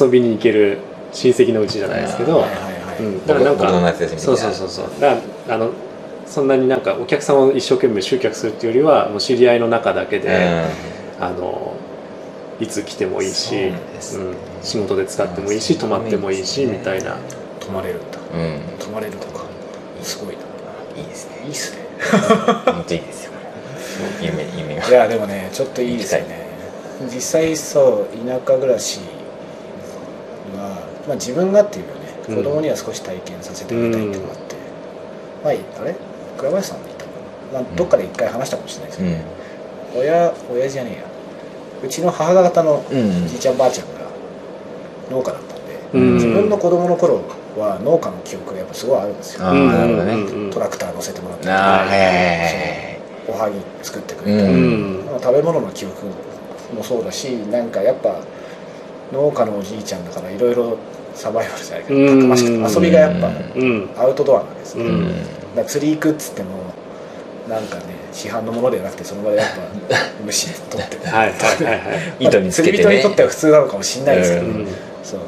[SPEAKER 2] 遊びに行ける親戚のうちじゃないですけど、
[SPEAKER 3] あ
[SPEAKER 1] はいはいは
[SPEAKER 2] う
[SPEAKER 1] い
[SPEAKER 2] ん、だからなん
[SPEAKER 3] 僕の
[SPEAKER 2] か
[SPEAKER 3] 夏休み的
[SPEAKER 2] そ
[SPEAKER 3] な
[SPEAKER 2] うそうそうそうだからあのそんなになんかお客さんを一生懸命集客するっていうよりはもう知り合いの中だけで、あのいつ来てもいいし
[SPEAKER 3] そうですね
[SPEAKER 2] うん仕事で使ってもいい
[SPEAKER 3] あ
[SPEAKER 2] し
[SPEAKER 3] ー
[SPEAKER 2] 泊まってもいいし
[SPEAKER 3] そうい
[SPEAKER 2] み
[SPEAKER 3] うのもいいです
[SPEAKER 2] たい
[SPEAKER 3] ね
[SPEAKER 2] な
[SPEAKER 1] 泊まれるんだ
[SPEAKER 3] うん、うん
[SPEAKER 1] 泊まれるとかすごいない
[SPEAKER 3] いですね
[SPEAKER 1] いいっすね
[SPEAKER 3] 本当いいですよこれ夢夢が
[SPEAKER 1] いやでもねちょっといいですよね実際そう田舎暮らしは、まあ、自分がっていうよね
[SPEAKER 2] うん
[SPEAKER 1] 子供には少し体験させてあげたいっていうのがあって、まああれ倉林さんでいたかな、まあ、どっかで一回話したかもしれないです
[SPEAKER 3] う
[SPEAKER 1] けど、
[SPEAKER 3] ん
[SPEAKER 1] 親親父じゃねえやうちの母方の
[SPEAKER 3] うん
[SPEAKER 1] じいちゃんばあちゃんが農家だったんで、
[SPEAKER 2] うん
[SPEAKER 1] 自分の子供の頃は農家の記憶がやっぱすごいあるんですよ
[SPEAKER 3] あーなるほどね
[SPEAKER 2] うんうんうん
[SPEAKER 1] トラクター乗せてもらって
[SPEAKER 3] ああはいはいはいはい
[SPEAKER 1] おはぎ作ってくれたり、
[SPEAKER 3] う
[SPEAKER 2] うん
[SPEAKER 1] まあ食べ物の記憶もそうだしなんかやっぱ農家のおじいちゃんだからいろいろサバイバルじゃないけど
[SPEAKER 2] うん
[SPEAKER 1] たくましくて遊びがやっぱ
[SPEAKER 2] うん
[SPEAKER 1] アウトドアなんですね、
[SPEAKER 2] う
[SPEAKER 1] だ
[SPEAKER 2] ん
[SPEAKER 1] から釣り行くっつってもなんかね市販のものではなくてその場でやっぱ虫取ってまあ
[SPEAKER 2] はいはいはいはい、
[SPEAKER 3] 糸につけ
[SPEAKER 1] 釣り
[SPEAKER 3] て
[SPEAKER 1] 人
[SPEAKER 3] ね
[SPEAKER 1] にとっては普通なのかもしれないですけど、
[SPEAKER 3] う
[SPEAKER 2] うん
[SPEAKER 1] そう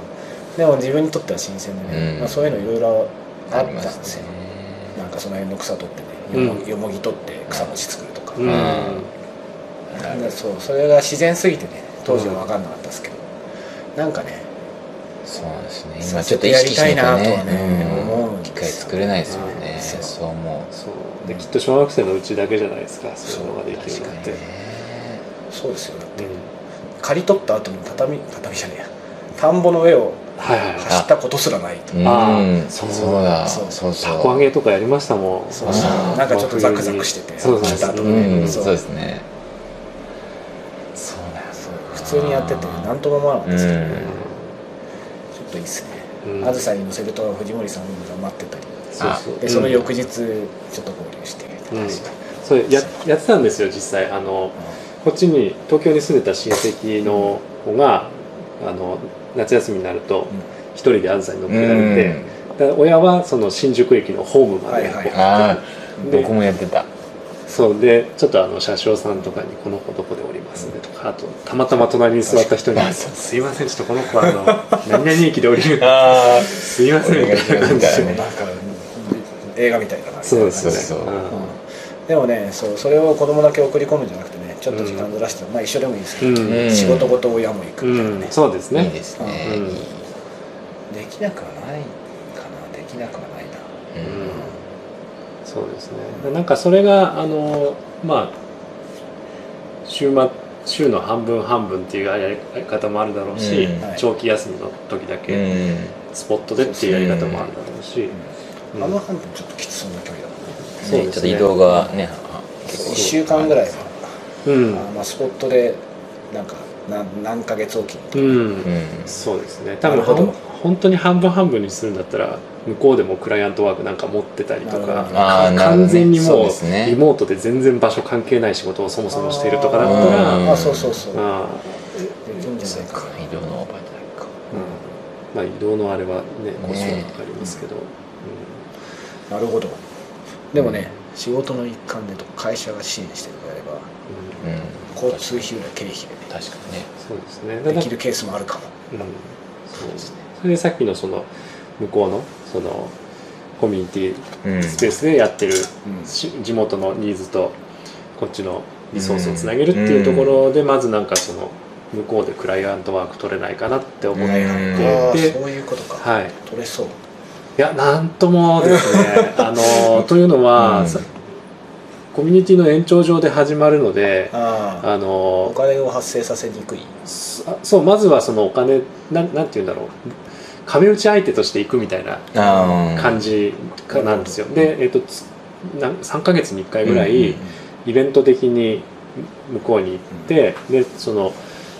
[SPEAKER 1] でも自分にとっては新鮮でね、
[SPEAKER 3] うん
[SPEAKER 1] まあ、そういうのいろいろあ
[SPEAKER 3] あ
[SPEAKER 1] っ
[SPEAKER 3] りま
[SPEAKER 1] たんですす
[SPEAKER 3] ね
[SPEAKER 1] よなんかその辺の草取ってねよも,、
[SPEAKER 2] うん
[SPEAKER 1] ぎ取って草餅作るとか、
[SPEAKER 2] うん
[SPEAKER 1] でそうそれが自然すぎてね当時は分かんなかったですけど、なんかね
[SPEAKER 3] そうなんですね
[SPEAKER 1] さ
[SPEAKER 3] 今ちょっと意識しないと
[SPEAKER 1] やりたいなとはね
[SPEAKER 3] ね
[SPEAKER 1] 思
[SPEAKER 3] う
[SPEAKER 1] うんん
[SPEAKER 3] 機
[SPEAKER 1] ですよ
[SPEAKER 3] 会作れないですよね
[SPEAKER 1] うんそう
[SPEAKER 3] そう思
[SPEAKER 2] そうできっと小学生のうちだけじゃないですかそういうのが
[SPEAKER 3] う
[SPEAKER 2] でき
[SPEAKER 3] 確
[SPEAKER 2] る
[SPEAKER 3] か
[SPEAKER 2] のっ
[SPEAKER 3] に
[SPEAKER 2] て、
[SPEAKER 3] ね
[SPEAKER 1] そうですよだって
[SPEAKER 2] うん
[SPEAKER 1] 刈り取った後に畳畳じゃねえや田んぼの上を
[SPEAKER 2] はいはいはい
[SPEAKER 1] 走ったことすらないと
[SPEAKER 2] あー
[SPEAKER 3] うん
[SPEAKER 2] そう
[SPEAKER 3] そうだ
[SPEAKER 1] そう
[SPEAKER 3] そうそう
[SPEAKER 2] たこ揚げとかやりましたもん
[SPEAKER 1] そうそう
[SPEAKER 3] あー
[SPEAKER 1] なんかちょっとザクザクしてて
[SPEAKER 2] そうそう
[SPEAKER 1] 切った後
[SPEAKER 2] とか
[SPEAKER 1] ね
[SPEAKER 3] うん
[SPEAKER 1] そ
[SPEAKER 3] そううですねそうだよ
[SPEAKER 1] そう普通にやってて何とも思わなかったですけど、
[SPEAKER 3] うん
[SPEAKER 1] ちょっといいっすね、
[SPEAKER 2] うん
[SPEAKER 1] あずさに乗せると藤森さんが待ってたり
[SPEAKER 2] そうそう
[SPEAKER 1] でその翌
[SPEAKER 2] うん
[SPEAKER 1] 日ちょっと合流して、
[SPEAKER 2] うん
[SPEAKER 1] 確かに
[SPEAKER 2] そうややってたんですよ実際あのこっちに東京に住んでた親戚の子があの夏休みになると
[SPEAKER 1] うん
[SPEAKER 2] 一人であずさに乗っ
[SPEAKER 3] う
[SPEAKER 2] けられて、
[SPEAKER 3] ん
[SPEAKER 2] だから親はその新宿駅のホームまで、
[SPEAKER 1] はいはい
[SPEAKER 3] ああ
[SPEAKER 2] で
[SPEAKER 3] 僕もやってた
[SPEAKER 2] そうでちょっとあの車掌さんとかに「この子どこで降りますね」とかあとたまたま隣に座った人に「すいませんちょっとこの子あの何々駅で降りるんで
[SPEAKER 3] ああ
[SPEAKER 2] すいません」みたいな感じ
[SPEAKER 3] お願いしますみたい
[SPEAKER 2] で
[SPEAKER 3] なね
[SPEAKER 1] なんか映画みたいだな
[SPEAKER 2] そうです
[SPEAKER 3] そうそ
[SPEAKER 2] よ
[SPEAKER 3] う
[SPEAKER 2] ね、うん
[SPEAKER 1] うでもねそうそれを子供だけ送り込むんじゃなくてねちょっと時間ずらして、まあ一緒でもいいですけど、
[SPEAKER 2] うん
[SPEAKER 1] 仕事ごと親も行くみたいなね
[SPEAKER 2] うん、、そうですね
[SPEAKER 3] いいですね、
[SPEAKER 2] うん
[SPEAKER 3] いい
[SPEAKER 1] できなくはないかなできなくはないな
[SPEAKER 2] うんそうですねなんかそれがあのまあ週末週の半分半分っていうやり方もあるだろうし、
[SPEAKER 3] うん
[SPEAKER 1] はい
[SPEAKER 2] 長期休みの時だ
[SPEAKER 3] うん
[SPEAKER 2] けスポットでっていうやり方もあるだろうし、うん
[SPEAKER 1] あの半分ちょっときつそうな距離だもんね
[SPEAKER 2] そう
[SPEAKER 3] ね
[SPEAKER 2] ですね
[SPEAKER 3] ちょっと移動がねあ
[SPEAKER 1] 1週間ぐらいは、
[SPEAKER 2] うん
[SPEAKER 1] あまあ、スポットでなんか何何ヶ月おきに
[SPEAKER 2] うん
[SPEAKER 3] うん
[SPEAKER 2] そうですね多分
[SPEAKER 1] なるほど
[SPEAKER 2] ほん本当に半分半分にするんだったら向こうでもクライアントワークなんか持ってたり
[SPEAKER 1] な
[SPEAKER 2] と
[SPEAKER 1] る
[SPEAKER 2] か
[SPEAKER 1] ほど
[SPEAKER 3] あーなるほどね
[SPEAKER 2] 完全に
[SPEAKER 3] そう
[SPEAKER 2] も
[SPEAKER 3] です
[SPEAKER 2] う
[SPEAKER 3] ね
[SPEAKER 2] リモートで全然場所関係ない仕事をそもそもしているとかだったら、
[SPEAKER 3] う
[SPEAKER 2] うん
[SPEAKER 3] ん
[SPEAKER 1] あそうそうそう
[SPEAKER 2] あ
[SPEAKER 1] できるんじゃないかな
[SPEAKER 3] 移動の
[SPEAKER 2] ーう
[SPEAKER 3] オーバーじゃないか
[SPEAKER 2] んまあ、移動のあれはね故障
[SPEAKER 3] ね
[SPEAKER 2] とかありますけど、
[SPEAKER 1] なるほどでもね仕事の一環でとか会社が支援してくれれば
[SPEAKER 2] うんうん
[SPEAKER 3] うん
[SPEAKER 1] 交通費よりは経費
[SPEAKER 3] 確かにね
[SPEAKER 2] そうですね
[SPEAKER 1] でできるケースもあるかも
[SPEAKER 2] うん、そうですねそれでさっきのその向こうのそのコミュニティ
[SPEAKER 3] うん
[SPEAKER 2] スペースでやってる
[SPEAKER 1] うん
[SPEAKER 2] し地元のニーズとこっちのリソースをつなげるっていうところでまずなんかその向こうでクライアントワーク取れないかなって思っ
[SPEAKER 3] う
[SPEAKER 2] て、
[SPEAKER 3] ん
[SPEAKER 1] ああ
[SPEAKER 2] で
[SPEAKER 1] そういうことか
[SPEAKER 2] はい、い
[SPEAKER 1] 取れそう
[SPEAKER 2] やなんともで すねあのというのは、
[SPEAKER 3] うん
[SPEAKER 2] さコミュニティの延長上で始まるので
[SPEAKER 1] ああ
[SPEAKER 2] あの
[SPEAKER 1] お金を発生させにくい
[SPEAKER 2] そそうまずはそのお金なんなんて言うんだろう壁打ち相手としていくみたいな
[SPEAKER 3] あー
[SPEAKER 2] 感じかなんですよ、
[SPEAKER 1] うん
[SPEAKER 2] で、えっとつなん3ヶ月に1回ぐら
[SPEAKER 3] うん
[SPEAKER 2] いイベント的に向こうに行って、でその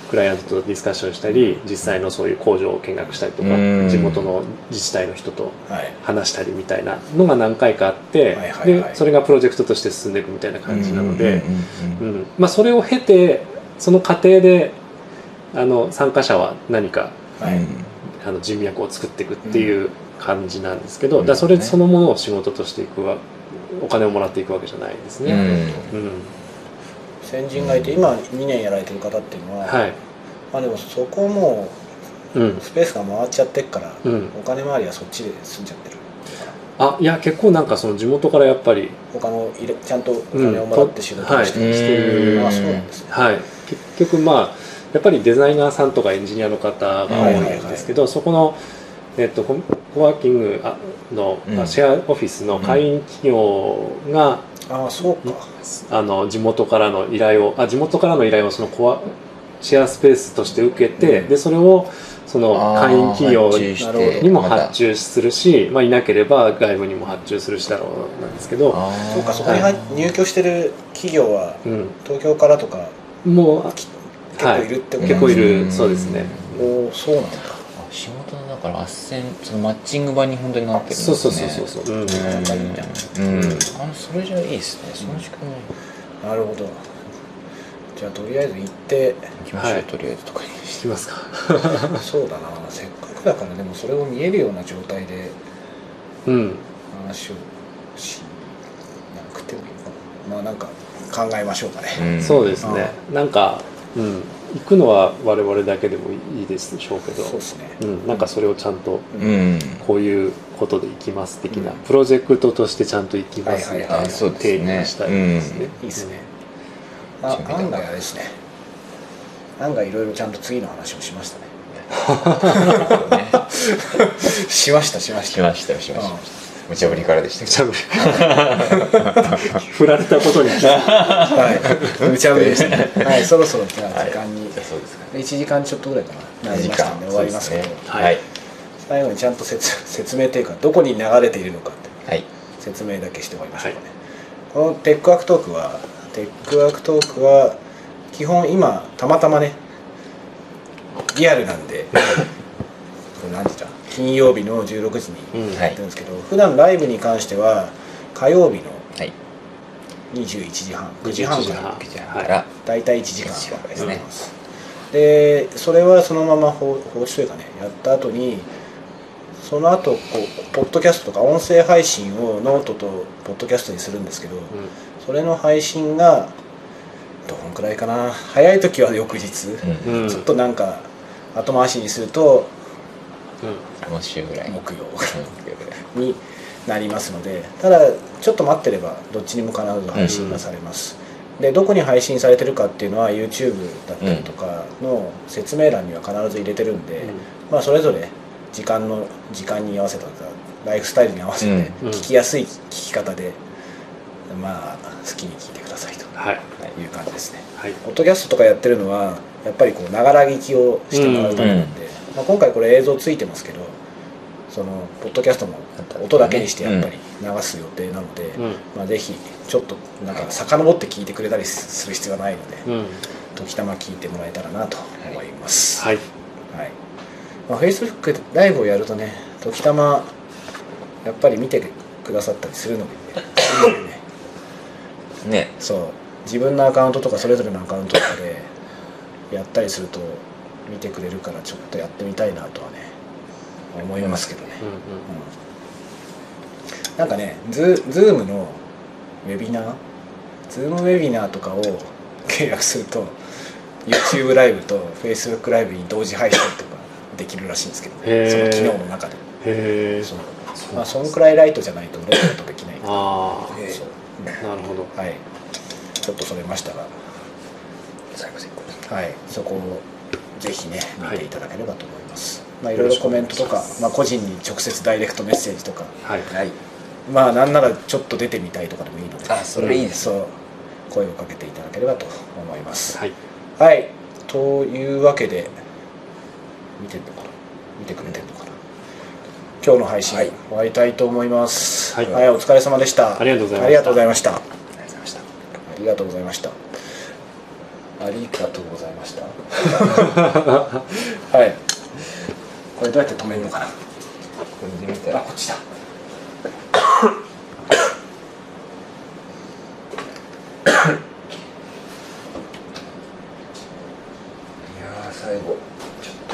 [SPEAKER 2] クライアントとディスカッションしたり実際のそういう工場を見学したりとか、
[SPEAKER 3] うん
[SPEAKER 2] 地元の自治体の人と
[SPEAKER 1] はい
[SPEAKER 2] 話したりみたいなのが何回かあって、
[SPEAKER 1] はいはいはい
[SPEAKER 2] でそれがプロジェクトとして進んでいくみたいな感じなので。
[SPEAKER 3] うんうんうん
[SPEAKER 2] うんまあ、それを経てその過程であの参加者は何か
[SPEAKER 1] はい
[SPEAKER 2] あの人脈を作っていくっていう感じなんですけど、
[SPEAKER 3] うん
[SPEAKER 2] だからそれ
[SPEAKER 3] ね
[SPEAKER 2] そのものを仕事としていくわお金をもらっていくわけじゃないです
[SPEAKER 3] う
[SPEAKER 2] ね。
[SPEAKER 3] ん
[SPEAKER 2] うん
[SPEAKER 1] 先人がいて今2年やられてる方っていうのは、
[SPEAKER 2] はい、
[SPEAKER 1] まあでもそこも
[SPEAKER 2] うん
[SPEAKER 1] うスペースが回っちゃってっから、
[SPEAKER 2] うん、
[SPEAKER 1] お金回りはそっちで済んじゃってるっていうか
[SPEAKER 2] あいや結構なんかその地元からやっぱり、
[SPEAKER 1] 他の入れちゃんとお金をもらって仕事をして
[SPEAKER 3] うん
[SPEAKER 1] るし
[SPEAKER 3] と
[SPEAKER 1] てる、
[SPEAKER 3] はい
[SPEAKER 1] あそうなんですね
[SPEAKER 2] はい、結局まあやっぱりデザイナーさんとかエンジニアの方が多いんですけど、そこの、えっと、ココワーキングあの、
[SPEAKER 3] うん
[SPEAKER 2] シェアオフィスの会員企業が、
[SPEAKER 1] あそうか
[SPEAKER 2] あの地元からの依頼をあ地元からの依頼をそのコアシェアスペースとして受けて、
[SPEAKER 1] うん
[SPEAKER 2] でそれをその会員企業
[SPEAKER 3] 発注して
[SPEAKER 1] なるほど
[SPEAKER 2] にも発
[SPEAKER 3] ま
[SPEAKER 2] 注するし、まあ、いなければ外部にも発注するしだろうなんですけど、
[SPEAKER 3] たあー
[SPEAKER 1] そうかそこに入入居してる企業は
[SPEAKER 2] うん、
[SPEAKER 1] 東京からとか
[SPEAKER 2] もうあ
[SPEAKER 1] き結
[SPEAKER 2] は
[SPEAKER 1] 構い
[SPEAKER 2] い
[SPEAKER 1] るってこと、
[SPEAKER 2] 結構いる
[SPEAKER 3] ん
[SPEAKER 2] そうですね
[SPEAKER 1] おおそうなんだ
[SPEAKER 3] あ仕事のだから斡旋そのマッチング場に本当になってるんです
[SPEAKER 2] そう
[SPEAKER 3] ね
[SPEAKER 2] そうそうそうそう、うん
[SPEAKER 1] ん
[SPEAKER 3] 仲いいなうん、
[SPEAKER 2] うん
[SPEAKER 3] あそれじゃいいですねその仕組み
[SPEAKER 1] なるほどじゃあとりあえず行 って
[SPEAKER 3] 行きましょう、
[SPEAKER 2] はい
[SPEAKER 3] とりあえずとかにし
[SPEAKER 2] 聞きますか
[SPEAKER 1] そうだなせっかくだからでもそれを見えるような状態で
[SPEAKER 2] うん
[SPEAKER 1] 話をしなくてもいいのかなまあなんか考えましょうかね、
[SPEAKER 3] て、ん
[SPEAKER 2] そうですねなんか、うん、行くのは我々だけでもいいでしょうけど
[SPEAKER 1] そうですね
[SPEAKER 2] うん、なんかそれをちゃんと
[SPEAKER 3] うん
[SPEAKER 2] こういうことで行きます的な、
[SPEAKER 1] うん
[SPEAKER 2] プロジェクトとしてちゃんと行きますみたいな、
[SPEAKER 1] はいはいはい
[SPEAKER 3] そうですね
[SPEAKER 2] 提案したいですね、
[SPEAKER 1] いいですね、あ案外あれですね案外いろいろちゃんと次の話をしましたねしましたしまし
[SPEAKER 3] したましたよしました
[SPEAKER 1] うん
[SPEAKER 3] 無茶ぶりからでした
[SPEAKER 2] めちゃぶり 振られたことに 気づい
[SPEAKER 1] はい無茶ぶりでしたねはいそろそろじゃあ時間に
[SPEAKER 3] じゃあそうですか
[SPEAKER 1] 1時間ちょっとぐらいかななり
[SPEAKER 3] 時
[SPEAKER 1] ました
[SPEAKER 3] 間
[SPEAKER 1] んで終わりますけど
[SPEAKER 3] そうですね
[SPEAKER 2] はい
[SPEAKER 3] はい
[SPEAKER 1] 最後にちゃんと説 説明というかどこに流れているのかって
[SPEAKER 3] はい
[SPEAKER 1] 説明だけして終わりましょうかね、このテックワークトークはテックワークトークは基本今たまたまねリアルなんでこれ何時だ金曜日の16時
[SPEAKER 2] う
[SPEAKER 1] に
[SPEAKER 2] ん
[SPEAKER 3] は
[SPEAKER 1] やっ
[SPEAKER 3] い
[SPEAKER 1] てるんですけど、普段ライブに関しては火曜日の
[SPEAKER 3] はい
[SPEAKER 1] 21時半9時半か
[SPEAKER 2] 9時
[SPEAKER 1] ら
[SPEAKER 2] 半
[SPEAKER 3] じゃあから
[SPEAKER 1] 大体1時間
[SPEAKER 3] 1時間
[SPEAKER 1] で
[SPEAKER 3] ですす
[SPEAKER 1] ね
[SPEAKER 3] ね、
[SPEAKER 1] でそれはそのまま放放置というかねやった後にその後こうポッドキャストとか音声配信をノートとポッドキャストにするんですけど、それの配信がどんくらいかな早い時は翌日、
[SPEAKER 3] う
[SPEAKER 2] うんんうん
[SPEAKER 1] ちょっとなんか後回しにすると
[SPEAKER 2] うん
[SPEAKER 3] この週ぐらい
[SPEAKER 1] 木曜
[SPEAKER 3] うん
[SPEAKER 1] になりますのでただちょっと待ってればどっちにも必ず配信がされます、でどこに配信されてるかっていうのは YouTube だったりとかの説明欄には必ず入れてるんで、まあ、それぞれ時間の時間に合わせたライフスタイルに合わせて
[SPEAKER 2] うん
[SPEAKER 1] 聞きやすい聞き方で、まあ好きに聞いてくださいと
[SPEAKER 2] はい
[SPEAKER 1] いう感じですね。
[SPEAKER 2] はい
[SPEAKER 1] ポッドキャストとかやってるのはやっぱりこうながら聞きをしてもらうためなんで、まあ、今回これ映像ついてますけどそのポッドキャストも音だけにしてやっぱり流す予定なので、
[SPEAKER 2] うん
[SPEAKER 1] まあ、ぜひちょっとなんか遡って聞いてくれたりする必要はないので、
[SPEAKER 2] うん
[SPEAKER 1] 時たま聞いてもらえたらなと思います。
[SPEAKER 2] はい
[SPEAKER 1] はいまあ、Facebook ライブをやるとね時たまやっぱり見てくださったりするので、 ね、
[SPEAKER 3] ね
[SPEAKER 1] そう自分のアカウントとかそれぞれのアカウントとかでやったりすると見てくれるからちょっとやってみたいなとはね思いますけどね、
[SPEAKER 2] うん
[SPEAKER 1] うんなんかねズズームのウェビナーズームウェビナーとかを契約すると YouTube ライブと Facebook ライブに同時配信とかできるらしいんですけど、
[SPEAKER 2] へー
[SPEAKER 1] その機能の中で
[SPEAKER 2] へえ
[SPEAKER 1] そうまあそんくらいライトじゃないと俺はちょっとできないから
[SPEAKER 2] あ
[SPEAKER 1] そう
[SPEAKER 2] あなるほど
[SPEAKER 1] はいちょっとそれましたが
[SPEAKER 3] 最後最後
[SPEAKER 1] はい、そこをぜひね見ていただければと思います、まあ、い
[SPEAKER 2] よ
[SPEAKER 1] ろい
[SPEAKER 2] ろ
[SPEAKER 1] ろ
[SPEAKER 2] しく
[SPEAKER 1] コ
[SPEAKER 2] お願
[SPEAKER 1] メ
[SPEAKER 2] い
[SPEAKER 1] ン
[SPEAKER 2] しま
[SPEAKER 1] ト
[SPEAKER 2] す
[SPEAKER 1] とか、まあ、個人に直接ダイレクトメッセージとか
[SPEAKER 2] はい
[SPEAKER 3] はい
[SPEAKER 1] まあなんならちょっと出てみたいとかでもいいので
[SPEAKER 3] あそれいいです
[SPEAKER 1] そう声をかけていただければと思います
[SPEAKER 2] はい
[SPEAKER 1] はい、というわけで見てんのかな見てくれてんのかな今日の配信、
[SPEAKER 3] はい
[SPEAKER 1] 終わりたいと思います
[SPEAKER 2] はい
[SPEAKER 1] はい、お疲れ様でした
[SPEAKER 2] ありがとうございました
[SPEAKER 1] ありがとうございました
[SPEAKER 3] ありがとうございました
[SPEAKER 1] ありがとうございました。ありがとうございました。 はい。これどうやって止めるのかな。
[SPEAKER 3] これで見た
[SPEAKER 1] あ、
[SPEAKER 3] ら
[SPEAKER 1] こっちだ。